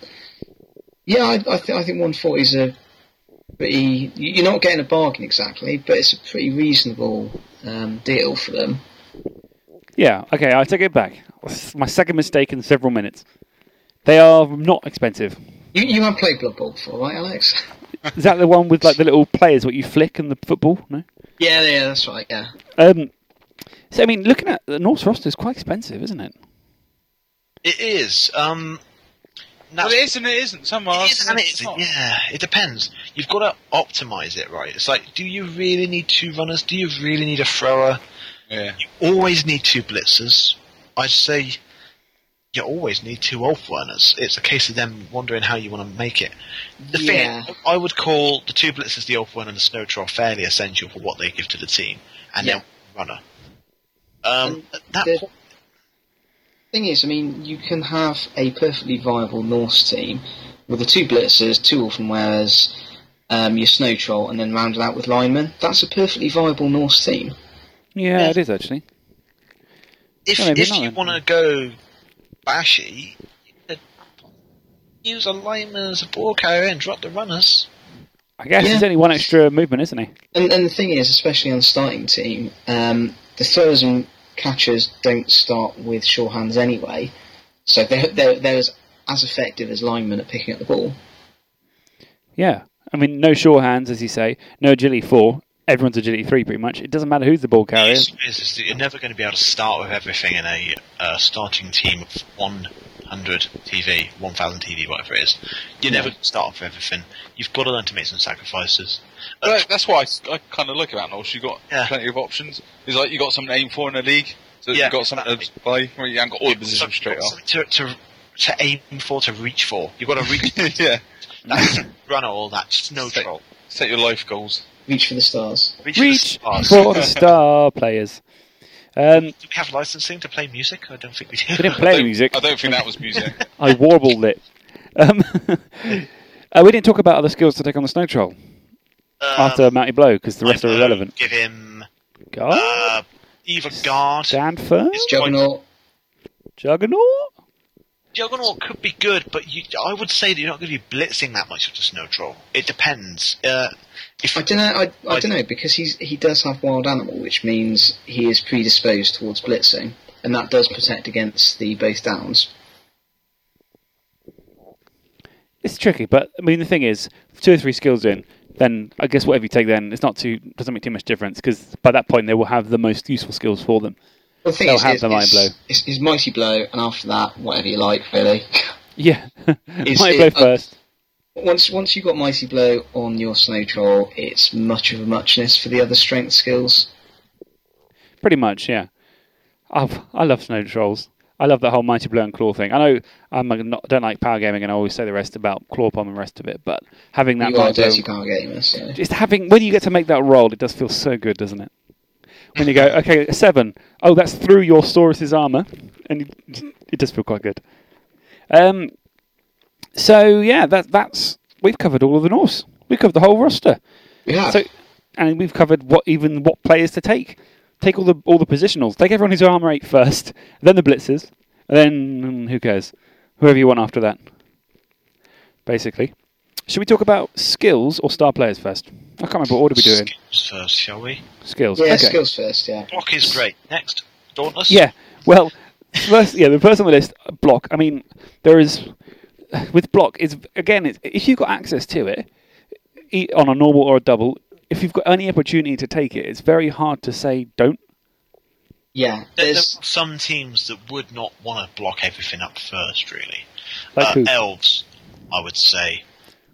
Speaker 3: yeah, I, I, th- I think 140 is a pretty. you- You're not getting a bargain exactly, but it's a pretty reasonable um, deal for them.
Speaker 1: Yeah, okay, I take it back. My second mistake in several minutes. They are not expensive.
Speaker 3: You you have played Blood Bowl before, right, Alex?
Speaker 1: Is that the one with like the little players what you flick and the football? No.
Speaker 3: yeah, yeah, that's right. Yeah,
Speaker 1: Um, so I mean, looking at the Norse roster is quite expensive, isn't it?
Speaker 4: It is. Um,
Speaker 2: Well,
Speaker 4: that's-
Speaker 2: it is and it isn't. Some are.
Speaker 4: It is
Speaker 2: some
Speaker 4: and it
Speaker 2: not.
Speaker 4: isn't. Yeah, it depends. You've got to optimize it, right? It's like, do you really need two runners? Do you really need a thrower?
Speaker 2: Yeah.
Speaker 4: always need two blitzers. I'd say you always need two off runners. It's a case of them wondering how you want to make it. The
Speaker 3: Yeah.
Speaker 4: thing I would call the two blitzers, the off runner, and the snow troll fairly essential for what they give to the team, and
Speaker 3: Yeah.
Speaker 4: then runner. Um, at that
Speaker 3: the-
Speaker 4: point,
Speaker 3: thing is, I mean, you can have a perfectly viable Norse team with the two blitzers, two orphan wearers, um, your snow troll, and then rounded out with linemen. That's a perfectly viable Norse team.
Speaker 1: Yeah, it is actually.
Speaker 4: if,
Speaker 1: Yeah, maybe
Speaker 4: if
Speaker 1: not
Speaker 4: you
Speaker 1: then.
Speaker 4: want to go bashy, you could use a lineman as a ball carrier and drop the runners.
Speaker 1: I guess
Speaker 3: Yeah.
Speaker 1: there's only one extra movement, isn't he?
Speaker 3: And, and the thing is, especially on the starting team, um, the throwers and catchers don't start with sure hands anyway, so they're, they're, they're as, as effective as linemen at picking up the ball.
Speaker 1: Yeah. I mean, no sure hands, as you say, no agility four. Everyone's agility three, pretty much. It doesn't matter who's the ball carrier.
Speaker 4: It's- it's- it's- you're never going to be able to start with everything in a uh, starting team of 100 TV, 1000 TV, whatever it is. You're never going to start off with everything. You've got to learn to make some sacrifices. Uh,
Speaker 2: But that's what I s- I, kind of like about Norse. You've got
Speaker 4: Yeah.
Speaker 2: plenty of options. It's like you got something to aim for in the league, so
Speaker 4: Yeah,
Speaker 2: you've got something to play. Well, you haven't got all the positions straight off.
Speaker 4: something to, to, to aim for, to reach for. You've got to reach
Speaker 2: yeah,
Speaker 4: run all that. Just no
Speaker 2: Say-
Speaker 4: troll.
Speaker 2: set your life goals.
Speaker 3: Reach for the stars.
Speaker 4: Reach, for the
Speaker 1: Reach
Speaker 4: stars.
Speaker 1: for the star players. Um,
Speaker 4: Do we have licensing to play music? I don't think we do.
Speaker 1: we didn't play
Speaker 2: I don't-
Speaker 1: music.
Speaker 2: I don't think that was music.
Speaker 1: I warbled it. Um, uh, we didn't talk about other skills to take on the snow troll
Speaker 4: Um,
Speaker 1: after Mounty Blow because the
Speaker 4: I
Speaker 1: rest are
Speaker 4: don't
Speaker 1: irrelevant.
Speaker 4: Give him
Speaker 1: God,
Speaker 4: uh, either guard.
Speaker 1: stand firm,
Speaker 4: It's
Speaker 3: Juggernaut.
Speaker 1: Juggernaut.
Speaker 4: Juggernaut could be good, but you, I would say that you're not going to be blitzing that much with the snow troll. It depends. Uh, if
Speaker 3: I don't know. I, I don't know because he's he does have wild animal, which means he is predisposed towards blitzing, and that does protect against the both downs.
Speaker 1: It's tricky, but I mean the thing is, two or three skills in, then I guess whatever you take, then it's not too doesn't make too much difference because by that point they will have the most useful skills for them.
Speaker 3: Well, the thing
Speaker 1: They'll
Speaker 3: is,
Speaker 1: have
Speaker 3: is-
Speaker 1: the mighty
Speaker 3: is-
Speaker 1: blow.
Speaker 3: Is, is mighty blow, and after that, whatever you like, really.
Speaker 1: Yeah, Mighty
Speaker 3: it-
Speaker 1: Blow
Speaker 3: uh,
Speaker 1: first.
Speaker 3: once once you've got mighty blow on your snow troll, it's much of a muchness for the other strength skills.
Speaker 1: Pretty much, yeah. I've, I love snow trolls. I love that whole mighty blow and claw thing. I know I'm a- not, don't like power gaming, and I always say the rest about claw palm and the rest of it. But having that
Speaker 3: you are a
Speaker 1: mighty blow,
Speaker 3: dirty car gamer, so.
Speaker 1: just having when you get to make that roll, it does feel so good, doesn't it? When you go, okay, seven. Oh, that's through your Saurus's armor, and you- it does feel quite good. Um, so yeah, that that's we've covered all of the Norse. We covered the whole roster.
Speaker 3: Yeah.
Speaker 1: So, and we've covered what even what players to take. Take all the all the positionals. Take everyone who's armor eight first, then the blitzers, and then mm, who cares? Whoever you want after that. Basically, should we talk about skills or star players first? I can't remember what order we doing.
Speaker 4: skills first, shall we?
Speaker 1: Skills.
Speaker 3: yeah,
Speaker 1: okay.
Speaker 3: skills first, yeah.
Speaker 4: Block is great. Next, dauntless.
Speaker 1: Yeah. Well, first, yeah, the first on the list, block. I mean, there is with block is again, it's, if you've got access to it e- on a normal or a double, if you've got any opportunity to take it, it's very hard to say don't.
Speaker 3: Yeah.
Speaker 4: There, there are
Speaker 3: There's
Speaker 4: some teams that would not want to block everything up first, really.
Speaker 1: Like
Speaker 4: uh,
Speaker 1: who?
Speaker 4: Elves, I would say,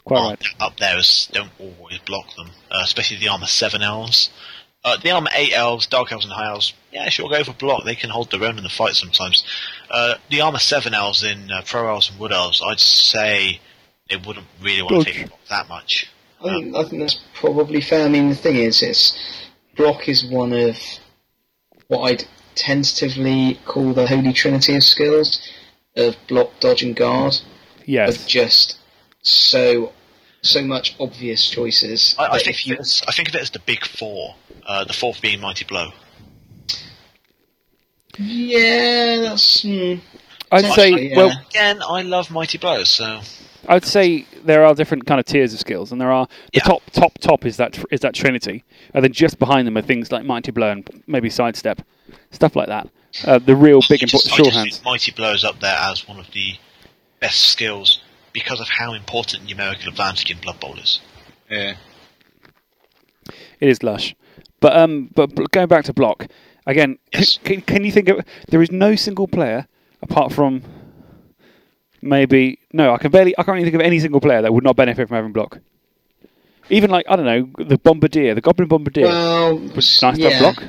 Speaker 1: Quite
Speaker 3: Oh,
Speaker 4: aren't
Speaker 1: right.
Speaker 4: up there as don't always block them, uh, especially the armor seven elves. Uh, the armor eight elves, dark elves, and high elves, yeah, sure, go for block. They can hold their own in the fight sometimes. Uh, the armor seven elves in uh, pro elves and wood elves, I'd say they wouldn't really want to
Speaker 1: Dodge.
Speaker 4: take block that much.
Speaker 3: I, think, I think that's probably fair. I mean, the thing is, it's block is one of what I'd tentatively call the holy trinity of skills of block, dodge, and guard. Of
Speaker 1: Yes.
Speaker 3: just so so much obvious choices.
Speaker 4: I, I
Speaker 3: that
Speaker 4: think
Speaker 3: if you
Speaker 4: it's- I think of it as the big four. Uh, the fourth being mighty blow.
Speaker 3: yeah, that's hmm,
Speaker 1: I'd say
Speaker 3: Potentially,
Speaker 1: well,
Speaker 3: yeah.
Speaker 4: Again, I love mighty blows, so
Speaker 1: I'd say there are different kind of tiers of skills, and there are the
Speaker 4: Yeah.
Speaker 1: top, top, top is that is that Trinity, and then just behind them are things like Mighty Blow and maybe Sidestep, stuff like that. Uh, the real big
Speaker 4: I just-
Speaker 1: important
Speaker 4: I just
Speaker 1: shorthands.
Speaker 4: think Mighty Blow's up there as one of the best skills because of how important numerical advantage in Blood Bowl is.
Speaker 2: Yeah,
Speaker 1: It is lush, but um, but bl- going back to block again. c-
Speaker 4: Yes.
Speaker 1: Can, can you think of? There is no single player apart from maybe no. I can barely. I can't really think of any single player that would not benefit from having block. Even like I don't know the bombardier, the goblin bombardier.
Speaker 3: well,
Speaker 1: would nice to
Speaker 3: yeah.
Speaker 1: have block.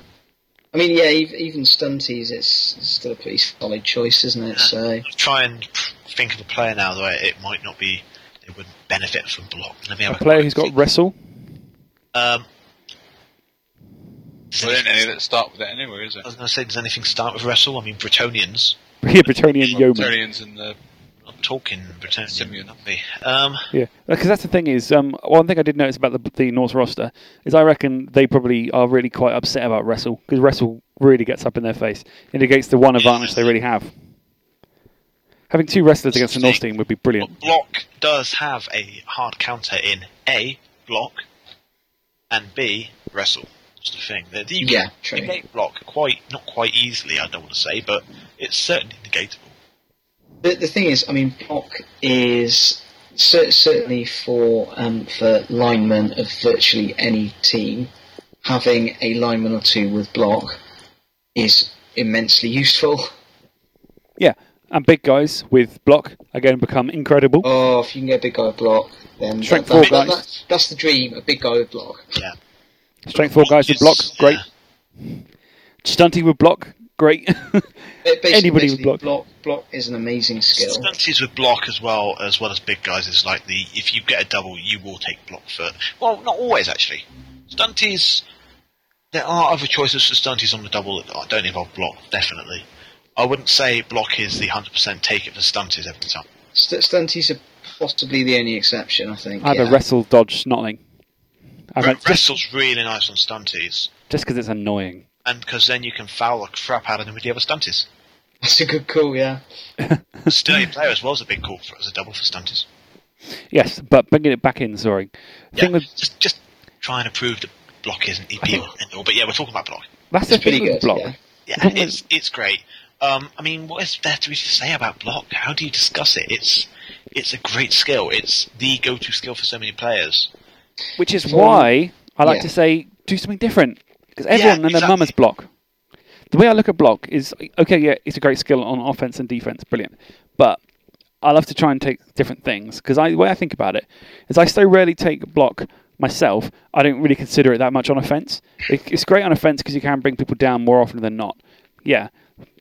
Speaker 3: I mean, yeah, ev- even stunties, it's, it's still a pretty solid choice, isn't it? So
Speaker 4: Try and think of a player now though it might not be they wouldn't benefit from block. Let me
Speaker 1: A
Speaker 4: have a,
Speaker 1: player
Speaker 4: quick
Speaker 1: who's got
Speaker 4: think.
Speaker 1: wrestle.
Speaker 4: um, does
Speaker 2: well, there ain't
Speaker 4: anything-
Speaker 2: any that start with it anyway, is it?
Speaker 4: I was going to say, does anything start with wrestle? I mean, Bretonians.
Speaker 1: Yeah, Bretonian yeoman.
Speaker 2: Tarians and the
Speaker 4: I'm talking Bretonian.
Speaker 2: Simeon.
Speaker 4: aren't we? Um,
Speaker 1: Yeah, because that's the thing is, um, one thing I did notice about the the Norse roster is I reckon they probably are really quite upset about wrestle because wrestle really gets up in their face, indicates the one advantage they really have. Having two wrestlers against the Norse team would be brilliant.
Speaker 4: But block does have a hard counter in A, block, and B, wrestle. That's the thing. The, the, you
Speaker 3: Yeah,
Speaker 4: can
Speaker 3: true.
Speaker 4: negate block quite, not quite easily, I don't want to say, but it's certainly negatable.
Speaker 3: the, the thing is, I mean, block is cer- certainly for um, for linemen of virtually any team, having a lineman or two with block is immensely useful.
Speaker 1: Yeah, and big guys with block are going to become incredible.
Speaker 3: Oh, if you can get a big guy with block, then
Speaker 1: Strength
Speaker 3: that- that-
Speaker 1: four
Speaker 3: that-
Speaker 1: guys.
Speaker 3: that- that's the dream, a big guy with block.
Speaker 4: Yeah.
Speaker 1: Strength four guys with block,
Speaker 4: Yes,
Speaker 1: great. Stunty with block, great.
Speaker 3: Ba- Basically,
Speaker 1: Anybody with
Speaker 3: basically,
Speaker 1: block.
Speaker 3: block. Block is an amazing
Speaker 4: Yeah.
Speaker 3: skill.
Speaker 4: Stunties with block as well as well as big guys is like the if you get a double you will take block for well not always actually stunties there are other choices for stunties on the double that don't involve block definitely I wouldn't say block is the hundred percent take it for stunties every time
Speaker 3: St- stunties are possibly the only exception, I think.
Speaker 1: I have
Speaker 3: yeah.
Speaker 1: a wrestle, dodge, snotling. I mean, just
Speaker 4: wrestle's really nice on stunties
Speaker 1: just because it's annoying.
Speaker 4: and because then you can foul the crap out of them with the other stunties
Speaker 3: That's a good call, yeah.
Speaker 4: sturdy player as well as a big call for, as a double for stunties
Speaker 1: Yes, but bringing it back in, sorry.
Speaker 4: yeah
Speaker 1: Thing with,
Speaker 4: just just trying to prove that block isn't the be all and all but yeah we're talking about block.
Speaker 1: that's the
Speaker 3: It's pretty
Speaker 1: thing with
Speaker 3: good.
Speaker 1: block.
Speaker 3: yeah.
Speaker 4: Yeah,
Speaker 1: The problem
Speaker 4: it's it's great. Um, I mean, what is there to say about block? How do you discuss it? It's it's a great skill. It's the go-to skill for so many players.
Speaker 1: Which is
Speaker 3: So-
Speaker 1: why I like
Speaker 3: yeah.
Speaker 1: to say do something different because everyone and their
Speaker 4: exactly.
Speaker 1: mum is block. The way I look at block is okay, yeah, it's a great skill on offense and defense, brilliant. But I love to try and take different things because I, the way I think about it is I so rarely take block myself. I don't really consider it that much on offense. It, it's great on offense because you can bring people down more often than not. Yeah,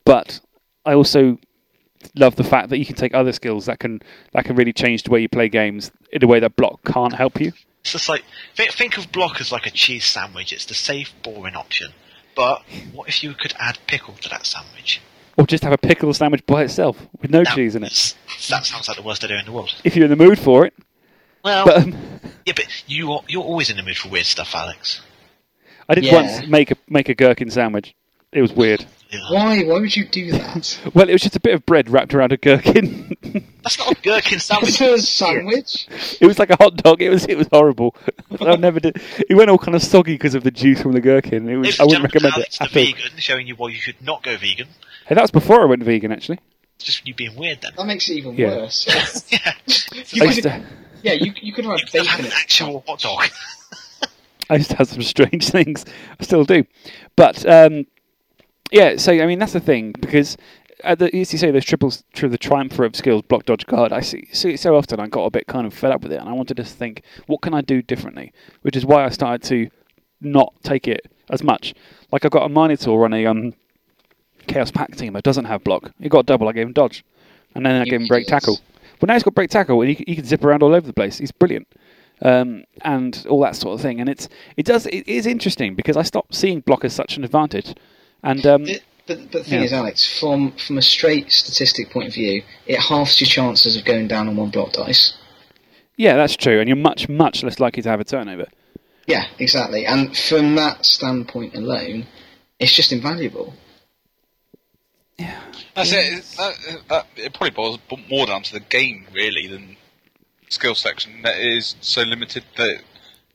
Speaker 1: but I also love the fact that you can take other skills that can that can really change the way you play games in a way that block can't help you.
Speaker 4: It's just like think, think of block as like a cheese sandwich. It's the safe, boring option. But what if you could add pickle to that sandwich?
Speaker 1: Or just have a pickle sandwich by itself with no
Speaker 4: That-
Speaker 1: cheese in it.
Speaker 4: That sounds like the worst idea in the world.
Speaker 1: If you're in the mood for it.
Speaker 4: Well,
Speaker 1: But um,
Speaker 4: yeah, but you are, you're always in the mood for weird stuff, Alex.
Speaker 1: I did
Speaker 3: Yeah.
Speaker 1: once make a make a gherkin sandwich. It was weird.
Speaker 4: Ugh.
Speaker 3: Why? Why would you do that?
Speaker 1: Well, it was just a bit of bread wrapped around a gherkin.
Speaker 4: That's not a gherkin
Speaker 3: Is
Speaker 4: sandwich.
Speaker 3: it a sandwich?
Speaker 1: it was like a hot dog. It was it was horrible. I never did. It went all kind of soggy because of the juice from the gherkin. It was,
Speaker 4: Ladies
Speaker 1: I
Speaker 4: and
Speaker 1: wouldn't
Speaker 4: gentlemen,
Speaker 1: recommend it.
Speaker 4: Alex
Speaker 1: At
Speaker 4: the
Speaker 1: all.
Speaker 4: vegan, showing you why you should not go vegan.
Speaker 1: Hey, that was before I went vegan, actually.
Speaker 4: It's just you being weird then.
Speaker 3: That makes it even
Speaker 1: Yeah.
Speaker 3: worse.
Speaker 4: yeah,
Speaker 1: I
Speaker 3: You
Speaker 1: used
Speaker 3: could,
Speaker 1: to
Speaker 3: yeah, you, you could have
Speaker 4: Have
Speaker 3: bacon.
Speaker 4: an
Speaker 3: in-
Speaker 4: actual hot dog.
Speaker 1: I used to have some strange things. I still do, but um, yeah. So I mean, that's the thing because at the, as you say, those triples, tri- the triumph of skills, block, dodge, guard. I see, see so often. I got a bit kind of fed up with it, and I wanted to think, what can I do differently? Which is why I started to not take it as much. Like I got a Minotaur on a um, Chaos Pack team that doesn't have block. He got a double. I gave him dodge, and then I gave him break
Speaker 3: Useless.
Speaker 1: tackle. Well, now he's got break tackle, and he, c- he can zip around all over the place. He's brilliant um, and all that sort of thing. And it's it does it is interesting because I stopped seeing block as such an advantage, and um,
Speaker 3: It- But, but the thing
Speaker 1: Yeah.
Speaker 3: is, Alex, from from a straight statistic point of view, it halves your chances of going down on one block dice.
Speaker 1: yeah, that's true. And you're much much less likely to have a turnover.
Speaker 3: Yeah, exactly. And from that standpoint alone, it's just invaluable.
Speaker 2: That's it. It's- That, that, it probably boils b- more down to the game really than skill section that is so limited that it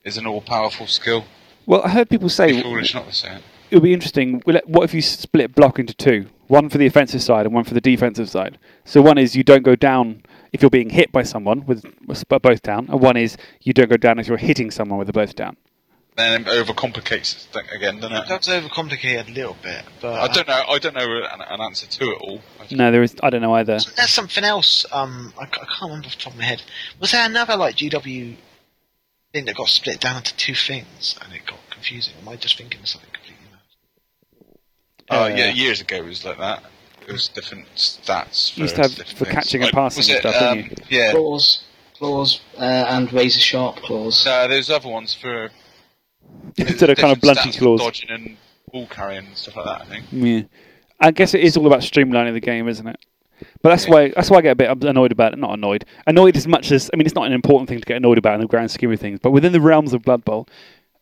Speaker 2: is an all-powerful skill.
Speaker 1: Well, I heard people say
Speaker 2: Be
Speaker 1: it
Speaker 2: foolish not to say it.
Speaker 1: would be interesting. will it- What if you split block into two, one for the offensive side and one for the defensive side? So one is you don't go down if you're being hit by someone with with both down, and one is you don't go down if you're hitting someone with both down.
Speaker 2: Then it overcomplicates it th- again, doesn't it?
Speaker 4: That's overcomplicated a little bit, but uh,
Speaker 2: I don't know. I don't know an, an answer to it all. I don't-
Speaker 1: No, there is. I don't know either.
Speaker 4: There's something else. Um, I, ca- I can't remember off the top of my head. Was there another like GW thing that got split down into two things and it got confusing? Am I just thinking of something completely? mad?
Speaker 2: Oh yeah, years ago it was like that. It was different stats. For,
Speaker 1: You used to have
Speaker 2: different
Speaker 1: for
Speaker 2: things.
Speaker 1: catching and
Speaker 2: Like,
Speaker 1: passing
Speaker 2: was
Speaker 1: and
Speaker 2: it,
Speaker 1: stuff, didn't
Speaker 2: um, Yeah.
Speaker 3: Claws, claws, uh, and razor sharp claws.
Speaker 2: No, there's uh, other ones for
Speaker 1: Instead of kind of
Speaker 2: different
Speaker 1: blunting
Speaker 2: stats for
Speaker 1: claws.
Speaker 2: dodging and ball carrying and stuff like that. I think.
Speaker 1: Yeah, I guess it is all about streamlining the game, isn't it? But that's why that's why I get a bit annoyed about it. Not annoyed, annoyed as much as I mean, it's not an important thing to get annoyed about in the grand scheme of things. But within the realms of Blood Bowl,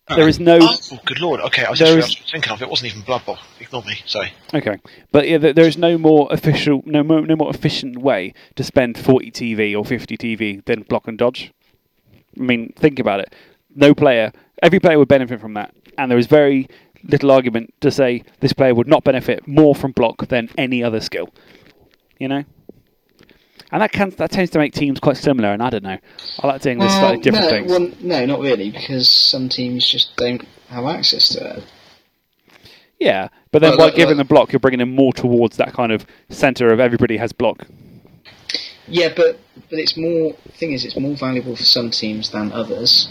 Speaker 1: there is no
Speaker 4: Oh, good lord! Okay, I was just
Speaker 1: There
Speaker 4: I
Speaker 1: is-
Speaker 4: was thinking of it. It wasn't even Blood Bowl. Ignore me. Sorry.
Speaker 1: okay, but yeah, there there is no more official, no more, no more efficient way to spend forty TV or fifty TV than block and dodge. I mean, think about it. No player, every player would benefit from that, and there is very little argument to say this player would not benefit more from block than any other skill. You know. and that can that tends to make teams quite similar. And I don't know, I like doing this
Speaker 3: Well,
Speaker 1: slightly different
Speaker 3: Uh, no,
Speaker 1: things.
Speaker 3: well, no, not really, because some teams just don't have access to it.
Speaker 1: Yeah, but then
Speaker 3: Well,
Speaker 1: by
Speaker 3: like-
Speaker 1: giving
Speaker 3: like-
Speaker 1: the block, you're bringing them more towards that kind of center of everybody has block.
Speaker 3: Yeah, but but it's more. Thing is, it's more valuable for some teams than others.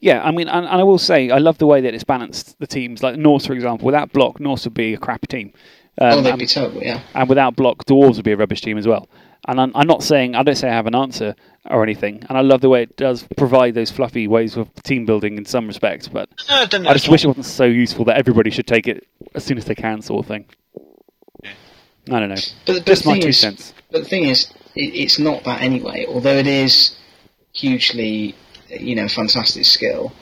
Speaker 1: Yeah, I mean, and, and I will say, I love the way that it's balanced the teams. Like Norse, for example, without block, Norse would be a crappy team. Um,
Speaker 3: oh, they'd
Speaker 1: and,
Speaker 3: be terrible. Yeah.
Speaker 1: and without block, Dwarves would be a rubbish team as well. And I'm, I'm not saying, I don't say I have an answer or anything. And I love the way it does provide those fluffy ways of team building in some respects. But
Speaker 4: No, I don't know.
Speaker 1: I just wish it wasn't so useful that everybody should take it as soon as they can, sort of thing. I don't know.
Speaker 3: But, but
Speaker 1: Just
Speaker 3: the
Speaker 1: my
Speaker 3: thing
Speaker 1: two
Speaker 3: is,
Speaker 1: cents.
Speaker 3: But the thing is, it, it's not that anyway. Although it is hugely, you know, fantastic skill.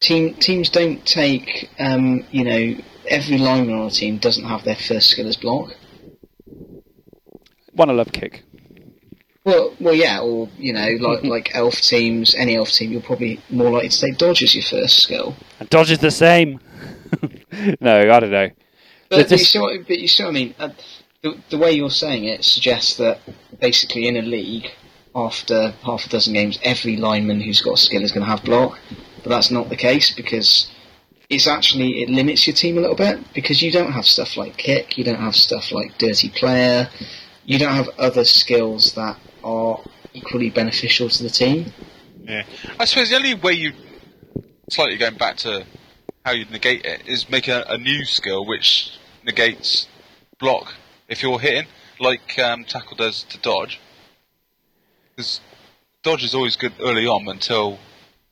Speaker 3: Team teams don't take, um, you know, every lineman on a team doesn't have their first skill as block.
Speaker 1: One, I love kick.
Speaker 3: Well, well, yeah, or you know, like
Speaker 1: Mm-hmm.
Speaker 3: like elf teams, any elf team, you're probably more likely to say dodge as your first skill.
Speaker 1: And Dodge is the same. no, I don't know.
Speaker 3: But,
Speaker 1: But
Speaker 3: but you
Speaker 1: this-
Speaker 3: see what, but you see what I mean. Uh, the, the way you're saying it suggests that basically in a league, after half a dozen games, every lineman who's got a skill is going to have block. But that's not the case because it's actually it limits your team a little bit because you don't have stuff like kick, you don't have stuff like dirty player, you don't have other skills that are equally beneficial to the team.
Speaker 2: Yeah. I suppose the only way you, slightly going back to how you'd negate it, is make a, a new skill which negates block if you're hitting, like um, tackle does to dodge. Because dodge is always good early on until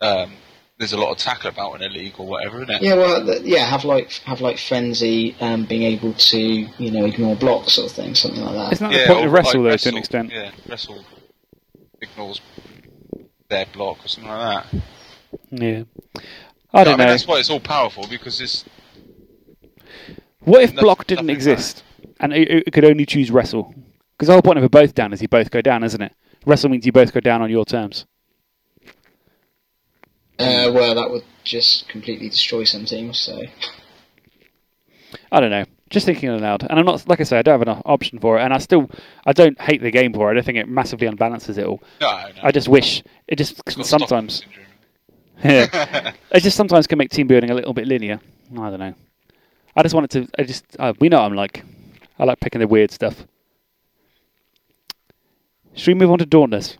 Speaker 2: um, there's a lot of tackle about in a league or whatever, isn't it?
Speaker 3: Yeah, well, th- yeah, have like have like frenzy, um, being able to you know ignore blocks sort of thing, something like that.
Speaker 1: Isn't that the point
Speaker 2: or
Speaker 1: of wrestle,
Speaker 2: like
Speaker 1: though, to an extent?
Speaker 2: Yeah, wrestle ignores their block or something like that.
Speaker 1: Yeah. I
Speaker 2: Yeah,
Speaker 1: don't
Speaker 2: mean,
Speaker 1: know.
Speaker 2: That's why it's all powerful because it's
Speaker 1: What if
Speaker 2: that's-
Speaker 1: block didn't
Speaker 2: nothing
Speaker 1: exist and it, it could only choose wrestle? Because the whole point of a both down is you both go down, isn't it? Wrestle means you both go down on your terms.
Speaker 3: Uh, well, that would just completely destroy some teams. So
Speaker 1: I don't know. Just thinking out loud, and I'm not like I say, I don't have an option for it, and I still, I don't hate the game for it. I don't think it massively unbalances it all.
Speaker 2: No, no.
Speaker 1: I just wish it just
Speaker 2: It's got
Speaker 1: sometimes,
Speaker 2: Stockholm syndrome.
Speaker 1: yeah, it just sometimes can make team building a little bit linear. I don't know. I just wanted to. I just uh, we know what I'm like. I like picking the weird stuff. Should we move on to Dauntless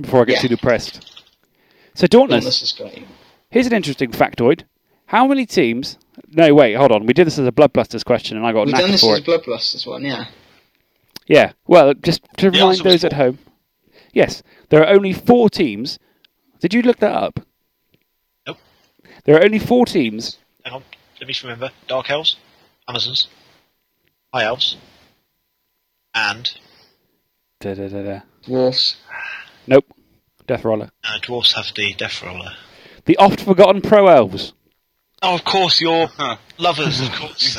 Speaker 1: before I get
Speaker 3: Yeah.
Speaker 1: too depressed? So Dauntless,
Speaker 3: this is great.
Speaker 1: Here's an interesting factoid. How many teams? No, wait, hold on. We did this as a bloodbusters question, and I got
Speaker 3: We've
Speaker 1: knackered
Speaker 3: done this
Speaker 1: for
Speaker 3: as
Speaker 1: it.
Speaker 3: Bloodlusters one, yeah.
Speaker 1: Yeah. Well, just to
Speaker 4: The
Speaker 1: remind
Speaker 4: answer was
Speaker 1: those at
Speaker 4: four.
Speaker 1: home. Yes, there are only four teams. Did you look that up?
Speaker 4: Nope.
Speaker 1: There are only four teams.
Speaker 4: Hang on. Let me just remember. Dark Elves, Amazons, High Elves, and
Speaker 1: Da, da, da, da.
Speaker 3: Dwarfs.
Speaker 1: Nope. Death Roller.
Speaker 4: uh, Dwarves have the Death Roller.
Speaker 1: The oft forgotten Pro Elves.
Speaker 4: Oh, of course, your lovers, of course.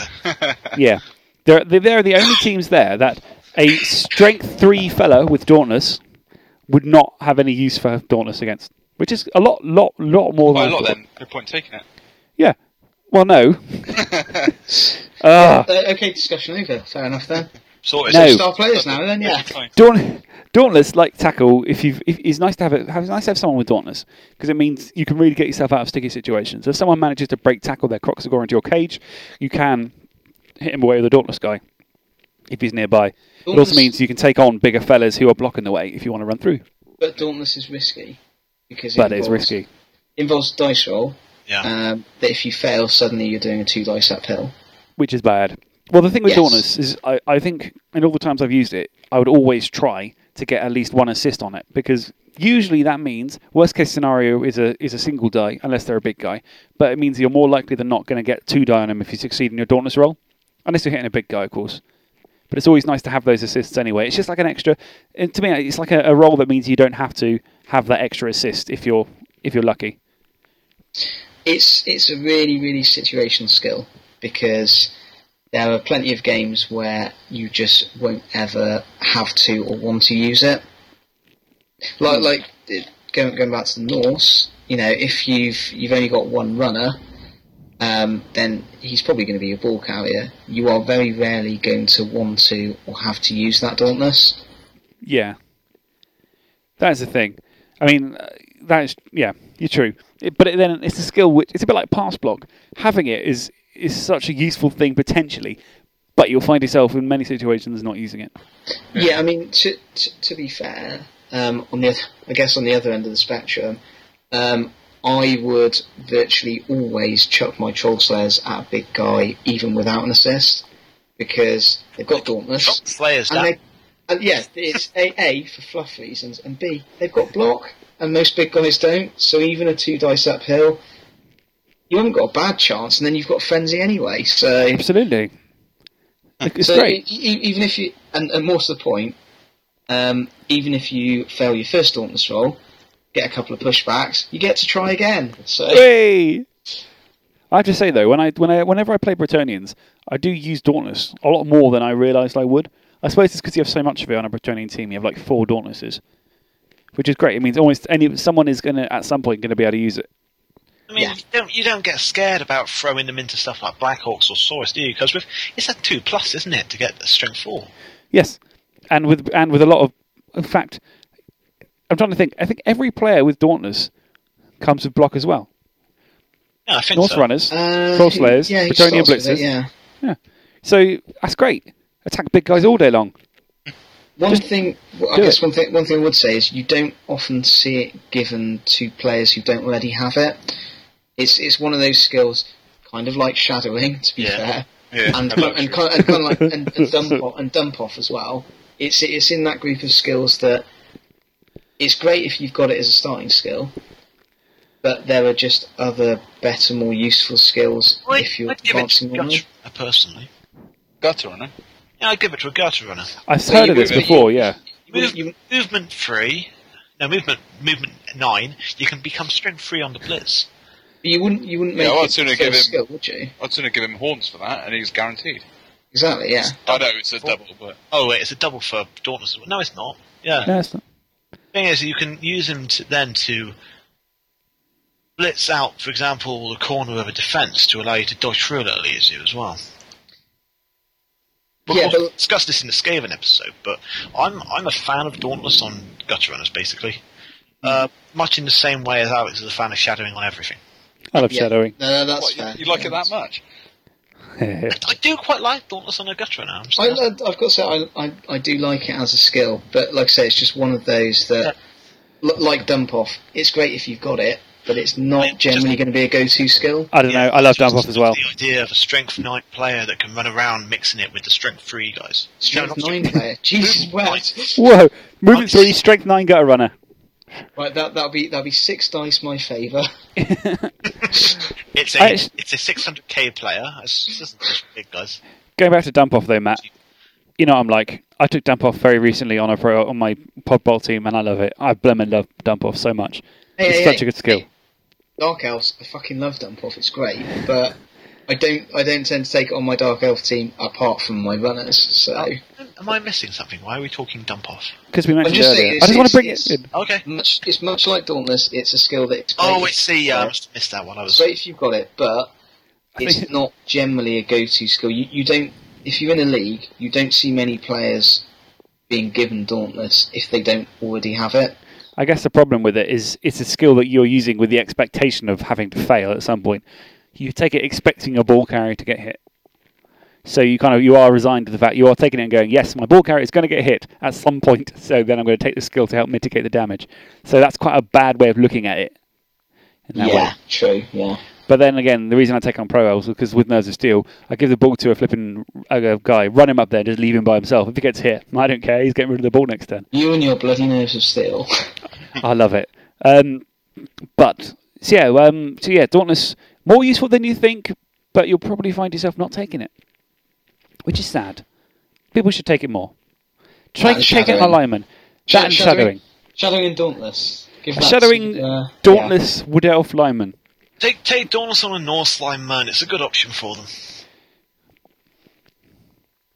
Speaker 1: yeah. They're, they're, they're the only teams there that a strength three fella with Dauntless would not have any use for Dauntless against, which is a lot, lot, lot more
Speaker 2: Quite
Speaker 1: than
Speaker 2: a lot
Speaker 1: I thought.
Speaker 2: then. No point taking it.
Speaker 1: Yeah. Well, no. Ah,
Speaker 3: Uh, okay, discussion over. Fair enough then.
Speaker 4: Sorted.
Speaker 1: No.
Speaker 3: Star players now then, yeah.
Speaker 2: Fine.
Speaker 1: Daunt- Dauntless, like tackle, if you if, it's nice to have it, have- it's nice to have someone with Dauntless because it means you can really get yourself out of sticky situations. If someone manages to break tackle their Croxagore into your cage, you can hit him away with a Dauntless guy if he's nearby. It also
Speaker 3: Dauntless-
Speaker 1: means you can take on bigger fellas who are blocking the way if you want to run through.
Speaker 3: But Dauntless is risky because it
Speaker 1: But it's
Speaker 3: involves-
Speaker 1: risky.
Speaker 3: Involves dice roll.
Speaker 4: Yeah.
Speaker 3: Um, that if you fail, suddenly you're doing a two dice uphill.
Speaker 1: which is bad. Well, the thing with
Speaker 3: Yes.
Speaker 1: Dauntless is, I, I think, in all the times I've used it, I would always try to get at least one assist on it because usually that means worst case scenario is a is a single die unless they're a big guy, but it means you're more likely than not going to get two die on him if you succeed in your Dauntless roll, unless you're hitting a big guy, of course. But it's always nice to have those assists anyway. It's just like an extra. and To me, it's like a, a role that means you don't have to have that extra assist if you're if you're lucky.
Speaker 3: it's it's a really really situational skill because there are plenty of games where you just won't ever have to or want to use it. Like like it- going going back to the Norse, you know, if you've you've only got one runner, um, then he's probably going to be your ball carrier. You are very rarely going to want to or have to use that dauntless.
Speaker 1: Yeah, that's the thing. I mean, uh, that is yeah, you're true. It, but it, then it's a skill which it's a bit like pass block. Having it is is such a useful thing potentially, but you'll find yourself in many situations not using it.
Speaker 3: Yeah, I mean, to, to, to be fair, um, on the oth- I guess on the other end of the spectrum, um, I would virtually always chuck my troll slayers at a big guy, even without an assist, because they've got dauntless.
Speaker 4: Drop Slayers
Speaker 3: And
Speaker 4: down.
Speaker 3: they, and yeah, it's A A for fluff reasons, and B they've got block, and most big guys don't. So even a two dice uphill, you haven't got a bad chance, and then you've got frenzy anyway. So
Speaker 1: Absolutely, it's
Speaker 3: so
Speaker 1: great.
Speaker 3: e- e- even if you, and, and more to the point, um, even if you fail your first dauntless roll, get a couple of pushbacks, you get to try again. So
Speaker 1: Hey! I have to say though, when I when I whenever I play Bretonians, I do use Dauntless a lot more than I realised I would. I suppose it's because you have so much of it on a Bretonian team. You have like four Dauntlesses, which is great. It means almost any someone is going to at some point going to be able to use it.
Speaker 4: I mean,
Speaker 3: Yeah.
Speaker 4: you don't you don't get scared about throwing them into stuff like Blackhawks or Saurus, do you? Because with it's a two plus, isn't it, to get a strength four?
Speaker 1: Yes, and with and with a lot of, in fact, I'm trying to think. I think every player with Dauntless comes with block as well.
Speaker 4: Yeah, I think
Speaker 1: North
Speaker 4: so.
Speaker 1: runners,
Speaker 3: uh,
Speaker 1: Troll Slayers,
Speaker 3: yeah, he
Speaker 1: Bretonian
Speaker 3: starts with
Speaker 1: blitzers.
Speaker 3: it, yeah.
Speaker 1: So that's great. Attack big guys all day long.
Speaker 3: One
Speaker 1: Just
Speaker 3: thing, well, I
Speaker 1: do
Speaker 3: guess
Speaker 1: it.
Speaker 3: one thing, one thing I would say is you don't often see it given to players who don't already have it. It's it's one of those skills, kind of like shadowing, to be
Speaker 4: Yeah.
Speaker 3: fair,
Speaker 2: Yeah,
Speaker 3: and
Speaker 2: I'm not
Speaker 3: and,
Speaker 2: sure.
Speaker 3: kind, and kind of like and, and dump off, and dump off as well. It's it's in that group of skills that it's great if you've got it as a starting skill, but there are just other better, more useful skills
Speaker 4: I'd,
Speaker 3: if you're
Speaker 4: I'd give it to
Speaker 3: advancing
Speaker 4: a
Speaker 3: on. them.
Speaker 4: gutter, personally.
Speaker 2: gutter on him.
Speaker 4: Yeah, I'd give it to a gutter runner.
Speaker 1: I've
Speaker 3: So
Speaker 1: heard
Speaker 3: you
Speaker 1: of this
Speaker 3: would-
Speaker 1: before. Yeah.
Speaker 4: Move,
Speaker 3: You-
Speaker 4: movement three, no movement movement nine. You can become strength three on the blitz.
Speaker 3: You wouldn't you wouldn't make
Speaker 2: Yeah, I'd
Speaker 3: it
Speaker 2: sooner
Speaker 3: a
Speaker 2: give him-
Speaker 3: skill, would you?
Speaker 2: I'd sooner give him horns for that, and he's guaranteed.
Speaker 3: Exactly, yeah.
Speaker 2: I know it's a double, but
Speaker 4: Oh wait, it's a double for dauntless. No, it's not. Yeah.
Speaker 1: No, it's not.
Speaker 4: thing is, you can use them to, then to blitz out, for example, the corner of a defence to allow you to dodge through a little easier as well. We'll
Speaker 3: Yeah,
Speaker 4: we'll
Speaker 3: but-
Speaker 4: discuss this in the Skaven episode, but I'm I'm a fan of Dauntless on Gutter Runners, basically.
Speaker 3: Hmm.
Speaker 4: Uh, much in the same way as Alex is a fan of shadowing on everything.
Speaker 1: I love
Speaker 3: Yeah.
Speaker 1: shadowing.
Speaker 3: No, no, that's
Speaker 2: what, you,
Speaker 3: fair.
Speaker 2: you like it that much?
Speaker 4: I, I do quite like Dauntless on a Gutter Runner. I'm
Speaker 3: I,
Speaker 4: sorry.
Speaker 3: I- I've got to say, I, I, I do like it as a skill, but like I say, it's just one of those that, l- like dump off, it's great if you've got it, but it's
Speaker 4: I
Speaker 3: not
Speaker 4: just-
Speaker 3: generally going to be a go-to skill.
Speaker 1: I don't know. I love dump off as well.
Speaker 4: The idea of a strength nine player that can run around mixing it with the strength three guys.
Speaker 3: Strength
Speaker 4: No, not-
Speaker 3: nine player, Jesus
Speaker 4: Nine.
Speaker 3: wept.
Speaker 1: Whoa! Movement
Speaker 4: Nice.
Speaker 1: three, strength nine, gutter runner.
Speaker 3: Right, that that'll be that'll be six dice my favour.
Speaker 4: It's
Speaker 1: I
Speaker 4: a
Speaker 1: actu-
Speaker 4: it's a 600k player. It's, it's not big guys.
Speaker 1: Going back to dump off though, Matt. You know what I'm like. I took dump off very recently on a pro on my podball team, and I love it. I blooming love dump off so much.
Speaker 3: Hey,
Speaker 1: it's
Speaker 3: hey,
Speaker 1: such
Speaker 3: hey.
Speaker 1: a good skill.
Speaker 3: Dark elves, I fucking love dump off. It's great, but I don't I don't tend to take it on my dark elf team apart from my runners. So
Speaker 2: Oh.
Speaker 4: Am I missing something? Why are we talking dump off?
Speaker 1: Because we mentioned
Speaker 3: just
Speaker 1: earlier.
Speaker 3: saying,
Speaker 1: I just
Speaker 3: it's-
Speaker 1: want to bring
Speaker 3: it's-
Speaker 1: it. In.
Speaker 4: Okay.
Speaker 3: much it's much like dauntless. It's a skill that. It's great
Speaker 4: Oh,
Speaker 3: if
Speaker 4: wait, see, yeah, I
Speaker 3: Yeah.
Speaker 4: must have missed that one. I
Speaker 3: It's
Speaker 4: was.
Speaker 3: great if you've got it, but
Speaker 1: think-
Speaker 3: it's not generally a go-to skill. You, you don't, if you're in a league, you don't see many players being given Dauntless if they don't already have it.
Speaker 1: I guess the problem with it is it's a skill that you're using with the expectation of having to fail at some point. You take it expecting your ball carrier to get hit. So you kind of you are resigned to the fact you are taking it and going, yes, my ball carrier is going to get hit at some point. So then I'm going to take the skill to help mitigate the damage. So that's quite a bad way of looking at it. In that way.
Speaker 3: true. Yeah,
Speaker 1: But then again, the reason I take on pro elves is because with Nerves of Steel, I give the ball to a flipping uh, guy, run him up there, just leave him by himself. If he gets hit, I don't care. He's getting rid of the ball next turn.
Speaker 3: you and your bloody nerves of steel.
Speaker 1: I love it. Um, but so yeah, um, so yeah, Dauntless more useful than you think, but you'll probably find yourself not taking it, which is sad. People should take it more. Try
Speaker 3: And
Speaker 1: take it
Speaker 3: shadowing.
Speaker 1: on alignment.
Speaker 3: Sha-
Speaker 1: That and shadowing.
Speaker 3: shadowing and Dauntless. Give
Speaker 1: A
Speaker 3: that to,
Speaker 1: shadowing
Speaker 3: uh,
Speaker 1: Dauntless Wood Elf lineman.
Speaker 4: Take, take Dauntless on a Norse line, man. It's a good option for them.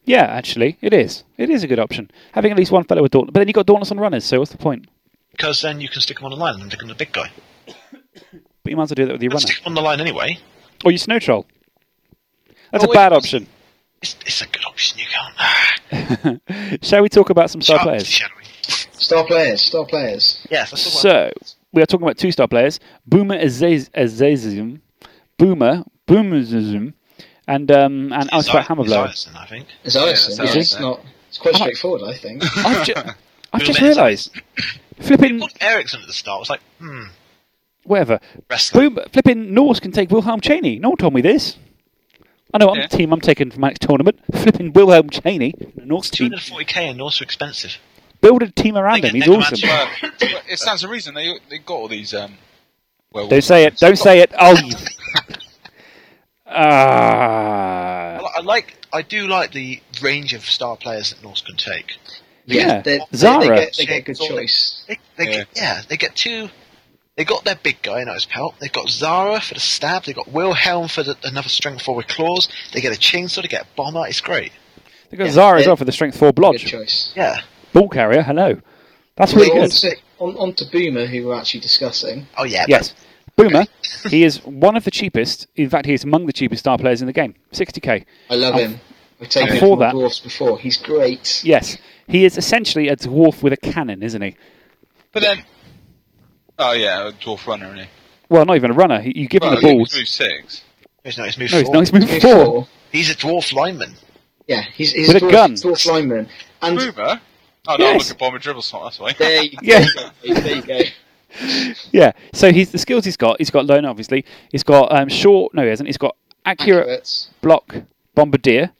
Speaker 1: Yeah, actually, it is. It is a good option. Having at least one fellow with Dauntless, but then you got Dauntless on runners. So what's the point?
Speaker 4: Because then you can stick them on the line and make them the big guy.
Speaker 1: But you might as well do that with your
Speaker 4: And
Speaker 1: runner
Speaker 4: stick them on the line anyway.
Speaker 1: or your snow troll. That's
Speaker 4: Oh,
Speaker 1: a
Speaker 4: wait,
Speaker 1: bad
Speaker 4: what's-
Speaker 1: option.
Speaker 4: It's, it's a good option, you can't. Ah,
Speaker 1: Shall we talk about some star
Speaker 4: sharp
Speaker 1: players?
Speaker 4: shadowing.
Speaker 3: Star players, star players.
Speaker 4: Yeah, that's the one.
Speaker 1: So we are talking about two star players: Boomer Azaz- Azazism, Boomer Boomerism, and um, and Alfred Hammerblow.
Speaker 4: Isaac, I think.
Speaker 3: As I
Speaker 2: that's
Speaker 3: said,
Speaker 2: all right.
Speaker 3: it's not. It's quite
Speaker 1: Oh.
Speaker 3: straightforward, I think.
Speaker 1: I've, ju- I've
Speaker 4: Boomer
Speaker 1: just
Speaker 4: Esiason.
Speaker 1: realised. Flipping
Speaker 4: Well, Ericsson at the start was like, hmm,
Speaker 1: whatever.
Speaker 4: wrestler.
Speaker 1: Boom, flipping Norse can take Wilhelm Cheney. No one told me this. I know I'm
Speaker 2: Yeah.
Speaker 1: the team I'm taking from next tournament. Flipping Wilhelm Cheney, Norse team.
Speaker 4: 240k and also expensive.
Speaker 1: Build a team around him.
Speaker 4: Thank you,
Speaker 1: He's
Speaker 4: thank
Speaker 1: awesome.
Speaker 4: you, Matthew.
Speaker 2: Well, well, it stands to reason they they got all these. Um, werewolves.
Speaker 1: Don't say it. Don't say it. Oh. you- Ah.
Speaker 4: I, li- I like, I do like the range of star players that Norse can take.
Speaker 1: Yeah.
Speaker 3: they, they,
Speaker 1: Zara.
Speaker 3: They get, they get good choice.
Speaker 4: They, they
Speaker 2: Yeah.
Speaker 4: Get, yeah, they get two. They got their big guy out his pelt. They've got Zara for the stab. They've got Wilhelm for the, another strength four with claws. They get a chainsaw. They get a bomber. It's great.
Speaker 1: They got Zara as
Speaker 3: they-
Speaker 1: well for the strength four
Speaker 3: Good
Speaker 1: blodge.
Speaker 3: choice.
Speaker 4: Yeah.
Speaker 1: Ball carrier. Hello. That's really
Speaker 3: Well,
Speaker 1: good.
Speaker 3: on, to, on, on to Boomer, who we're actually discussing.
Speaker 4: Oh yeah.
Speaker 1: Yes. Boomer, he is one of the cheapest. In fact, he is among the cheapest star players in the game. 60k.
Speaker 3: I love
Speaker 1: And-
Speaker 3: him. We've taken
Speaker 1: and
Speaker 3: him
Speaker 1: for
Speaker 3: from the
Speaker 1: that-
Speaker 3: dwarfs before. He's great.
Speaker 1: Yes. He is essentially a dwarf with a cannon, isn't he?
Speaker 2: But then, oh yeah, a dwarf runner, isn't he?
Speaker 1: Well, not even a runner. He- You give him
Speaker 2: Well,
Speaker 1: the
Speaker 2: yeah,
Speaker 1: balls.
Speaker 2: he's moved six.
Speaker 4: He's not. He's moved
Speaker 1: No, he's
Speaker 4: forward.
Speaker 1: not. He's moved
Speaker 3: He's
Speaker 1: four.
Speaker 3: four.
Speaker 4: He's a dwarf lineman.
Speaker 3: Yeah, he's, he's
Speaker 1: With a
Speaker 3: dwarf,
Speaker 1: gun.
Speaker 3: dwarf lineman. And
Speaker 2: Boomer. Oh no, I'm
Speaker 1: Yes.
Speaker 2: looking at bomber dribble slot. That's why.
Speaker 3: there you go.
Speaker 1: Yeah.
Speaker 3: There you go.
Speaker 1: Yeah. So he's the skills he's got. He's got loan, obviously. He's got um, short. No, he hasn't. He's got accurate,
Speaker 3: Accurate.
Speaker 1: block bombardier.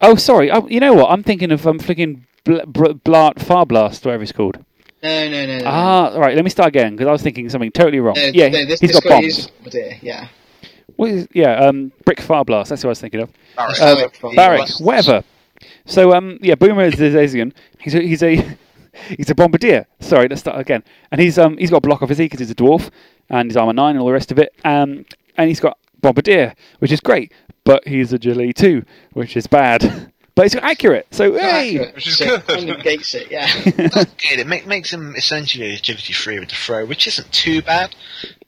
Speaker 1: Oh, sorry. Oh, you know what? I'm thinking of um, flicking bl- bl- blart far blast, whatever it's called.
Speaker 3: No, no, no, no.
Speaker 1: Ah, all right. Let me start again because I was thinking something totally wrong.
Speaker 3: no,
Speaker 1: yeah,
Speaker 3: no, this,
Speaker 1: he's
Speaker 3: this
Speaker 1: got
Speaker 3: guy
Speaker 1: bombs.
Speaker 3: is a bombardier, yeah.
Speaker 1: What is, yeah, um, brick far blast. That's what I was thinking of.
Speaker 2: Barrett.
Speaker 3: Uh,
Speaker 1: Um,
Speaker 3: Far
Speaker 1: barrack,
Speaker 3: Blast.
Speaker 1: whatever. So um, yeah, Boomer is is Asian. He's a, he's a he's a bombardier. Sorry, let's start again. And he's um he's got a block obviously because he's a dwarf and he's armor nine and all the rest of it. Um, and he's got bombardier, which is great, but he's a Gilly too, which is bad. But it's accurate. So hey,
Speaker 3: Accurate,
Speaker 2: Which is
Speaker 3: so
Speaker 2: good.
Speaker 3: Kind of negates it, yeah.
Speaker 4: That's good. It make, makes him essentially agility free with the throw, which isn't too bad.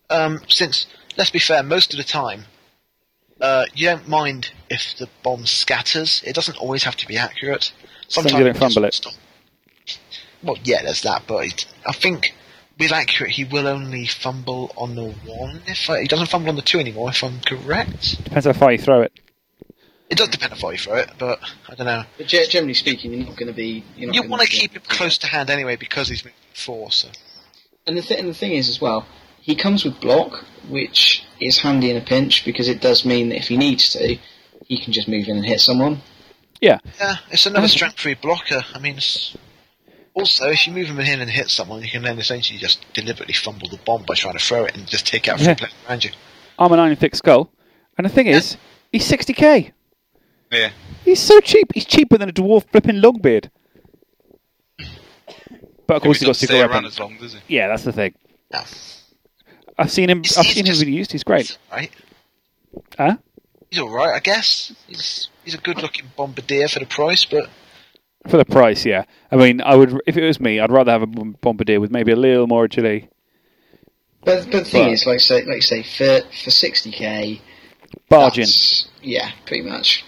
Speaker 4: Um, since let's be fair, most of the time, uh, you don't mind if the bomb scatters. It doesn't always have to be accurate.
Speaker 1: As long as
Speaker 4: Sometimes
Speaker 1: you don't fumble it.
Speaker 4: just stop. Well, yeah, there's that, but it, I think with accurate, he will only fumble on the one. If I, he doesn't fumble on the two anymore, if I'm correct,
Speaker 1: depends how far you throw it.
Speaker 4: it does depend on how you throw it. But I don't know.
Speaker 3: But ge- generally speaking, you're not going to be. You're not
Speaker 4: You
Speaker 3: gonna
Speaker 4: want to
Speaker 3: be-
Speaker 4: keep it close to hand anyway because he's moving four. So
Speaker 3: And the, th- and the thing is, as well, he comes with block, which is handy in a pinch because it does mean that if he needs to, he can just move in and hit someone.
Speaker 1: Yeah,
Speaker 4: Yeah, it's another strength three blocker. I mean, it's... also if you move him in and hit someone, you can then essentially just deliberately fumble the bomb by trying to throw it and just take out
Speaker 1: Yeah.
Speaker 4: from player around you.
Speaker 1: armor nine and thick skull. And the thing is, he's sixty k.
Speaker 2: Yeah.
Speaker 1: He's so cheap. He's cheaper than a dwarf flipping longbeard. But of course,
Speaker 2: He
Speaker 1: he's got secret
Speaker 2: doesn't stay around
Speaker 1: weapon.
Speaker 2: as long, does he?
Speaker 1: Yeah, that's the thing.
Speaker 4: Yeah.
Speaker 1: I've seen him.
Speaker 4: He's-
Speaker 1: I've
Speaker 4: he's
Speaker 1: seen
Speaker 4: just-
Speaker 1: him really used. He's great.
Speaker 4: He's all right.
Speaker 1: Huh?
Speaker 4: He's all right, I guess. He's he's a good-looking bombardier for the price, but
Speaker 1: For the price, yeah. I mean, I would if it was me, I'd rather have a bom- bombardier with maybe a little more agility.
Speaker 3: But, but the thing
Speaker 1: Right.
Speaker 3: is, like say, like say, for for sixty k,
Speaker 1: Barge in.
Speaker 3: yeah, pretty much,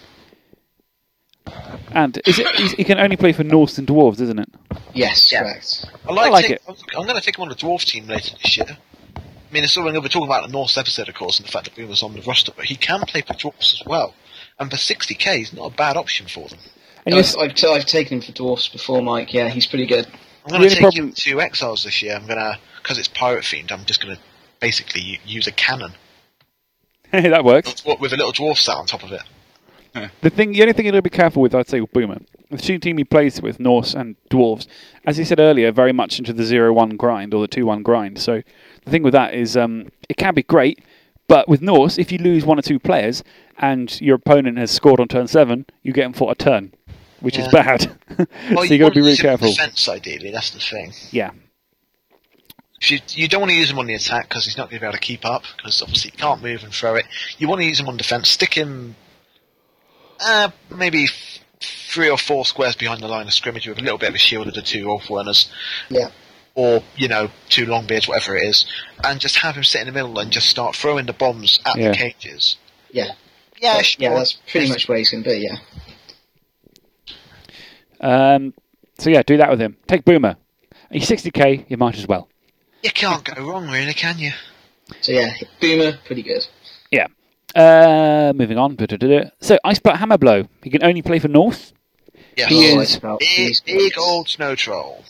Speaker 1: and is it? He's, he can only play for Norse and dwarves, isn't it?
Speaker 3: yes,
Speaker 4: Yeah.
Speaker 3: correct.
Speaker 4: I like,
Speaker 1: like
Speaker 4: take- I'm going to take him on the dwarf team later this year. I mean, it's something we're talking about in the Norse episode, of course, and the fact that Boomer's on the roster, but he can play for dwarfs as well. And for 60k, he's not a bad option for them.
Speaker 1: And
Speaker 3: I've,
Speaker 1: yes,
Speaker 3: I've, t- I've taken him for dwarfs before, Mike. Yeah, he's pretty good.
Speaker 4: I'm going to
Speaker 1: only
Speaker 4: take
Speaker 1: problem-
Speaker 4: you to Exiles this year. I'm going to because it's pirate themed. I'm just going to basically u- use a cannon
Speaker 1: that works.
Speaker 4: with with a little dwarf sat on top of it.
Speaker 1: The thing, the only thing you got to be careful with, I'd say, with Boomer, the two team he plays with, Norse and dwarves, as he said earlier, very much into the 0-1 grind or the two-one grind. So the thing with that is, um, it can be great, but with Norse, if you lose one or two players and your opponent has scored on turn seven, you get him for a turn, which is
Speaker 4: Yeah.
Speaker 1: bad. so you got
Speaker 4: want
Speaker 1: to be really
Speaker 4: use him on
Speaker 1: careful.
Speaker 4: Defense, ideally, that's the thing.
Speaker 1: Yeah,
Speaker 4: If You, you don't want to use him on the attack because he's not going to be able to keep up because obviously he can't move and throw it. You want to use him on defense. Stick him uh, maybe f- three or four squares behind the line of scrimmage with a little bit of a shield of the two off runners.
Speaker 3: Yeah,
Speaker 4: or you know two long beards, whatever it is, and just have him sit in the middle and just start throwing the bombs at
Speaker 1: Yeah.
Speaker 4: the cages.
Speaker 3: yeah,
Speaker 4: Yeah,
Speaker 3: yeah. That's pretty much where he's going to be. Yeah,
Speaker 1: um, So yeah, do that with him. Take Boomer. He's 60k. You might as well.
Speaker 4: You can't go wrong, really, can you?
Speaker 3: So yeah, Boomer, pretty good.
Speaker 1: Yeah. Uh, moving on. So Ice Block Hammer Blow. He can only play for North.
Speaker 4: Yes.
Speaker 1: He
Speaker 3: Oh,
Speaker 1: is-
Speaker 3: it's about-
Speaker 4: Big,
Speaker 3: he's-
Speaker 4: big old snow troll.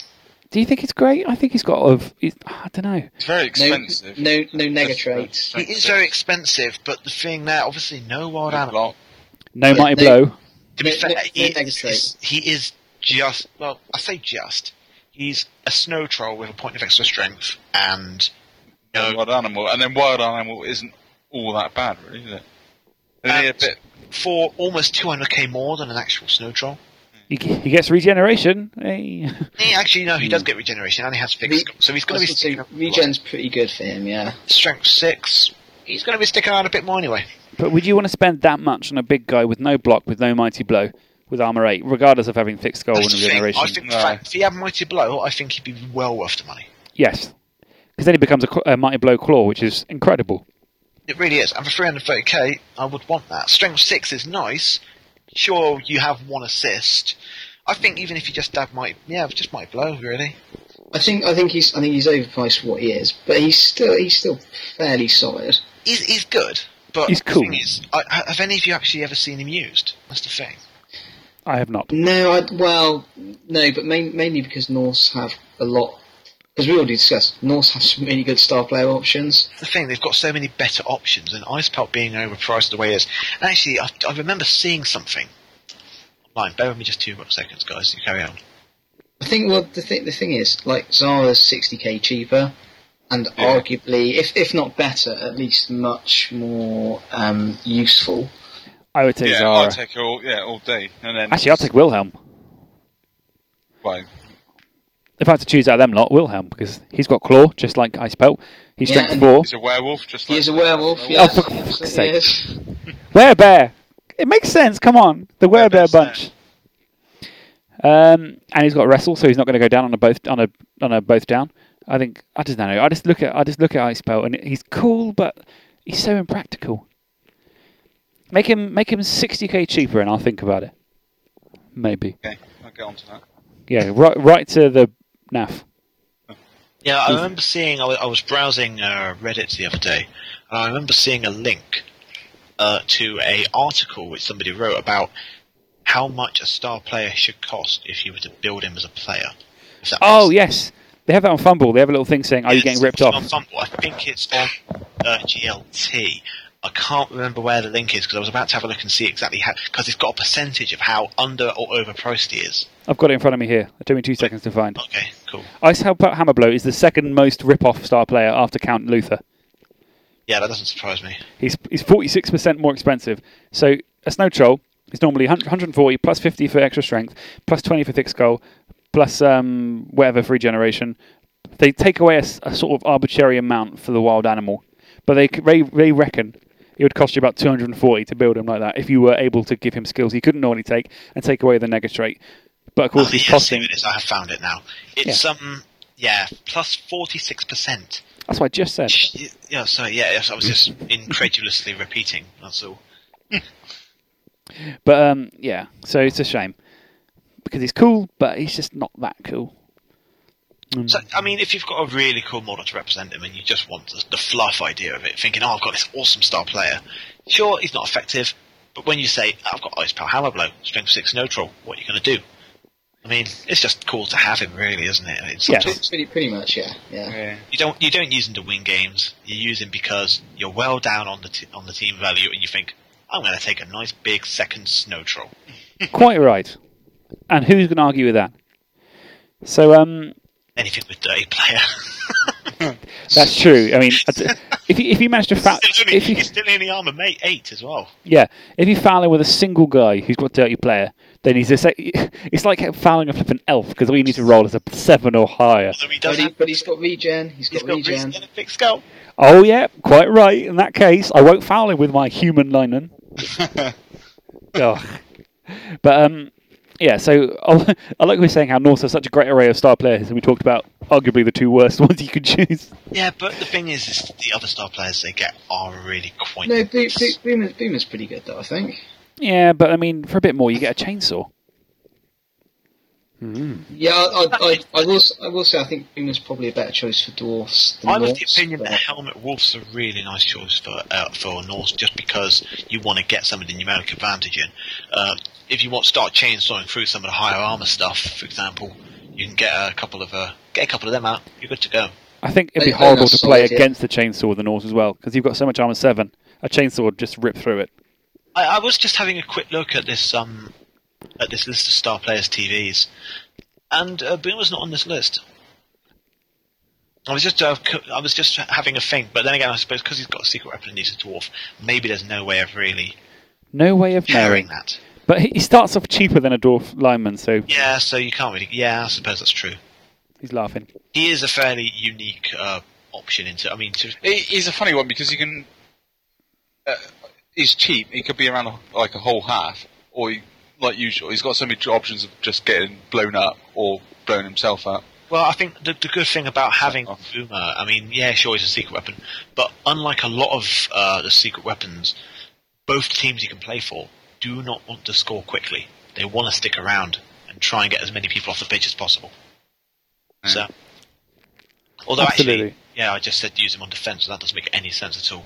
Speaker 1: Do you think he's great? I think he's got a. He's, I don't know.
Speaker 2: It's very
Speaker 3: no,
Speaker 2: expensive.
Speaker 3: no, no nega
Speaker 2: That's-
Speaker 3: traits.
Speaker 4: He is very expensive, but the thing there, obviously, no wild animal.
Speaker 2: Block.
Speaker 1: No
Speaker 3: Yeah,
Speaker 1: mighty
Speaker 3: they-
Speaker 1: blow.
Speaker 4: To be
Speaker 3: No-
Speaker 4: fair,
Speaker 3: no-
Speaker 4: he,
Speaker 3: no negative.
Speaker 4: is, he is just, well, I say just, he's a snow troll with a point of extra strength and no
Speaker 2: Wild animal, and then wild animal isn't all that bad, really, is it? Isn't he a
Speaker 4: And-
Speaker 2: bit
Speaker 4: for almost 200k more than an actual snow troll.
Speaker 1: He, he gets regeneration. Hey.
Speaker 4: He, actually, no, he does get regeneration and he has fixed.
Speaker 3: Re-
Speaker 4: so he's
Speaker 3: I
Speaker 4: going
Speaker 3: was
Speaker 4: to be
Speaker 3: gonna say,
Speaker 4: sticking up-
Speaker 3: regen's pretty good for him, yeah.
Speaker 4: strength six. He's going to be sticking around a bit more anyway.
Speaker 1: but would you want to spend that much on a big guy with no block, with no mighty blow, with armor eight, regardless of having thick skull and
Speaker 4: That's the thing.
Speaker 1: regeneration?
Speaker 4: I think
Speaker 2: No.
Speaker 4: fa- if he had mighty blow, I think he'd be well worth the money.
Speaker 1: Yes, because then he becomes a, cl- a mighty blow claw, which is incredible.
Speaker 4: It really is. And for 330k, I would want that. Strength 6 is nice. Sure, you have one assist. I think even if you just dab might, yeah, just might blow, really.
Speaker 3: I think I think he's I think he's overpriced for what he is, but he's still he's still fairly solid.
Speaker 4: He's, he's good, but
Speaker 1: He's
Speaker 4: the
Speaker 1: cool.
Speaker 4: thing is, I, I- have any of you actually ever seen him used? That's the thing.
Speaker 1: I have not.
Speaker 3: No, I, well, no, but main, mainly because Norse have a lot. As we already discussed, Norse have some really good star player options.
Speaker 4: That's the thing. They've got so many better options, and Ice Pelt being overpriced the way it is. And actually, I, I remember seeing something. Mind, bear with me just two more seconds, guys. You carry on.
Speaker 3: I think well the thing the thing is like Zara's sixty k cheaper, and
Speaker 2: Yeah.
Speaker 3: arguably if if not better at least much more um, useful.
Speaker 1: I would take
Speaker 2: Yeah,
Speaker 1: Zara.
Speaker 2: I'll take her all, yeah, all day. And then
Speaker 1: Actually, I'll take Wilhelm.
Speaker 2: Well,
Speaker 1: If I had to choose out of them lot, Wilhelm, because he's got claw, just like Ice Pelt. He's
Speaker 3: Yeah,
Speaker 1: strength
Speaker 3: and-
Speaker 1: four.
Speaker 2: he's a werewolf, just
Speaker 3: He
Speaker 2: like
Speaker 3: is a werewolf.
Speaker 1: Oh,
Speaker 3: Yes,
Speaker 1: for
Speaker 3: he
Speaker 1: fuck's
Speaker 3: absolutely
Speaker 1: sake.
Speaker 3: is.
Speaker 1: Werebear. It makes sense. Come on, the Werebear
Speaker 2: Werebear's
Speaker 1: bunch. Um, and he's got wrestle, so he's not going to go down on a both on a on a both down. I think I just don't know. I just look at I just look at Ice Belt, and he's cool, but he's so impractical. Make him make him sixty k cheaper, and I'll think about it. Maybe.
Speaker 2: Okay, I'll get on to that.
Speaker 1: Yeah. Right. Right to the NAF.
Speaker 4: Yeah, I remember seeing. I wa- I was browsing uh, Reddit the other day, and I remember seeing a link uh, to a article which somebody wrote about how much a star player should cost if you were to build him as a player. If that
Speaker 1: Oh
Speaker 4: makes
Speaker 1: yes, they have that on Fumble. They have a little thing saying, "Are you
Speaker 4: sense.
Speaker 1: getting ripped
Speaker 4: It's on
Speaker 1: off?"
Speaker 4: Fumble. I think it's on uh, GLT. I can't remember where the link is because I was about to have a look and see exactly how because it's got a percentage of how under or overpriced he is.
Speaker 1: I've got it in front of me here. It took me two seconds to find.
Speaker 4: Okay, cool.
Speaker 1: Ice Hammer Blow is the second most rip-off star player after Count Luther.
Speaker 4: Yeah, that doesn't surprise me.
Speaker 1: He's he's forty six percent more expensive. So a snow troll is normally one hundred and forty plus fifty for extra strength, plus twenty for thick skull, plus um, whatever for regeneration. They take away a, s- a sort of arbitrary amount for the wild animal, but they c- they, they reckon it would cost you about two hundred and forty to build him like that if you were able to give him skills he couldn't normally take and take away the nega trait. But of course,
Speaker 4: Oh,
Speaker 1: he's
Speaker 4: yes,
Speaker 1: costing.
Speaker 4: here it is. I have found it now. It's um, yeah, plus forty six percent.
Speaker 1: That's what I just said.
Speaker 4: Yeah, so yeah, yes, I was just incredulously repeating. That's all.
Speaker 1: But um, yeah, so it's a shame because he's cool, but he's just not that cool.
Speaker 4: So I mean, if you've got a really cool model to represent him, and you just want the, the fluff idea of it, thinking, "Oh, I've got this awesome star player." Sure, he's not effective, but when you say, "I've got Ice Power Hammer Blow, Strength Six No Troll," what are you going to do? I mean, it's just cool to have him, really, isn't it? It's
Speaker 1: Yeah.
Speaker 4: sometimes-
Speaker 3: Pretty pretty much, yeah, yeah.
Speaker 2: Yeah.
Speaker 4: You don't you don't use him to win games. You use him because you're well down on the t- on the team value, and you think, "I'm going to take a nice big second Snow Troll."
Speaker 1: Quite right. And who's going to argue with that? So um,
Speaker 4: Anything with dirty player.
Speaker 1: that's true. I mean, I d- if you, if you manage to foul,
Speaker 4: It's still only,
Speaker 1: if you,
Speaker 4: it's still only armor mate eight as well.
Speaker 1: yeah, if you foul him with a single guy who's got dirty player, then he's a se- it's like fouling a flipping elf because all you need to roll is a seven or higher.
Speaker 4: So he
Speaker 3: But,
Speaker 4: does.
Speaker 3: he,
Speaker 4: Have,
Speaker 3: but he's got regen. He's got
Speaker 4: he's got
Speaker 3: regen.
Speaker 4: reason and a big skull.
Speaker 1: Oh yeah, quite right. In that case, I won't foul him with my human lineman. Ugh. But um, yeah. So I I like we were saying how Norse has such a great array of star players, and we talked about arguably the two worst ones you could choose.
Speaker 4: Yeah, but the thing is, is the other star players they get are really quite.
Speaker 3: No, Bo- Bo- Boomer's, Boomer's pretty good though. I think.
Speaker 1: Yeah, but I mean, for a bit more, you get a chainsaw.
Speaker 3: Yeah, I, I, I, I, will, s- I will say I think Uma's probably a better choice for dwarfs than
Speaker 4: I'm of the
Speaker 3: orcs,
Speaker 4: opinion
Speaker 3: but-
Speaker 4: that Helmet Wolf's a really nice choice for uh, for Norse, just because you want to get some of the numeric advantage in. Uh, if you want to start chainsawing through some of the higher armor stuff, for example, you can get a couple of uh, get a couple of them out. You're good to go.
Speaker 1: I think it'd be
Speaker 3: They- they're
Speaker 1: horrible
Speaker 3: not
Speaker 1: to play
Speaker 3: solid yet.
Speaker 1: against the chainsaw with the Norse as well because you've got so much armor seven. A chainsaw would just rip through it.
Speaker 4: I, I was just having a quick look at this um at this list of star players TVs, and uh, Boomer's not on this list. I was just uh, co- I was just having a think, but then again, I suppose because he's got a secret weapon and he's a dwarf, maybe there's no way of really
Speaker 1: No way of knowing.
Speaker 4: pairing that.
Speaker 1: But he he starts off cheaper than a dwarf lineman, so
Speaker 4: Yeah, so you can't really. Yeah, I suppose that's true.
Speaker 1: he's laughing.
Speaker 4: He is a fairly unique uh, option into. I mean, to,
Speaker 2: He, he's a funny one because he can. Uh, he's cheap. He could be around a, like a whole half, or he, like usual, he's got so many options of just getting blown up or blowing himself up.
Speaker 4: well, I think the, the good thing about having
Speaker 2: Oh.
Speaker 4: Boomer, I mean, yeah, sure, he's a secret weapon, but unlike a lot of uh, the secret weapons, both teams you can play for do not want to score quickly. They want to stick around and try and get as many people off the pitch as possible. So, although
Speaker 1: Absolutely.
Speaker 4: actually, yeah, I just said use him on defence, and that doesn't make any sense at all.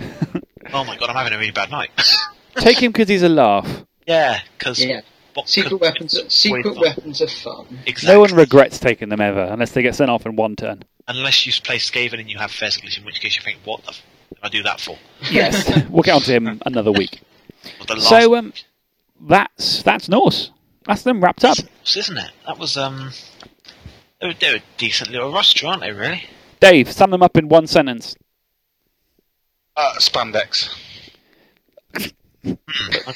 Speaker 4: oh my god, I'm having a really bad night.
Speaker 1: Take him because he's a laugh.
Speaker 4: Yeah, because
Speaker 3: Yeah. Secret weapons, secret weapons are fun.
Speaker 4: Exactly.
Speaker 1: No one regrets taking them ever, unless they get sent off in one turn.
Speaker 4: unless you play Skaven and you have Fair Skeleton, in which case you think, "What the f- did I do that for?"
Speaker 1: Yes, we'll get on to him another week.
Speaker 4: Well, the last
Speaker 1: So um, that's that's Norse. That's them wrapped up.
Speaker 4: course, isn't it? That was um, they were, they were a decent little roster, aren't they? Really?
Speaker 1: Dave, sum them up in one sentence.
Speaker 2: Uh, spandex.
Speaker 1: I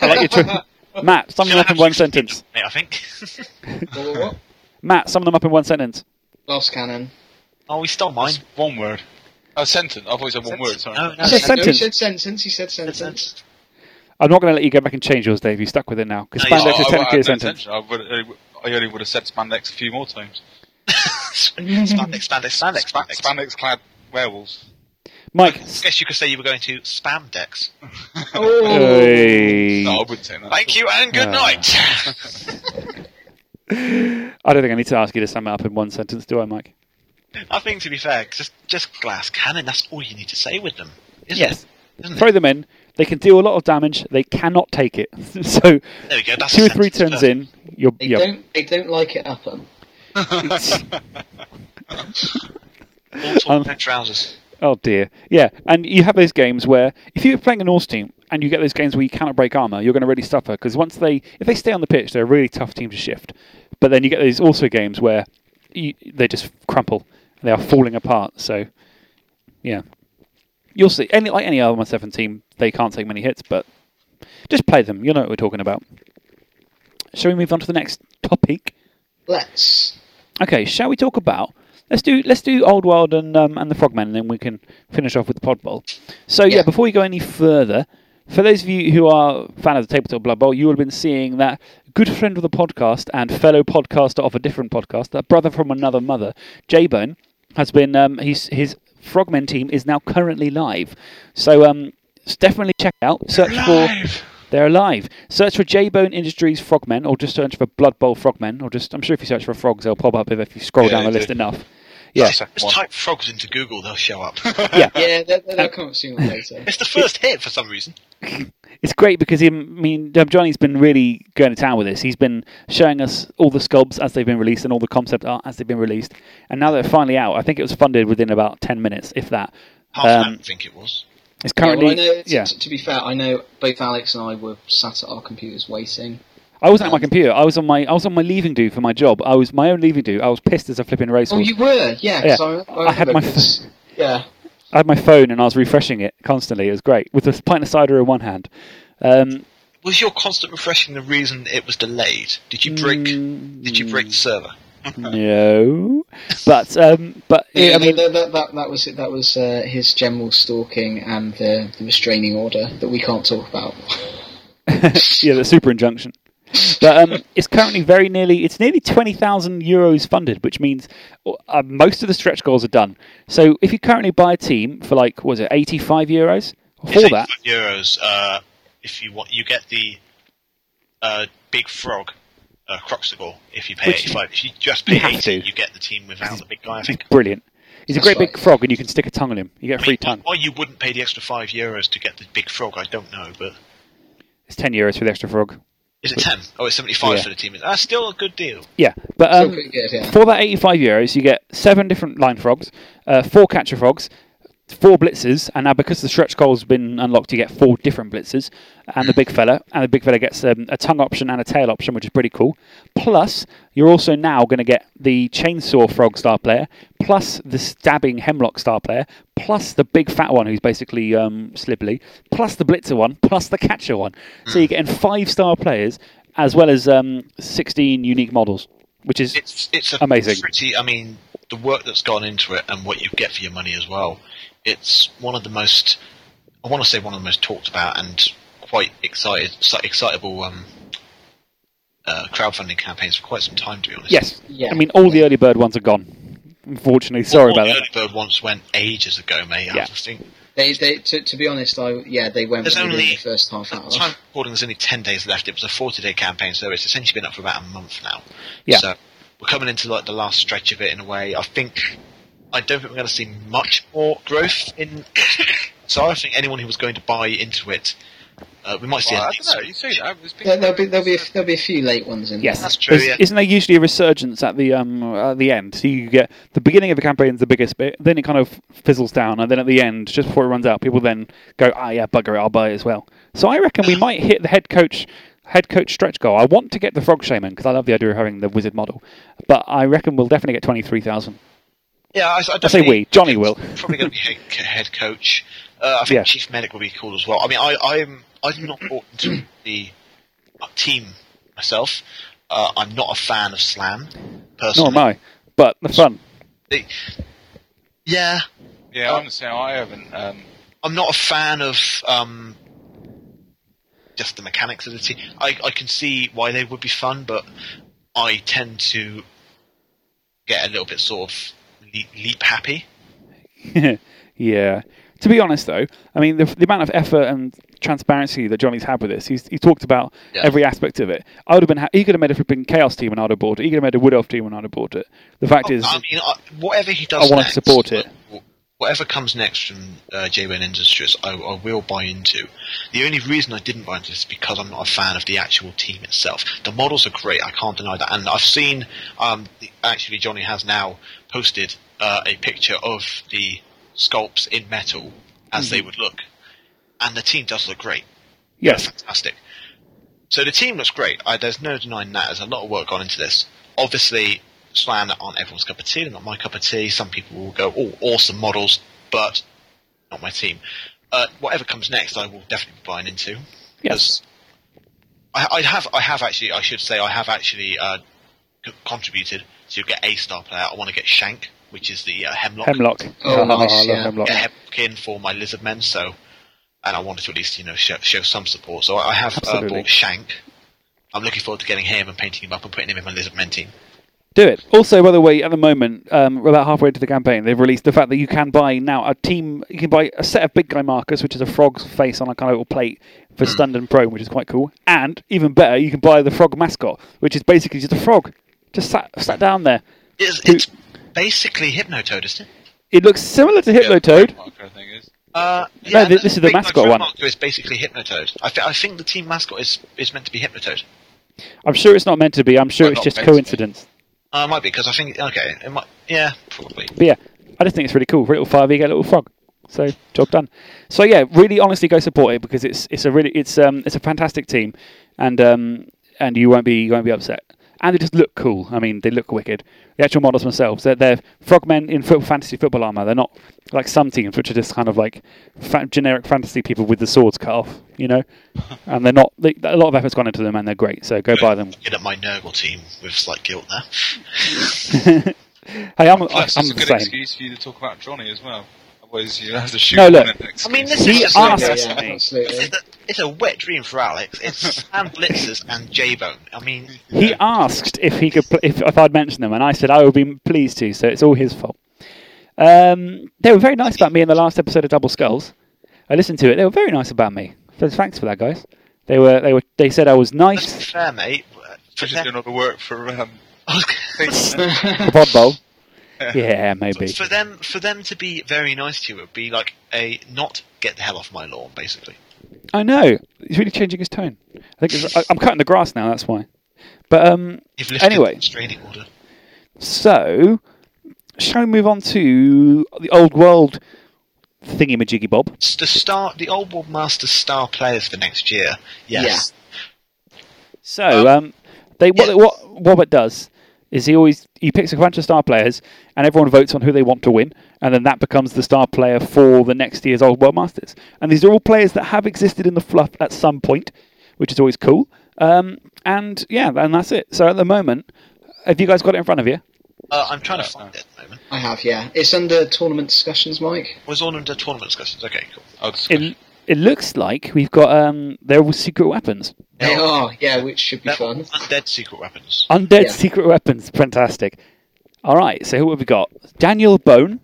Speaker 1: like your tw- Matt, sum them up in one sentence.
Speaker 4: Mate, I think.
Speaker 3: What, what, what?
Speaker 1: Matt, sum them up in one sentence.
Speaker 3: Last cannon.
Speaker 4: oh, we stole mine.
Speaker 2: That's one word. A sentence. I've always had one word. Sorry.
Speaker 4: No, no,
Speaker 1: It's a
Speaker 4: that's-
Speaker 3: No, he
Speaker 1: sentence.
Speaker 3: said sentence. He said sentence.
Speaker 4: that's-
Speaker 1: I'm not going to let you go back and change yours, Dave. You're stuck with it now because
Speaker 4: No, you-
Speaker 1: spandex
Speaker 2: I-
Speaker 1: is
Speaker 2: I-
Speaker 1: technically
Speaker 2: I,
Speaker 1: a sentence.
Speaker 2: I, would, I only would have said spandex a few more times.
Speaker 4: spandex, spandex, spandex,
Speaker 2: Spa-
Speaker 4: spandex.
Speaker 2: spandex clad werewolves.
Speaker 1: Mike,
Speaker 4: I guess you could say you were going to spam decks.
Speaker 1: Uh,
Speaker 3: Oh,
Speaker 1: Hey.
Speaker 2: No, I wouldn't say that.
Speaker 4: Thank you and good
Speaker 1: Ah.
Speaker 4: night.
Speaker 1: I don't think I need to ask you to sum it up in one sentence, do I, Mike?
Speaker 4: I think to be fair, just just glass cannon. That's all you need to say with them. Isn't
Speaker 1: Yes.
Speaker 4: It? Isn't it?
Speaker 1: Throw them in. They can do a lot of damage. They cannot take it. so
Speaker 4: There we go. That's
Speaker 1: two
Speaker 4: a
Speaker 1: or three turns
Speaker 4: sentence.
Speaker 1: in, you're.
Speaker 3: they
Speaker 1: you're
Speaker 3: don't. They don't like it up 'em.
Speaker 4: All torn
Speaker 1: Um,
Speaker 4: down trousers.
Speaker 1: oh dear. Yeah. And you have those games where if you're playing a Norse team and you get those games where you cannot break armor, you're going to really suffer because once they if they stay on the pitch, they're a really tough team to shift. But then you get those also games where you, they just crumple. They are falling apart. So yeah. You'll see. Any like any other one seven team, they can't take many hits, but just play them. You'll know what we're talking about. Shall we move on to the next topic?
Speaker 3: Let's.
Speaker 1: Okay, shall we talk about? Let's do let's do Old World and um, and the Frogman, and then we can finish off with the Pod Bowl. So yeah.
Speaker 3: Yeah.
Speaker 1: before we go any further, for those of you who are fan of the Tabletop Blood Bowl, you will have been seeing that good friend of the podcast and fellow podcaster of a different podcast, that brother from another mother, J Bone, has been um, his his Frogmen team is now currently live. So um, s- definitely check it out. Search for they're alive. Search for J Bone Industries Frogmen, or just search for Blood Bowl Frogmen, or just I'm sure if you search for frogs, they'll pop up if, if you scroll
Speaker 2: Yeah,
Speaker 1: down the
Speaker 2: they
Speaker 1: list
Speaker 2: do.
Speaker 1: enough. Yeah,
Speaker 4: Just type frogs into Google, they'll show up.
Speaker 1: yeah.
Speaker 3: Yeah, they'll,
Speaker 1: uh,
Speaker 3: they'll come up sooner or later.
Speaker 4: it's the first hit for some reason.
Speaker 1: It's great because he, I mean, um, Johnny's been really going to town with this. He's been showing us all the sculpts as they've been released and all the concept art as they've been released, and now they're finally out. I think it was funded within about ten minutes, if that.
Speaker 4: Half an hour,
Speaker 1: Um,
Speaker 4: I think it was.
Speaker 1: It's
Speaker 3: Yeah, well,
Speaker 1: currently
Speaker 3: I know,
Speaker 1: yeah.
Speaker 3: t- to be fair, I know both Alex and I were sat at our computers waiting.
Speaker 1: I wasn't at my computer. I was on my I was on my leaving do for my job. I was my own leaving do. I was pissed as a flipping racehorse.
Speaker 3: Oh, you were, yeah. 'cause
Speaker 1: Yeah,
Speaker 3: I,
Speaker 1: I had
Speaker 3: remember
Speaker 1: my
Speaker 3: 'cause- yeah.
Speaker 1: I had my phone and I was refreshing it constantly. It was great with a pint of cider in one hand. Um,
Speaker 4: Was your constant refreshing the reason it was delayed? Did you break? Did you
Speaker 1: Mm,
Speaker 4: break the server?
Speaker 1: no, but um, but
Speaker 3: Yeah,
Speaker 1: I mean,
Speaker 3: that, that, that, that was it. That was uh, his general stalking and the, the restraining order that we can't talk about.
Speaker 1: yeah, the super injunction. But um, it's currently very nearly it's nearly twenty thousand euros funded, which means uh, most of the stretch goals are done. So if you currently buy a team for like what is it eighty five euros for
Speaker 4: It's
Speaker 1: that?
Speaker 4: 85 euros. Uh, if you want, you get the uh, big frog uh, Croxigal if you pay
Speaker 1: Which-
Speaker 4: 85. If you just pay
Speaker 1: You have
Speaker 4: 80,
Speaker 1: to.
Speaker 4: you get the team without the big guy, I think.
Speaker 1: Brilliant. He's a
Speaker 3: That's
Speaker 1: great big
Speaker 3: right.
Speaker 1: frog, and you can stick a tongue in him. You get a free
Speaker 4: I mean,
Speaker 1: tongue.
Speaker 4: Why you wouldn't pay the extra 5 euros to get the big frog, I don't know, but.
Speaker 1: It's ten euros for the extra frog.
Speaker 4: Is it 10? Oh, it's 75
Speaker 1: Yeah.
Speaker 4: for the team. That's still a good deal.
Speaker 1: Yeah, but
Speaker 3: Still
Speaker 1: um,
Speaker 3: pretty good, yeah.
Speaker 1: for that eighty-five euros, you get seven different line frogs, uh, four catcher frogs, four blitzers, and now because the stretch goal's been unlocked, you get four different blitzers and the big fella. And the big fella gets um, a tongue option and a tail option, which is pretty cool. Plus, you're also now going to get the chainsaw frog star player, plus the stabbing hemlock star player, plus the big fat one who's basically um, Slibbly, plus the blitzer one, plus the catcher one. So you're getting five star players. As well as um, 16 unique models, which is
Speaker 4: It's it's a
Speaker 1: Amazing.
Speaker 4: pretty. I mean, the work that's gone into it and what you get for your money as well. It's one of the most. I want to say one of the most talked about and quite excited, so excitable um, uh, crowdfunding campaigns for quite some time, to be honest.
Speaker 1: Yes.
Speaker 3: Yeah.
Speaker 1: I mean, all the early bird ones are gone. Unfortunately,
Speaker 4: All-
Speaker 1: sorry
Speaker 4: all
Speaker 1: about
Speaker 4: the
Speaker 1: that.
Speaker 4: early bird once went ages ago, mate.
Speaker 1: Yeah.
Speaker 4: I think
Speaker 3: They, they, to, to be honest, I yeah, they went
Speaker 4: There's
Speaker 3: within
Speaker 4: only-
Speaker 3: the first half
Speaker 1: Oh.
Speaker 4: at
Speaker 3: hour.
Speaker 4: the time of recording, there's only ten days left. It was a forty-day campaign, so it's essentially been up for about a month now.
Speaker 1: Yeah.
Speaker 4: So we're coming into like the last stretch of it in a way. I think I don't think we're going to see much more growth in. so I think anyone who was going to buy into it, uh, we might see.
Speaker 2: Well,
Speaker 4: a
Speaker 2: I don't know. You see that? It's been-
Speaker 3: There, there'll be there'll be a, there'll be a few late ones in
Speaker 1: Yes,
Speaker 3: there.
Speaker 4: That's true,
Speaker 1: There's-
Speaker 4: yeah.
Speaker 1: Isn't there usually a resurgence at the um at the end? So you get the beginning of the campaign's the biggest bit, then it kind of fizzles down, and then at the end, just before it runs out, people then go, "Ah, yeah, bugger it, I'll buy it as well." So I reckon we might hit the head coach head coach stretch goal. I want to get the frog shaman because I love the idea of having the wizard model, but I reckon we'll definitely get twenty three thousand.
Speaker 4: Yeah, I, I,
Speaker 1: say we, Johnny will.
Speaker 4: probably going to be head, head coach. Uh, I think
Speaker 1: Yeah.
Speaker 4: chief medic will be cool as well. I mean, I I'm I'm not bought into the uh, team myself. Uh, I'm not a fan of Slam
Speaker 1: Nor
Speaker 4: personally.
Speaker 1: am I, but the fun.
Speaker 4: They- yeah,
Speaker 2: Yeah, honestly, I haven't. Um,
Speaker 4: I'm not a fan of um, just the mechanics of the team. I, I can see why they would be fun, but I tend to get a little bit sort of leap, leap happy.
Speaker 1: yeah. To be honest, though, I mean, the, the amount of effort and transparency that Johnny's had with this, he's, he talked about
Speaker 4: Yeah.
Speaker 1: every aspect of it. I would have been, ha- he could have made a flipping chaos team and I'd have bought it. He could have made a wood elf team and I'd have bought it. The fact is,
Speaker 4: Oh, I mean, I, whatever he
Speaker 1: I
Speaker 4: does,
Speaker 1: wanna
Speaker 4: next,
Speaker 1: support it.
Speaker 4: Whatever comes next from uh, J-Win Industries, I, I will buy into. The only reason I didn't buy into this is because I'm not a fan of the actual team itself. The models are great, I can't deny that, and I've seen um, the- actually Johnny has now posted uh, a picture of the sculpts in metal as
Speaker 1: Mm-hmm.
Speaker 4: they would look, and the team does look great. They're
Speaker 1: yes,
Speaker 4: fantastic. So the team looks great. I, there's no denying that. There's a lot of work gone into this. Obviously, Slam aren't everyone's cup of tea. They're not my cup of tea. Some people will go, "Oh, awesome models," but not my team. Uh, whatever comes next, I will definitely be buying into.
Speaker 1: yes.
Speaker 4: I, I have, I have actually, I should say, I have actually uh, c- contributed to get a star player. I want to get Shank, which is the uh, Hemlock.
Speaker 1: Hemlock.
Speaker 3: Oh,
Speaker 1: I
Speaker 3: nice,
Speaker 1: love
Speaker 3: yeah.
Speaker 1: Hemlock.
Speaker 4: Get Hemlock in for my lizard men. So, and I wanted to at least you know show, show some support. So I, I have uh,
Speaker 1: Absolutely.
Speaker 4: bought Shank. I'm looking forward to getting him and painting him up and putting him in my lizard men team.
Speaker 1: Do it. Also, by the way, at the moment, um, we're about halfway into the campaign, they've released the fact that you can buy now a team. You can buy a set of big guy markers, which is a frog's face on a kind of little plate
Speaker 2: Mm.
Speaker 1: for stunned and prone, which is quite cool. And even better, you can buy the frog mascot, which is basically just a frog, just sat sat down there.
Speaker 4: It's, it's basically Hypnotoad, isn't it?
Speaker 1: It looks similar to
Speaker 2: yeah,
Speaker 1: Hypnotoad.
Speaker 2: Marker, I think it is.
Speaker 4: Uh,
Speaker 1: No, thi- this is the
Speaker 4: big- my
Speaker 1: mascot
Speaker 4: dream
Speaker 1: one.
Speaker 4: marker Is basically Hypnotoad. I, th- I think the team mascot is is meant to be Hypnotoad.
Speaker 1: I'm sure it's not meant to be. I'm sure
Speaker 2: Well,
Speaker 1: it's
Speaker 2: not
Speaker 1: just
Speaker 2: meant to be.
Speaker 1: coincidence.
Speaker 4: Uh, it might be because I think okay, it might. Yeah, probably.
Speaker 1: But yeah, I just think it's really cool. For a little five, you get a little frog. So job done. So yeah, really honestly go support it because it's it's a really it's um it's a fantastic team, and um and you won't be you won't be upset. And they just look cool. I mean, they look wicked. The actual models themselves, they're, they're frogmen in foot, fantasy football armor. They're not like some teams, which are just kind of like fa- generic fantasy people with the swords cut off, you know. and they're not. They, a lot of effort's gone into them, and they're great. So go buy them.
Speaker 4: Get at my Nurgle team with slight guilt there.
Speaker 1: Hey, I'm, I'm
Speaker 2: Plus, it's a
Speaker 1: the
Speaker 2: good
Speaker 1: same.
Speaker 2: excuse for you to talk about Johnny as well. Otherwise, you'll have to shoot
Speaker 1: No,
Speaker 2: him
Speaker 1: look.
Speaker 2: in the next
Speaker 4: I mean,
Speaker 2: excuse.
Speaker 4: this is
Speaker 1: He
Speaker 4: just
Speaker 1: asked
Speaker 4: like,
Speaker 3: yeah,
Speaker 4: a-
Speaker 1: Yes,
Speaker 3: yeah,
Speaker 1: mate.
Speaker 3: absolutely.
Speaker 4: it's, a, it's a wet dream for Alex. It's Sam Blitzers and J Bone. I mean,
Speaker 1: He asked if he could pl- if, if I'd mentioned them, and I said I would be pleased to. So it's all his fault. Um, they were very nice about me in the last episode of Double Skulls. I listened to it. They were very nice about me. So thanks for that, guys. They were they were they said I was
Speaker 4: that's
Speaker 1: nice.
Speaker 4: fair, mate.
Speaker 2: Trish is
Speaker 4: them-
Speaker 2: doing all the work for um,
Speaker 4: I was gonna-
Speaker 1: The pod bowl. Yeah, maybe.
Speaker 4: for them for them to be very nice to you would be like a not get the hell off my lawn, basically.
Speaker 1: I know. He's really changing his tone. I think it's, I, I'm cutting the grass now. That's why. But um,
Speaker 4: You've lifted
Speaker 1: Anyway.
Speaker 4: the restraining order.
Speaker 1: so shall we move on to the old world thingy majiggy bob?
Speaker 4: It's the star, the old world master star players for next year. Yes,
Speaker 1: So um, they what what Robert does is he always he picks a bunch of star players and everyone votes on who they want to win and then that becomes the star player for the next year's old world masters and these are all players that have existed in the fluff at some point which is always cool um, and yeah and that's it so at the moment have you guys got it in front of you
Speaker 4: uh, I'm trying to find it at the moment.
Speaker 3: I have, yeah. It's under tournament discussions, Mike.
Speaker 4: Was all under tournament discussions. Okay, cool.
Speaker 2: I'll just-
Speaker 1: it, it looks like we've got um, they're all secret weapons
Speaker 3: They
Speaker 4: No.
Speaker 3: are, yeah, which should be
Speaker 4: They're
Speaker 3: fun.
Speaker 4: Undead secret weapons.
Speaker 1: Undead
Speaker 3: Yeah.
Speaker 1: secret weapons. Fantastic. All right. So who have we got? Daniel Bone.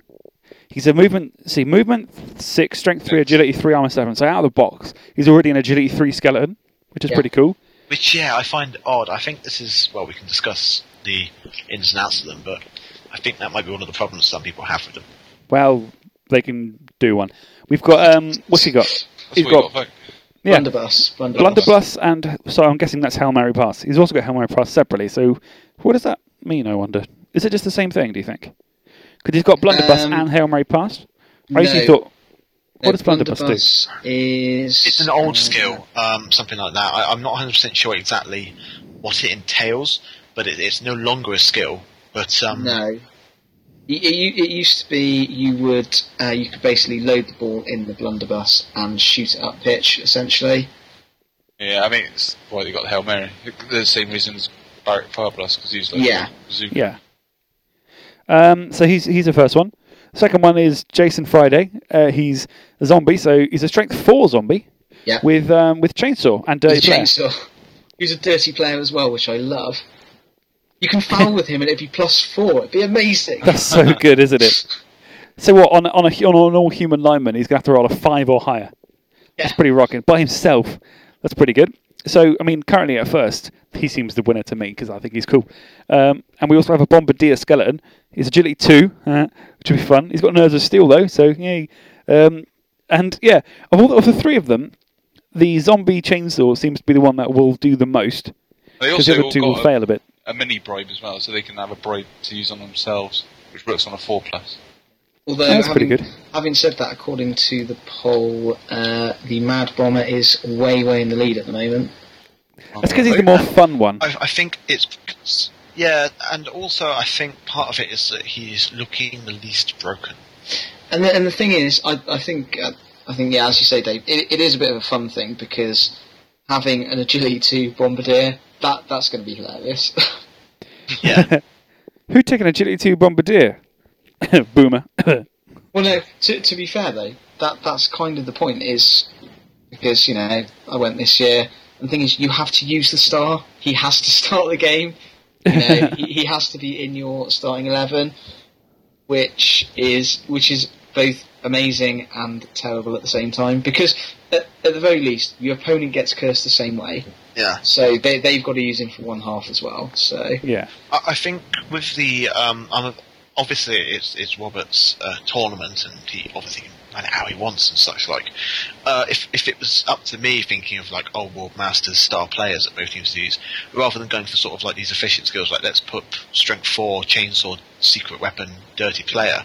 Speaker 1: He's a movement. See, movement six, strength three, agility three, armor seven. So out of the box, he's already an agility three skeleton, which is
Speaker 3: Yeah.
Speaker 1: pretty cool.
Speaker 4: Which yeah, I find odd. I think this is well, we can discuss the ins and outs of them, but I think that might be one of the problems some people have with them.
Speaker 1: Well, they can do one. We've got um, what's he got?
Speaker 2: That's what you got. vote.
Speaker 1: Yeah.
Speaker 3: Blunderbuss.
Speaker 1: Blunderbuss
Speaker 3: Blunderbuss.
Speaker 1: and so I'm guessing that's Hail Mary Pass. He's also got Hail Mary Pass separately. So what does that mean? I wonder. Is it just the same thing? Do you think? Because he's got Blunderbuss
Speaker 3: Um,
Speaker 1: and Hail Mary Pass. I usually
Speaker 3: no.
Speaker 1: thought,
Speaker 3: No,
Speaker 1: what does Blunderbuss, do?
Speaker 3: Uh, Blunderbuss Is
Speaker 4: It's an old
Speaker 3: uh,
Speaker 4: skill, um, something like that. I, I'm not 100% sure exactly what it entails, but it, it's no longer a skill. But um,
Speaker 3: No. It, it, it used to be you would uh, you could basically load the ball in the blunderbuss and shoot it up pitch essentially.
Speaker 2: Yeah, I mean, it's why they got the Hail Mary. The same reasons Barrett Farblas, because he was like,
Speaker 3: Yeah.
Speaker 2: Zoom.
Speaker 1: Yeah. Um, so he's he's the first one. Second one is Jason Friday. Uh, he's a zombie, so he's a strength four zombie
Speaker 3: Yeah.
Speaker 1: with um, with chainsaw and dirty
Speaker 3: With a
Speaker 1: flare.
Speaker 3: chainsaw. Who's a dirty player as well, which I love. You can foul with him and it'd be plus four. It'd be amazing.
Speaker 1: That's so good, isn't it? So what on on a on an all human lineman, he's gonna have to roll a five or higher. That's
Speaker 3: Yeah.
Speaker 1: pretty rocking by himself. That's pretty good. So I mean, currently at first, he seems the winner to me because I think he's cool. Um, and we also have a bombardier skeleton. He's agility two, uh, which will be fun. He's got nerves of steel though, so yay. Um, and yeah, of all the, of the three of them, the zombie chainsaw seems to be the one that will do the most
Speaker 2: They
Speaker 1: because the
Speaker 2: also
Speaker 1: other
Speaker 2: all
Speaker 1: two will
Speaker 2: got
Speaker 1: fail a bit.
Speaker 2: a, a mini bribe as well, so they can have a bribe to use on themselves, which works on a 4 plus.
Speaker 3: Although
Speaker 1: That's pretty
Speaker 3: having,
Speaker 1: good.
Speaker 3: having said that, according to the poll, uh, the Mad Bomber is way, way in the lead at the moment.
Speaker 2: Oh,
Speaker 1: That's because he's the more fun one.
Speaker 4: I, I think it's because- yeah, and also I think part of it is that he's looking the least broken.
Speaker 3: And the, and the thing is, I, I think uh, I think yeah, as you say, Dave, it, it is a bit of a fun thing because having an agility two bombardier that that's going to be hilarious.
Speaker 4: Yeah,
Speaker 1: Who took an agility two bombardier? Boomer.
Speaker 3: well, no, to, to be fair though, that that's kind of the point is because you know I went this year. And the thing is, you have to use the star. He has to start the game. You know, he, he has to be in your starting eleven, which is which is both amazing and terrible at the same time. Because at, at the very least, your opponent gets cursed the same way.
Speaker 4: yeah.
Speaker 3: So they, they've got to use him for one half as well. So
Speaker 1: yeah.
Speaker 4: I, I think with the um, um, obviously it's it's Robert's uh, tournament, and he obviously can plan it how he wants and such like. Uh, if if it was up to me, thinking of like old world masters, star players that both teams use, rather than going for sort of like these efficient skills, like let's put strength four, chainsaw, secret weapon, dirty player,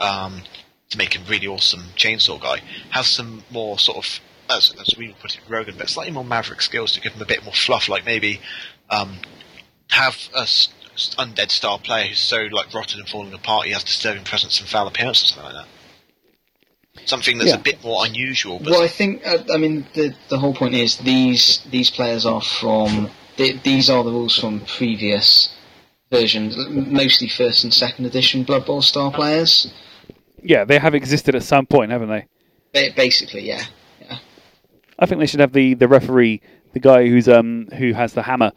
Speaker 4: um, to make him really awesome chainsaw guy, have some more sort of as, as we put it, Rogan, but slightly more maverick skills to give him a bit more fluff, like maybe um, have a s- s- undead style player who's so like rotted and falling apart he has disturbing presence and foul appearance or something like that. Something that's
Speaker 1: Yeah.
Speaker 4: a bit more unusual, but
Speaker 3: Well, I think uh, I mean the the whole point is these these players are from th these are the rules from previous versions, mostly first and second edition Blood Bowl star players.
Speaker 1: Yeah, they have existed at some point, haven't they?
Speaker 3: Ba- Basically, yeah, yeah,
Speaker 1: I think they should have the, the referee, the guy who's um who has the hammer.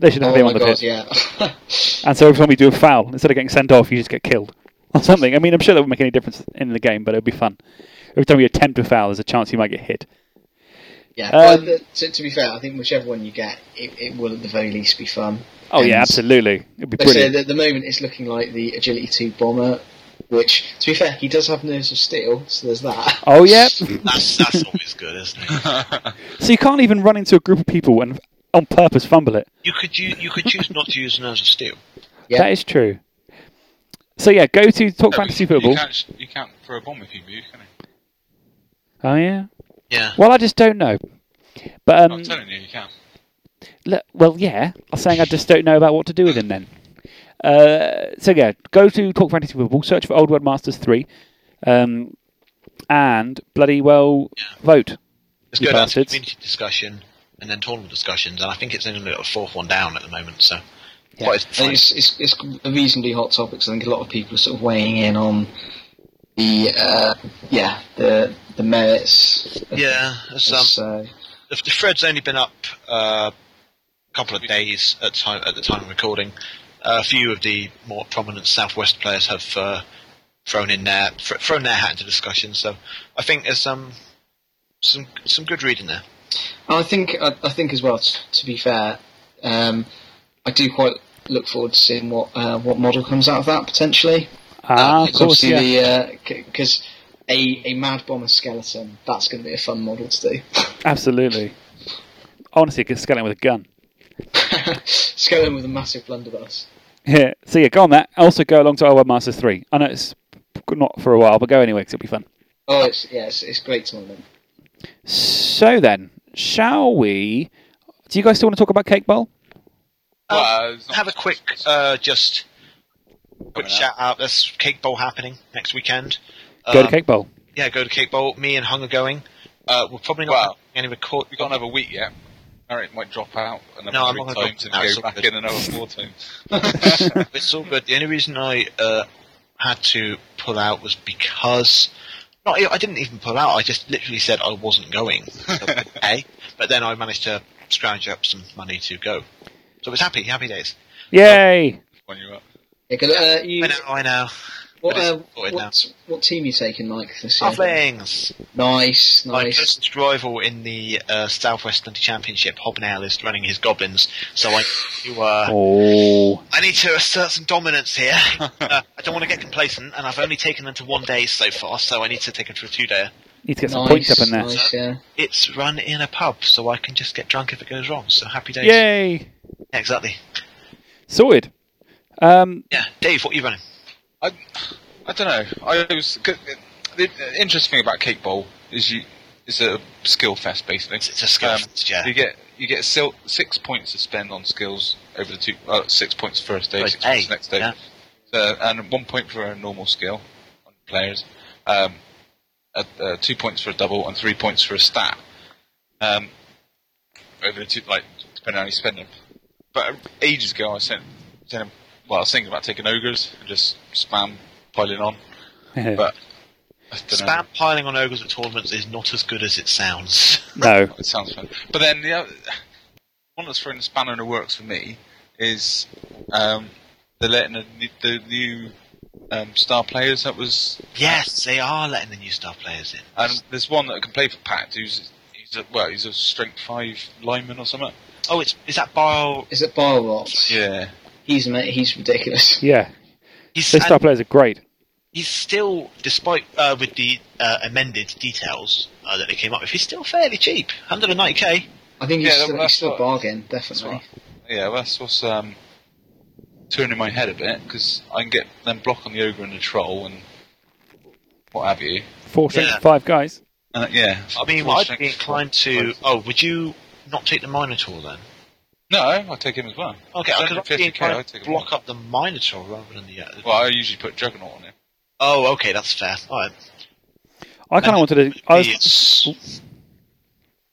Speaker 1: They should have
Speaker 3: Oh
Speaker 1: him
Speaker 3: my
Speaker 1: on the
Speaker 3: god,
Speaker 1: pitch.
Speaker 3: yeah.
Speaker 1: And so every time you do a foul, instead of getting sent off, you just get killed or something. I mean, I'm sure that would make any difference in the game, but it would be fun. Every time you attempt a foul, there's a chance you might get hit. Um,
Speaker 3: Yeah. but the, to, to be fair, I think whichever one you get, it, it will at the very least be fun.
Speaker 1: Oh yeah,
Speaker 3: And
Speaker 1: absolutely. It'd be
Speaker 3: They say
Speaker 1: brilliant.
Speaker 3: that at the moment it's looking like the Agility 2 bomber, which, to be fair, he does have nerves of steel, so there's that.
Speaker 1: Oh yeah.
Speaker 4: That's that's always good, isn't it?
Speaker 1: So you can't even run into a group of people and on purpose fumble it.
Speaker 4: You could you, you could choose not to use Nerves of Steel.
Speaker 3: Yeah.
Speaker 1: That is true. So yeah, go to Talk
Speaker 2: No,
Speaker 1: Fantasy
Speaker 2: you,
Speaker 1: Football.
Speaker 2: You can't, sh- you can't throw a bomb if you move, can you?
Speaker 1: Oh yeah.
Speaker 4: Yeah.
Speaker 1: Well, I just don't know. But um,
Speaker 2: I'm telling you, you can.
Speaker 1: le- well, yeah, I'm saying I just don't know about what to do with him then. Uh, so yeah, go to Talk Fantasy Football, search for Old World Masters three, um, and bloody well vote.
Speaker 4: Let's
Speaker 1: You
Speaker 4: go down to
Speaker 1: bastards.
Speaker 4: community discussion and then tournament discussions, and I think it's only a fourth one down at the moment, so quite a-
Speaker 3: And it's, it's, it's a reasonably hot topic, so I think a lot of people are sort of weighing in on the, uh, yeah, the the merits. Of
Speaker 4: yeah. it's,
Speaker 3: this,
Speaker 4: um,
Speaker 3: so,
Speaker 4: the, the thread's only been up uh, a couple of days at time at the time of recording. a few of the more prominent Southwest players have uh, thrown in their fr- thrown their hat into discussion, so I think there's some some some good reading there.
Speaker 3: and I think I, I think as well. t- to be fair, um, I do quite look forward to seeing what uh, what model comes out of that potentially.
Speaker 1: Ah,
Speaker 3: Uh,
Speaker 1: of
Speaker 3: it's
Speaker 1: course, yeah.
Speaker 3: obviously the because a a mad bomber skeleton that's going to be a fun model to do.
Speaker 1: Absolutely. Honestly, I could scale it with a gun.
Speaker 3: skeleton with a massive blunderbuss.
Speaker 1: Yeah. So yeah, go on that. Also go along to our Webmasters three. I know it's not for a while, but go anyway because it'll be fun.
Speaker 3: Oh, it's yeah, it's, it's great tournament.
Speaker 1: So then, shall we? Do you guys still want to talk about Cake Bowl?
Speaker 2: Well, it's not-
Speaker 4: have a quick uh, just quick
Speaker 2: Coming up.
Speaker 4: shout out. There's Cake Bowl happening next weekend.
Speaker 1: Go
Speaker 4: Um,
Speaker 1: to Cake Bowl.
Speaker 4: Yeah, go to Cake Bowl. Me and Hung are going. Uh, we're probably not
Speaker 2: Well,
Speaker 4: any record.
Speaker 2: We've got another week yet. Alright, might drop out another
Speaker 4: No, I'm
Speaker 2: three
Speaker 4: not gonna
Speaker 2: times
Speaker 4: drop
Speaker 2: and
Speaker 4: out,
Speaker 2: go
Speaker 4: so
Speaker 2: back
Speaker 4: good.
Speaker 2: in another four times.
Speaker 4: It's all good. The only reason I uh, had to pull out was because not e, I didn't even pull out. I just literally said I wasn't going. okay, but then I managed to scrounge up some money to go. So it's happy, happy days.
Speaker 1: Yay!
Speaker 2: when you're up.
Speaker 3: Yeah, 'cause, uh, you,
Speaker 4: I know, I know.
Speaker 3: what,
Speaker 4: but it's
Speaker 3: uh,
Speaker 4: sorted now.
Speaker 3: what, what team you taking like this year?
Speaker 4: Halflings.
Speaker 3: Nice,
Speaker 4: My
Speaker 3: nice.
Speaker 4: closest rival in the uh, Southwest County Championship, Hobnail, is running his goblins. So I, you, uh,
Speaker 1: Oh,
Speaker 4: I need to assert some dominance here. Uh, I don't want to get complacent, and I've only taken them to one day so far. So I need to take them to a two day.
Speaker 1: need to get some
Speaker 3: nice,
Speaker 1: points up in there.
Speaker 3: Nice, yeah.
Speaker 4: It's run in a pub, so I can just get drunk if it goes wrong. So happy days.
Speaker 1: Yay!
Speaker 4: Yeah, exactly.
Speaker 1: Sorted. Um,
Speaker 4: Yeah, Dave, what are you running?
Speaker 2: I, I don't know. I was 'cause the the interesting thing about cake bowl is you is a skill fest basically.
Speaker 4: It's- it's a skill fest, yeah.
Speaker 2: You get you get sil- six points to spend on skills over the two uh, six points first day,
Speaker 4: Right,
Speaker 2: six points
Speaker 4: hey,
Speaker 2: next day,
Speaker 4: yeah.
Speaker 2: so, and one point for a normal skill on players, um, uh, uh, two points for a double, and three points for a stat. Um, over the two, like depending on how you spend them. But ages ago, I sent, sent him. Well, I was thinking about taking ogres and just spam piling on, but I don't know.
Speaker 4: Spam piling on ogres at tournaments is not as good as it sounds.
Speaker 1: no.
Speaker 2: It sounds fun. But then the other, one that's throwing the spanner in the works for me is um, they're letting the, new- the new um, star players that was.
Speaker 4: yes, they are letting the new star players in.
Speaker 2: And there's one that can play for Pact who's. He's a, well, he's a strength five lineman or something.
Speaker 4: oh, it's is that Bile?
Speaker 3: Is it Barrot?
Speaker 2: Yeah,
Speaker 3: He's ma- he's ridiculous.
Speaker 1: Yeah,
Speaker 4: He's
Speaker 1: those star players are great.
Speaker 4: he's still, despite uh, with the uh, amended details uh, that they came up with, he's still fairly cheap, 190k.
Speaker 3: I think he's
Speaker 2: Yeah,
Speaker 3: still,
Speaker 2: that's
Speaker 3: he's still a
Speaker 2: what-
Speaker 3: bargain,
Speaker 2: that's
Speaker 3: definitely.
Speaker 2: what. Yeah, well, that's what's um, turning my head a bit because I can get them block on the ogre and the troll and what have you.
Speaker 1: Four strength,
Speaker 4: Yeah.
Speaker 1: five guys.
Speaker 2: Uh, yeah,
Speaker 4: I mean,
Speaker 2: Four
Speaker 4: I'd
Speaker 2: strength,
Speaker 4: be inclined
Speaker 2: four-
Speaker 4: to. Oh, would you not take the Minotaur then?
Speaker 2: No, I'll take him as well.
Speaker 4: Okay, I could be
Speaker 2: 150k, I'll
Speaker 4: inclined
Speaker 2: take
Speaker 4: to
Speaker 2: him.
Speaker 4: block up the Minotaur rather than the. Uh,
Speaker 2: Well, I usually put Juggernaut on him.
Speaker 4: oh, okay, that's fair. All right.
Speaker 1: I kind of wanted to. I was,
Speaker 4: Yes.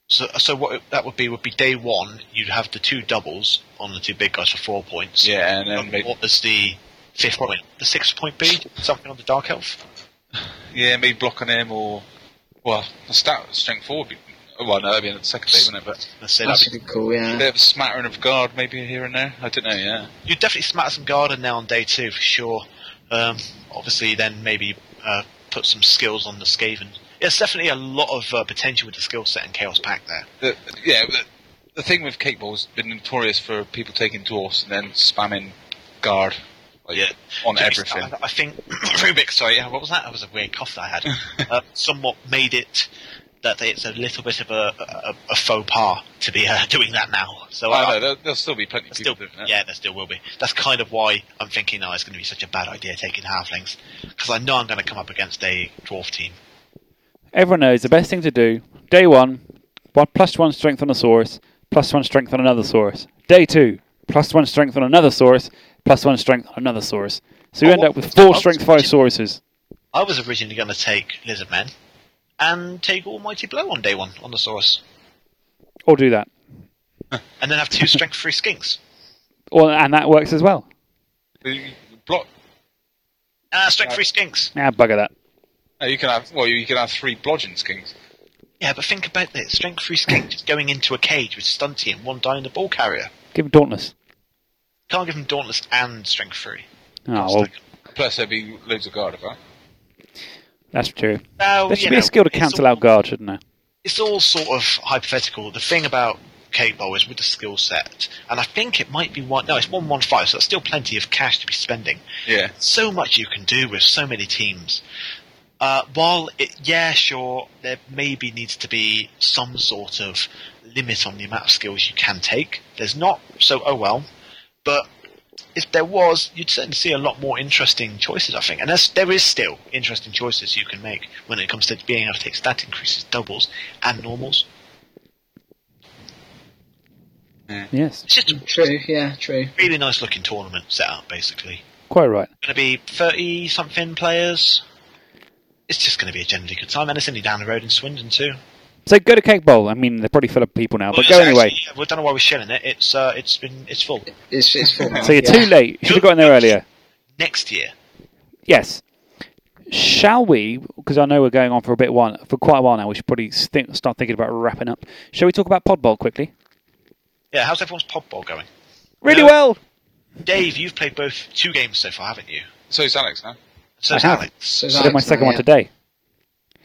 Speaker 4: So, so what it- that would be would be day one. You'd have the two doubles on the two big guys for four points.
Speaker 2: Yeah, and then
Speaker 4: And
Speaker 2: maybe,
Speaker 4: what is the fifth point? The sixth point be something on the Dark Elf.
Speaker 2: yeah, maybe block on him or well, the stat strength four would be oh, well, no, that'd be on the second day, wouldn't it? But
Speaker 4: Let's say
Speaker 3: That's
Speaker 4: that.
Speaker 3: a good call,
Speaker 2: a
Speaker 3: yeah.
Speaker 2: bit of a smattering of guard maybe here and there. I don't know. Yeah,
Speaker 4: You'd definitely smack some garden now on day two for sure. Um, obviously, then maybe uh, put some skills on the Skaven There's definitely a lot of uh, potential with the skill set in Chaos Pack there.
Speaker 2: The, yeah, the, the thing with Cakeball's been notorious for people taking dwarfs and then spamming guard like,
Speaker 4: Yeah.
Speaker 2: on
Speaker 4: To be-
Speaker 2: everything.
Speaker 4: I, I think Rubik, sorry, yeah, what was that? That was a weird cough that I had. uh, somewhat made it that they, it's a little bit of a, a, a faux pas to be uh, doing that now. So
Speaker 2: I
Speaker 4: I,
Speaker 2: know, there'll, there'll still be plenty of people
Speaker 4: still,
Speaker 2: doing that.
Speaker 4: yeah, there still will be. That's kind of why I'm thinking, oh, it's going to be such a bad idea taking halflings because I know I'm going to come up against a dwarf team.
Speaker 1: Everyone knows the best thing to do day one, one plus one strength on a source, plus one strength on another source. Day two, plus one strength on another source, plus one strength on another source. So you
Speaker 4: Oh,
Speaker 1: end
Speaker 4: what
Speaker 1: up
Speaker 4: was
Speaker 1: with
Speaker 4: the
Speaker 1: four
Speaker 4: last
Speaker 1: strength five
Speaker 4: question?
Speaker 1: sources.
Speaker 4: I was originally going to take lizard men and take almighty blow on day one on the source,
Speaker 1: Or do that.
Speaker 4: and then have two strength three skinks.
Speaker 1: Or, and that works as well.
Speaker 2: You- you Block.
Speaker 4: Ah, strength three skinks.
Speaker 1: Ah, bugger that.
Speaker 2: No, you can have well, you can have three blodgeon skins.
Speaker 4: Yeah, but think about this. Strength 3 skink just going into a cage with Stunty and one dying the ball carrier.
Speaker 1: Give him Dauntless.
Speaker 4: Can't give him Dauntless and Strength 3.
Speaker 1: Oh, well,
Speaker 2: Plus, there'd be loads of guard of that.
Speaker 1: that's true.
Speaker 4: Now,
Speaker 1: There should
Speaker 4: you
Speaker 1: be
Speaker 4: know,
Speaker 1: a skill to
Speaker 4: it's
Speaker 1: cancel
Speaker 4: all-
Speaker 1: out guard, shouldn't there?
Speaker 4: It's all sort of hypothetical. The thing about Cake Bowl is with the skill set, and I think it might be one. No, it's 115, so that's still plenty of cash to be spending.
Speaker 2: Yeah.
Speaker 4: so much you can do with so many teams. Uh, while it, yeah, sure, there maybe needs to be some sort of limit on the amount of skills you can take. There's not, so oh well. But if there was, you'd certainly see a lot more interesting choices, I think. And there's, there is still interesting choices you can make when it comes to being able to take stat increases, doubles, and normals.
Speaker 1: Yes,
Speaker 4: It's just a
Speaker 3: True, yeah, true.
Speaker 4: really nice looking tournament set up, basically.
Speaker 1: quite right.
Speaker 4: going to be 30 something players. It's just going to be a generally good time, and it's only down the road in Swindon too.
Speaker 1: So go to Cake Bowl. I mean, they're probably full of people now, Uh, but
Speaker 4: Well,
Speaker 1: go
Speaker 4: it's
Speaker 1: anyway.
Speaker 4: actually- yeah, we don't know why we're shelling it. It's uh, it's been it's full
Speaker 3: It's, it's full now,
Speaker 1: So you're
Speaker 3: yeah.
Speaker 1: too late. You should have got in there earlier.
Speaker 4: next year.
Speaker 1: Yes. Shall we? Because I know we're going on for a bit one for quite a while now. We should probably think, start thinking about wrapping up. Shall we talk about Pod Bowl quickly?
Speaker 4: Yeah, how's everyone's pod ball going?
Speaker 1: Really
Speaker 4: No.
Speaker 1: well.
Speaker 4: Dave, you've played both two games so far, haven't you?
Speaker 2: So is Alex now.
Speaker 4: So
Speaker 1: I
Speaker 4: is
Speaker 1: have.
Speaker 4: Alex.
Speaker 3: So
Speaker 1: I did my
Speaker 3: Alex now,
Speaker 1: second one
Speaker 3: yeah.
Speaker 1: today.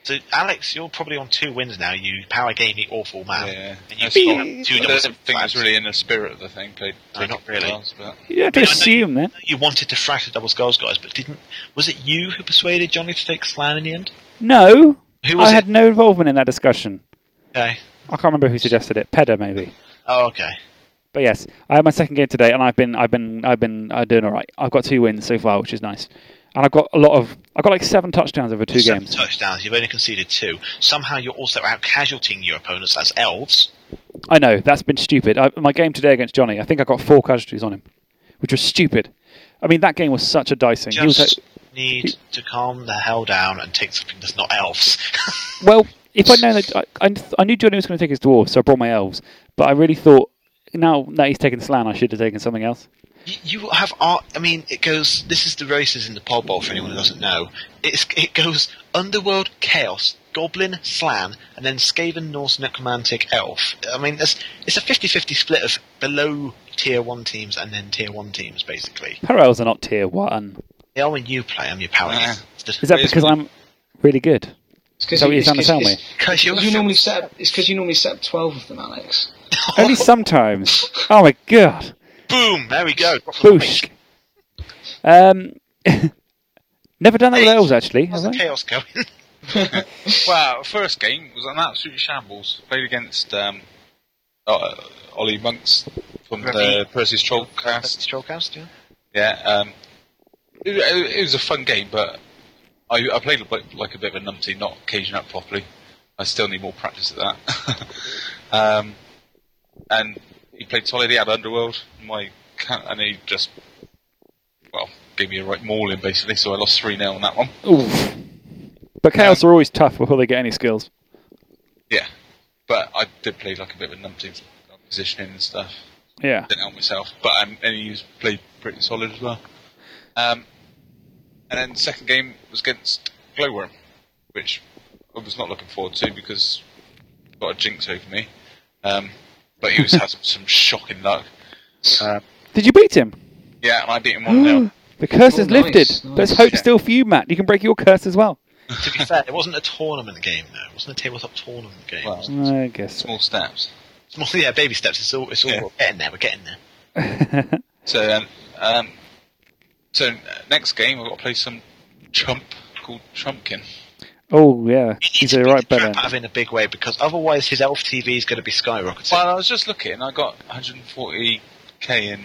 Speaker 4: So Alex, you're probably on two wins now. You power game the awful man,
Speaker 2: Yeah.
Speaker 4: Um, and you
Speaker 2: That's
Speaker 4: scored
Speaker 2: fine.
Speaker 4: two
Speaker 2: I
Speaker 4: doubles.
Speaker 2: don't think it's really in the spirit of the thing. Played
Speaker 4: No, not really.
Speaker 2: Else, but
Speaker 1: You have to
Speaker 4: Yeah, I know
Speaker 1: assume then.
Speaker 4: You wanted to frack the double skulls guys, but didn't. Was it you who persuaded Johnny to take slam in the end?
Speaker 1: No,
Speaker 4: Who was
Speaker 1: I
Speaker 4: it?
Speaker 1: had no involvement in that discussion.
Speaker 4: Okay.
Speaker 1: I can't remember who suggested it. Peda maybe.
Speaker 4: Oh, okay.
Speaker 1: But yes, I had my second game today, and I've been, I've been, I've been uh, doing all right. I've got two wins so far, which is nice, and I've got a lot of, I've got like seven touchdowns over two
Speaker 4: seven
Speaker 1: games.
Speaker 4: touchdowns. You've only conceded two. Somehow you're also out casualtying your opponents as elves.
Speaker 1: I know that's been stupid. I, my game today against Johnny, I think I got four casualties on him, which was stupid. I mean, that game was such a dicing. He was
Speaker 4: Just need to calm the hell down and take something that's not elves.
Speaker 1: like, well, if I'd known that, I, I, I knew Johnny was going to take his dwarves, so I brought my elves. But I really thought now that he's taken Slan, I should have taken something else.
Speaker 4: You- you have art. I mean, it goes. This is the races in the pod bowl for anyone who doesn't know. It's, it goes underworld, chaos, goblin, slan, and then Skaven, Norse, necromantic, elf. I mean, there's, it's a 50-50 split of below tier one teams and then tier one teams, basically.
Speaker 1: Parallels are not tier one.
Speaker 4: They are when you play. I'm your power.
Speaker 2: Yeah.
Speaker 1: Is that
Speaker 2: Yes,
Speaker 1: because
Speaker 2: we-
Speaker 1: I'm really good?
Speaker 3: It's 'cause
Speaker 1: So what you're
Speaker 3: it's
Speaker 1: trying to
Speaker 3: 'cause-
Speaker 1: tell
Speaker 3: it's-
Speaker 1: me?
Speaker 4: Because
Speaker 3: You normally set up, it's because you normally set up 12 of them, Alex.
Speaker 1: Only sometimes. Oh my god.
Speaker 4: boom. There we go. Drop the mic.
Speaker 1: Boosh. Um, never done that with
Speaker 4: Hey,
Speaker 1: elves actually.
Speaker 4: How's
Speaker 1: Have
Speaker 4: the
Speaker 1: I?
Speaker 4: chaos going?
Speaker 2: well, first game was an absolute shambles. Played against um, uh, Ollie Monks from the
Speaker 4: Right.
Speaker 2: Percy's Trollcast.
Speaker 4: Trollcast, yeah.
Speaker 2: Yeah, um, it, it was a fun game, but I, I played like, like a bit of a numpty, not caging up properly. I still need more practice at that. um, and he played solid. He had Underworld. My ca- and he just well gave me a right mauling basically. So I lost three 0 on that one.
Speaker 1: Oof. But chaos are always tough before they get any skills.
Speaker 2: Yeah, but I did play like a bit of a numpty positioning and stuff.
Speaker 1: Yeah.
Speaker 2: didn't help myself. But um, and he was played pretty solid as well. Um, and then second game was against Glowworm, which I was not looking forward to because got a jinx over me. Um, but he was had some, some shocking luck. Um,
Speaker 1: Did you beat him?
Speaker 2: yeah, and I beat him one 0
Speaker 1: The curse
Speaker 3: Oh,
Speaker 1: is
Speaker 3: nice,
Speaker 1: lifted.
Speaker 3: nice.
Speaker 1: There's hope
Speaker 2: Yeah.
Speaker 1: still for you, Matt. You can break your curse as well.
Speaker 4: to be fair, it wasn't a tournament game though. It wasn't a tabletop tournament game.
Speaker 2: Well,
Speaker 1: I guess. so.
Speaker 2: small steps.
Speaker 4: It's more, yeah, baby steps. It's all. It's all.
Speaker 2: Yeah.
Speaker 4: We're getting there. We're getting there.
Speaker 2: So, um, um, so uh, next game, I've got to play some Trump called Trumpkin.
Speaker 1: oh yeah,
Speaker 4: It
Speaker 1: he's
Speaker 4: needs
Speaker 1: a
Speaker 4: to
Speaker 1: right
Speaker 4: beat the
Speaker 1: better.
Speaker 4: crap out of it in a big way because otherwise his elf TV is going to be skyrocketing.
Speaker 2: Well, I was just looking. I got 140k in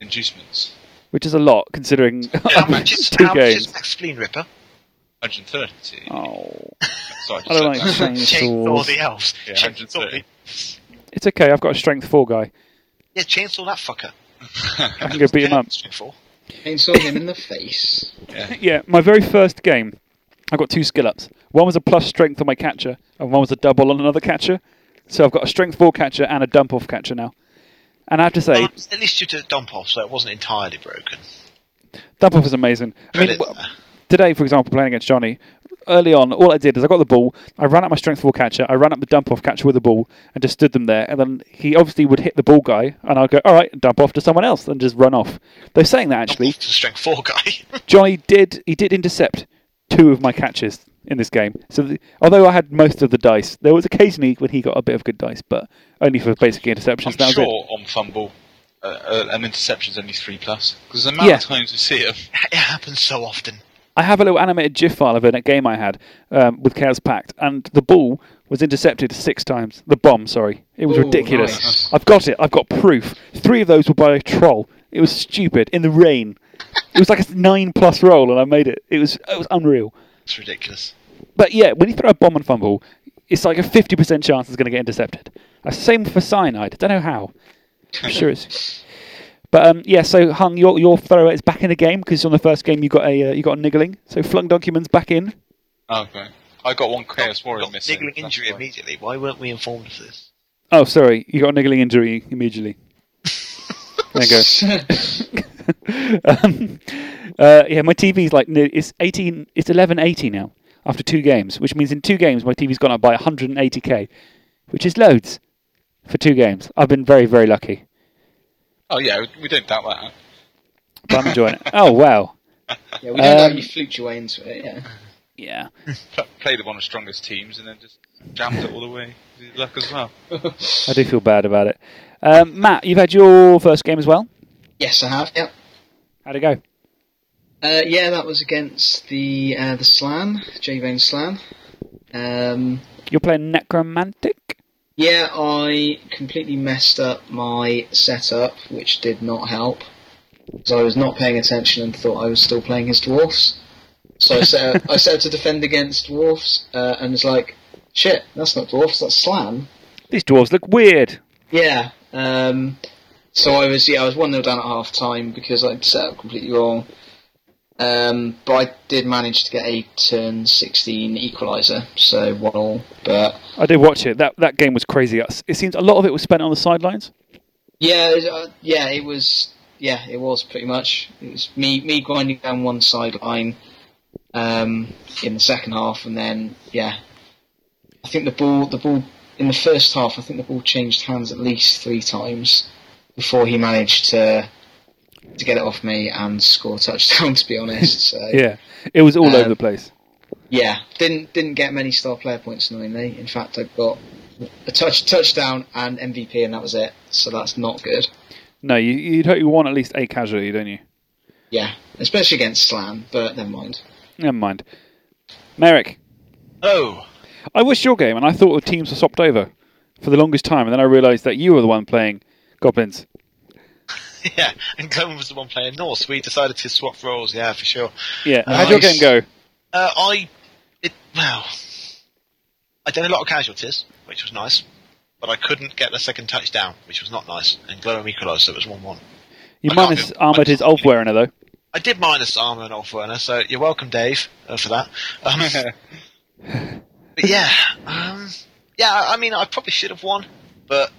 Speaker 2: inducements.
Speaker 1: which is a lot considering
Speaker 4: how much is,
Speaker 1: two
Speaker 4: how much
Speaker 1: games.
Speaker 4: is Max Spleen Ripper?
Speaker 2: 130.
Speaker 1: Oh,
Speaker 2: Sorry,
Speaker 1: I don't like
Speaker 2: just said that.
Speaker 1: saying
Speaker 4: Chainsaw
Speaker 1: swords.
Speaker 4: the elves.
Speaker 2: Yeah,
Speaker 4: chainsaw, the,
Speaker 2: 130.
Speaker 1: It's okay. I've got a strength four guy.
Speaker 4: yeah, chainsaw that fucker.
Speaker 1: I can go beat him up.
Speaker 4: Straightforward.
Speaker 3: Chainsaw him in the face.
Speaker 1: Yeah, my very first game, I got two skill ups. One was a plus strength on my catcher, and one was a double on another catcher. So I've got a strength four catcher and a dump off catcher now. And I have to say,
Speaker 4: Well, at least you did a dump off, so it wasn't entirely broken.
Speaker 1: dump off is amazing. I mean,
Speaker 4: But it-
Speaker 1: w- today, for example, playing against Johnny, early on, all I did is I got the ball, I ran up my strength ball catcher, I ran up the dump off catcher with the ball, and just stood them there. And then he obviously would hit the ball guy, and I'd go, all right, dump off to someone else, and just run off. Though saying that, actually,
Speaker 4: Off to the strength four guy.
Speaker 1: Johnny did he did intercept two of my catches in this game. So the, although I had most of the dice, there was occasionally when he got a bit of good dice, but only for basic interceptions.
Speaker 2: I'm
Speaker 1: that was
Speaker 2: sure
Speaker 1: it.
Speaker 2: on fumble, uh, uh, an interception's only three plus because the amount
Speaker 1: Yeah.
Speaker 2: of times we see it.
Speaker 4: it happens so often.
Speaker 1: I have a little animated GIF file of a game I had um, with Chaos Pact, and the ball was intercepted six times. The bomb, sorry, it was
Speaker 3: Ooh,
Speaker 1: ridiculous.
Speaker 3: nice.
Speaker 1: I've got it. I've got proof. Three of those were by a troll. It was stupid in the rain. it was like a nine plus roll, and I made it. It was it was unreal.
Speaker 4: It's ridiculous.
Speaker 1: But yeah, when you throw a bomb and fumble, it's like a fifty percent chance it's going to get intercepted. Uh, Same for cyanide. Don't know how. I'm sure it's. But um, yeah, so Hung, your your thrower is back in the game because on the first game you got a uh, you got a niggling. So flung documents back in.
Speaker 2: Oh, okay. I got one Chaos Warrior
Speaker 4: Got
Speaker 2: missing.
Speaker 4: niggling
Speaker 2: that's
Speaker 4: injury
Speaker 2: why.
Speaker 4: immediately. Why weren't we informed of this?
Speaker 1: Oh, sorry, you got a niggling injury immediately. there you go. um, uh, yeah, my TV's like ne- it's eighteen, it's eleven eighty now after two games, which means in two games my TV's gone up by one hundred and eighty k, which is loads for two games. I've been very very lucky,
Speaker 2: Oh yeah, we- we don't doubt that.
Speaker 1: but I'm enjoying it. Oh wow,
Speaker 3: yeah, we don't know
Speaker 1: Um,
Speaker 3: how you fluked your way into it. Yeah.
Speaker 1: yeah.
Speaker 2: Pl- Played at one of the strongest teams and then just jammed it all the way. Good Luck as well.
Speaker 1: I do feel bad about it. Um, Matt, you've had your first game as well.
Speaker 3: Yes, I have. Yep.
Speaker 1: How'd it go?
Speaker 3: Uh, yeah, that was against the uh, the Slan, J Bone Slan. Um,
Speaker 1: You're playing Necromantic.
Speaker 3: yeah, I completely messed up my setup, which did not help. So I was not paying attention and thought I was still playing his dwarfs. So I set out, I set out to defend against dwarfs, uh, and was like, shit, that's not dwarfs, that's Slan.
Speaker 1: These dwarves look weird.
Speaker 3: Yeah. Um, so I was yeah I was one 0 down at half time because I'd set up completely wrong. Um, but I did manage to get a turn sixteen equaliser, so one all. But
Speaker 1: I did watch it. That that game was crazy. It seems a lot of it was spent on the sidelines.
Speaker 3: yeah, it was, uh, yeah, it was yeah it was pretty much it was me me grinding down one sideline um, in the second half, and then yeah, I think the ball the ball in the first half I think the ball changed hands at least three times before he managed to to get it off me and score a touchdown. To be honest, so
Speaker 1: Yeah, it was all
Speaker 3: Um,
Speaker 1: over the place.
Speaker 3: yeah, didn't didn't get many star player points annoyingly. In fact, I got a touch touchdown and MVP, and that was it. So that's not good.
Speaker 1: No, you, you'd hope you want at least a casualty, don't you?
Speaker 3: Yeah, especially against Slam, but never mind.
Speaker 1: Never mind. Merrick,
Speaker 4: Oh,
Speaker 1: I watched your game and I thought the teams were swapped over for the longest time, and then I realised that you were the one playing goblins.
Speaker 4: yeah. And Glenn was the one playing Norse. We decided to swap roles. Yeah, for sure.
Speaker 1: Yeah, how'd your game
Speaker 3: Nice.
Speaker 1: go?
Speaker 4: Uh, I, it, well, I did a lot of casualties, which was nice, but I couldn't get the second touchdown, which was not nice. And Glowworm equalised, so it was one-one.
Speaker 1: You
Speaker 4: I can't
Speaker 1: minus
Speaker 4: do- I
Speaker 1: armoured his
Speaker 4: can't
Speaker 1: Ulf Werner, though.
Speaker 4: I did minus armor and off Werner, so you're welcome, Dave, uh, for that. Um, but yeah, um, yeah. I- I mean, I probably should have won, but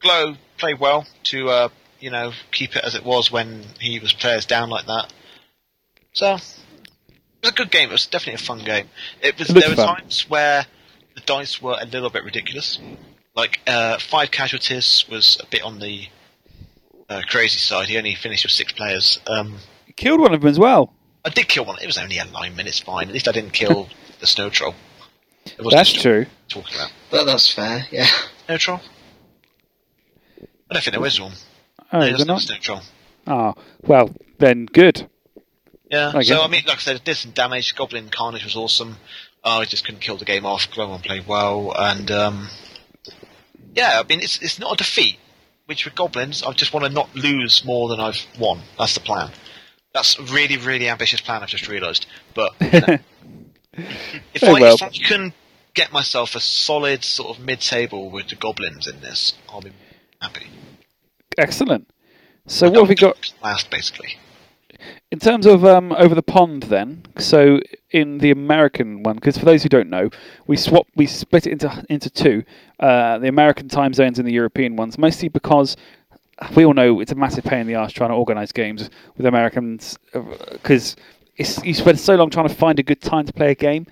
Speaker 4: Glow played well to, uh, you know, keep it as it was when he was players down like that. So it was a good game. It was definitely a fun game. It was.
Speaker 1: It looked
Speaker 4: there were
Speaker 1: fun.
Speaker 4: times where the dice were a little bit ridiculous. Like uh, five casualties was a bit on the uh, crazy side. He only finished with six players. Um,
Speaker 1: You killed one of them as well.
Speaker 4: I did kill one. It was only a lineman. It's fine. At least I didn't kill the snow troll. It wasn't
Speaker 1: That's
Speaker 4: a snow-
Speaker 1: true.
Speaker 4: Talking about
Speaker 3: But that's fair, yeah.
Speaker 4: snow troll. I don't think there was one.
Speaker 1: Oh,
Speaker 4: no,
Speaker 1: is there
Speaker 4: there wasn't a
Speaker 1: not?
Speaker 4: snow troll.
Speaker 1: Oh, well, then good.
Speaker 4: Yeah.
Speaker 1: Okay.
Speaker 4: So I mean, like I said, did some damage. Goblin Carnage was awesome. Uh, I just couldn't kill the game off. Glowon played well, and um, yeah, I mean, it's it's not a defeat. Which with goblins, I just want to not lose more than I've won. That's the plan. That's a really, really ambitious plan. I've just realised. But you know, if,
Speaker 1: Oh,
Speaker 4: I,
Speaker 1: well.
Speaker 4: if I can get myself a solid sort of mid-table with the goblins in this, I'll be happy.
Speaker 1: Excellent. So what have we got
Speaker 4: Last, basically.
Speaker 1: in terms of um, over the pond then? So in the American one, because for those who don't know, we swap we split it into into two, uh, the American time zones and the European ones, mostly because we all know it's a massive pain in the arse trying to organise games with Americans because it's you spend so long trying to find a good time to play a game,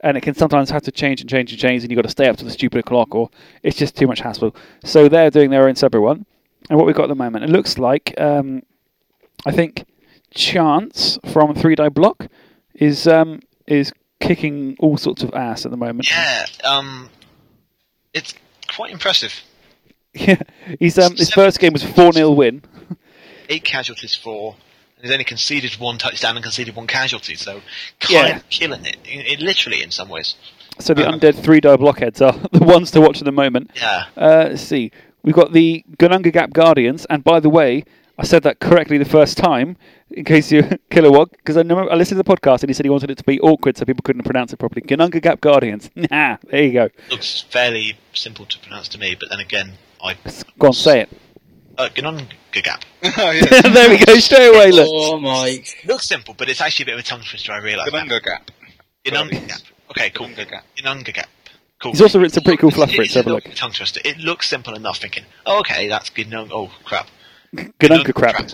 Speaker 1: and it can sometimes have to change and change and change, and you've got to stay up to the stupid o'clock, or it's just too much hassle. So they're doing their own separate one, and what we've got at the moment, it looks like um, I think Chance from Three Die Block is um, is kicking all sorts of ass at the moment.
Speaker 4: Yeah. Um, it's quite impressive.
Speaker 1: Yeah, he's um, his first game was four 0 win.
Speaker 4: eight casualties for, and he's only conceded one touchdown and conceded one casualty. So kind
Speaker 1: Yeah.
Speaker 4: of killing it, i i- literally in some ways.
Speaker 1: So the
Speaker 4: Uh-huh.
Speaker 1: undead three die blockheads are the ones to watch at the moment.
Speaker 4: Yeah,
Speaker 1: Uh, let's see, we've got the Gununga Gap Guardians, and by the way, I said that correctly the first time, in case you Kilowog, because I know I listened to the podcast and he said he wanted it to be awkward so people couldn't pronounce it properly. Gununga Gap Guardians. Nah, there you go.
Speaker 4: looks fairly simple to pronounce to me, but then again, I
Speaker 1: Go on, say it.
Speaker 4: uh, Gnongagap.
Speaker 2: oh, yeah.
Speaker 1: there we go, straight away. Look,
Speaker 3: Oh, Mike.
Speaker 4: Looks simple, but it's actually a bit of a tongue twister. I realise. that.
Speaker 2: Gununga Gap.
Speaker 4: Gnongagap. Okay, cool.
Speaker 2: Gununga
Speaker 4: Gnongagap. Cool.
Speaker 1: he's also written some pretty cool fluff for it.
Speaker 4: It's
Speaker 1: So
Speaker 4: a
Speaker 1: have a look.
Speaker 4: little tongue twister. It looks simple enough. Thinking, oh, okay, that's good. No, oh crap.
Speaker 1: Gununga crap.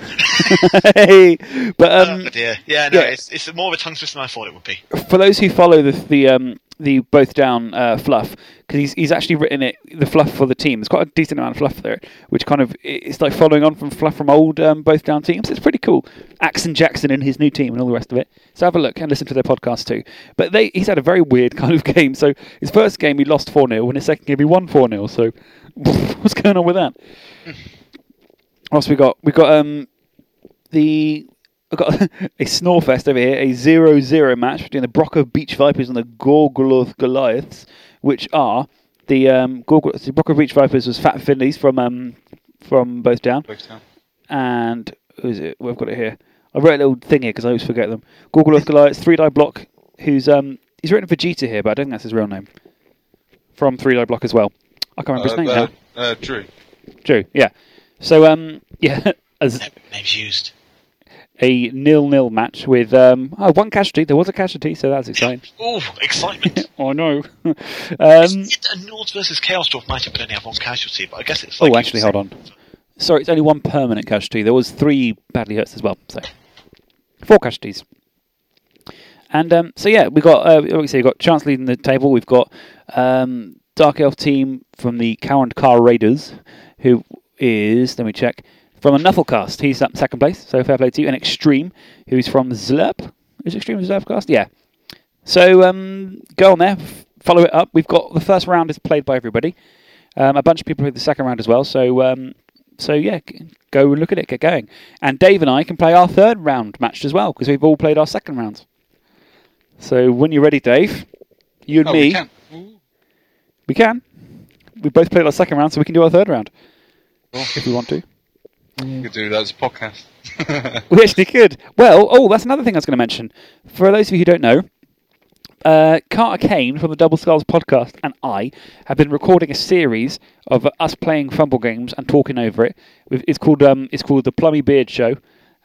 Speaker 1: hey, but um,
Speaker 4: oh, dear. Yeah, no,
Speaker 1: yeah.
Speaker 4: It's, it's more of a tongue twister than I thought it would be.
Speaker 1: for those who follow the the um, the both down uh, fluff, because he's he's actually written it the fluff for the team. There's quite a decent amount of fluff there, which kind of it's like following on from fluff from old um, both down teams. It's pretty cool. Axon Jackson and his new team and all the rest of it. So have a look and listen to their podcast too. But they he's had a very weird kind of game. So his first game he lost four 0 and his second game he won four 0 So what's going on with that? What else we got? We got um the I got a snorefest over here, a 0-0 match between the Brocco Beach Vipers and the Gorgoloth Goliaths, which are the um, Gorgoloth, the Brocco Beach Vipers was Fat Finley's from um, from both down,
Speaker 2: Gap.
Speaker 1: and who is it? Well, I've got it here. I wrote a little thing here because I always forget them. Gorgoloth Goliaths, Three Die Block, who's um, he's written Vegeta here, but I don't think that's his real name. From Three Die Block as well. I can't remember his name
Speaker 2: Uh,
Speaker 1: now.
Speaker 2: uh, uh, Drew.
Speaker 1: Drew, yeah. So um, yeah, as
Speaker 4: Name's used.
Speaker 1: a nil-nil match with um, oh, one casualty. There was a casualty, so that's exciting.
Speaker 4: Ooh, excitement.
Speaker 1: Oh no. um,
Speaker 4: It's a Nords versus Chaos Dwarf might have only have one casualty, but I guess it's like
Speaker 1: oh, actually, hold on. Sorry, it's only one permanent casualty. There was three badly hurts as well, so four casualties. And um, so yeah, we got uh, like I say, we got Chance leading the table. We've got um, Dark Elf team from the current Car Raiders, who is let me check from a Nufflecast. He's up in second place, so fair play to you. And Extreme, who's from Zlurp, is Extreme Zlurpcast? Yeah, So um, go on there, f- follow it up. We've got the first round is played by everybody. Um, a bunch of people played the second round as well. So um, so yeah, g- go and look at it, get going. And Dave and I can play our third round match as well because we've all played our second rounds. So when you're ready, Dave, you and
Speaker 2: Oh,
Speaker 1: me,
Speaker 2: we can. Ooh.
Speaker 1: we can. We both played our second round, so we can do our third round if we want to.
Speaker 2: We could do that as a podcast.
Speaker 1: We actually could. Well, oh, that's another thing I was going to mention. For those of you who don't know, uh, Carter Kane from the Double Skulls podcast and I have been recording a series of us playing fumble games and talking over it. We've- It's called um, it's called the Plummy Beard Show,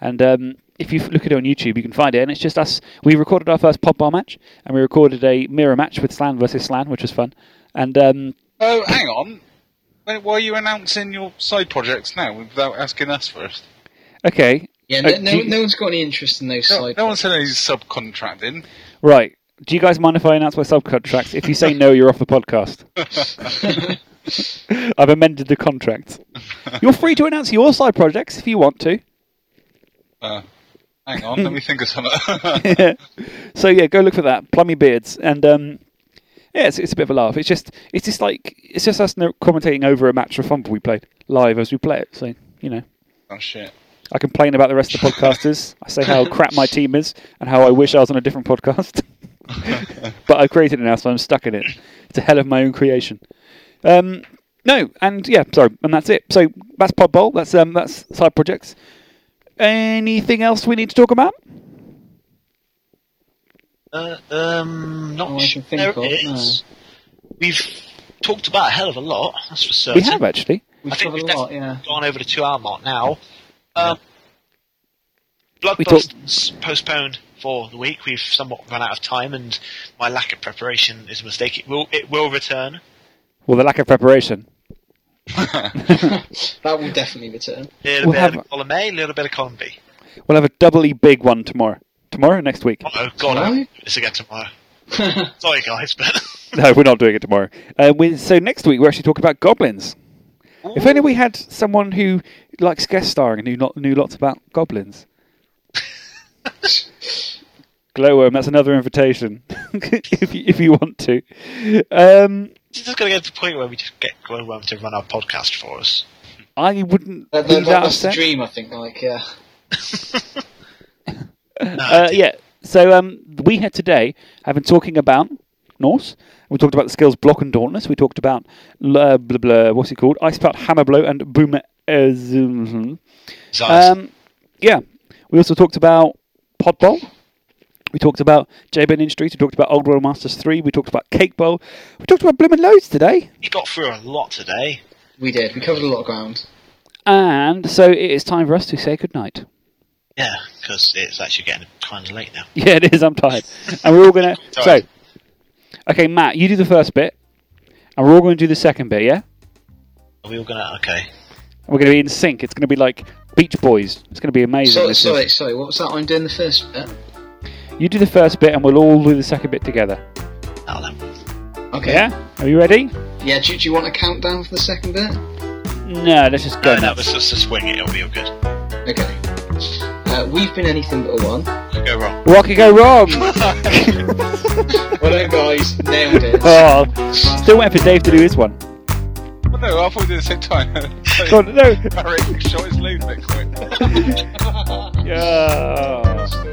Speaker 1: and um, if you look at it on YouTube, you can find it. And it's just us. We recorded our first pub bar match, and we recorded a mirror match with Slan versus Slan, which was fun. And um,
Speaker 2: oh, hang on. Wait, Why are you announcing your side projects now without asking us first?
Speaker 1: okay,
Speaker 3: Yeah,
Speaker 1: Uh,
Speaker 3: no,
Speaker 1: do
Speaker 3: no,
Speaker 1: you-
Speaker 3: no one's got any interest in those
Speaker 2: No,
Speaker 3: side
Speaker 2: no one said he's subcontracting.
Speaker 1: right. Do you guys mind if I announce my subcontracts? If you say no, you're off the podcast. I've amended the contract. You're free to announce your side projects if you want to.
Speaker 2: Uh, Hang on, let me think of something.
Speaker 1: so yeah, go look for that Plummy Beards, and um, yeah, it's, it's a bit of a laugh. It's just it's just like it's just us no- commentating over a match of fumble we played live as we play it. So you know,
Speaker 2: oh shit.
Speaker 1: I complain about the rest of the podcasters. I say how crap my team is and how I wish I was on a different podcast. but I've created it now, so I'm stuck in it. It's a hell of my own creation. Um, no, and yeah, sorry, and that's it. So that's Pod Bowl. That's um, that's side projects. Anything else we need to talk about?
Speaker 4: Uh, um, not
Speaker 3: Oh, I
Speaker 4: sure
Speaker 3: can think of,
Speaker 4: there is. We've talked about a hell of a lot. That's for certain.
Speaker 1: We have actually.
Speaker 3: We've
Speaker 4: I think
Speaker 3: covered
Speaker 4: we've
Speaker 3: a lot,
Speaker 4: definitely
Speaker 3: yeah.
Speaker 4: gone over the two-hour mark now. Um,
Speaker 1: We
Speaker 4: Bloodbusters postponed for the week. We've somewhat run out of time, and my lack of preparation is a mistake. It will it will return.
Speaker 1: Well, the lack of preparation.
Speaker 3: That will definitely return.
Speaker 4: A little
Speaker 1: We'll
Speaker 4: bit
Speaker 1: have-
Speaker 4: of column A, a little bit of column B.
Speaker 1: We'll have a doubly big one tomorrow. Tomorrow, next week.
Speaker 4: Oh God,
Speaker 3: Tomorrow?
Speaker 4: I'll do this again tomorrow. Sorry guys, but
Speaker 1: No, we're not doing it tomorrow. Uh, we, so next week we're actually talking about goblins. If only
Speaker 3: Oh.
Speaker 1: we had someone who likes guest starring and who not, knew lots about goblins. Glowworm, that's another invitation. if you, if you want to, um,
Speaker 4: it's just going to get to the point where we just get Glowworm to run our podcast for us.
Speaker 1: I wouldn't
Speaker 3: That,
Speaker 1: be
Speaker 3: that,
Speaker 1: that
Speaker 3: that's the
Speaker 1: upset.
Speaker 3: dream, I think. Like, yeah.
Speaker 1: Uh, yeah. So um, we here today have been talking about Norse. We talked about the skills block and dauntless. We talked about blah, blah, blah, what's it called? Ice spout hammer blow and boom. uh, zoom, hmm. zoom.
Speaker 4: Zaz.
Speaker 1: Um, yeah. We also talked about pod bowl. We talked about J Ben Industries. We talked about Old World Masters three. We talked about cake bowl. We talked about blooming loads today.
Speaker 4: we got through a lot today.
Speaker 3: We did. We covered a lot of ground.
Speaker 1: And so it is time for us to say goodnight.
Speaker 4: Yeah, because it's actually getting kind of late now.
Speaker 1: Yeah, it is. I'm tired, and we're all gonna. so,
Speaker 4: Sorry.
Speaker 1: okay, Matt, you do the first bit, and we're all gonna do the second bit. Yeah,
Speaker 4: Are we all gonna? Okay.
Speaker 1: and we're gonna be in sync. It's gonna be like Beach Boys. It's gonna be amazing.
Speaker 3: Sorry,
Speaker 1: this
Speaker 3: sorry, sorry. What was that? I'm doing the first bit.
Speaker 1: is. You do the first bit, and we'll all do the second bit together.
Speaker 4: Now then.
Speaker 3: Okay.
Speaker 1: Yeah. Are you ready?
Speaker 3: Yeah, do, do you want a countdown for the second bit?
Speaker 1: No, let's just go.
Speaker 4: No, that
Speaker 1: nuts.
Speaker 4: was just a swing. It'll be all good.
Speaker 3: Okay. Uh, we've been anything but a one.
Speaker 4: Could go wrong.
Speaker 1: What could go wrong?
Speaker 3: Well done, guys. Nailed it.
Speaker 1: oh, still waiting for Dave to do his one.
Speaker 2: Oh, no, I thought we did it at the same time.
Speaker 1: God, no.
Speaker 2: Barry, shot his load a bit quick.
Speaker 1: Yeah.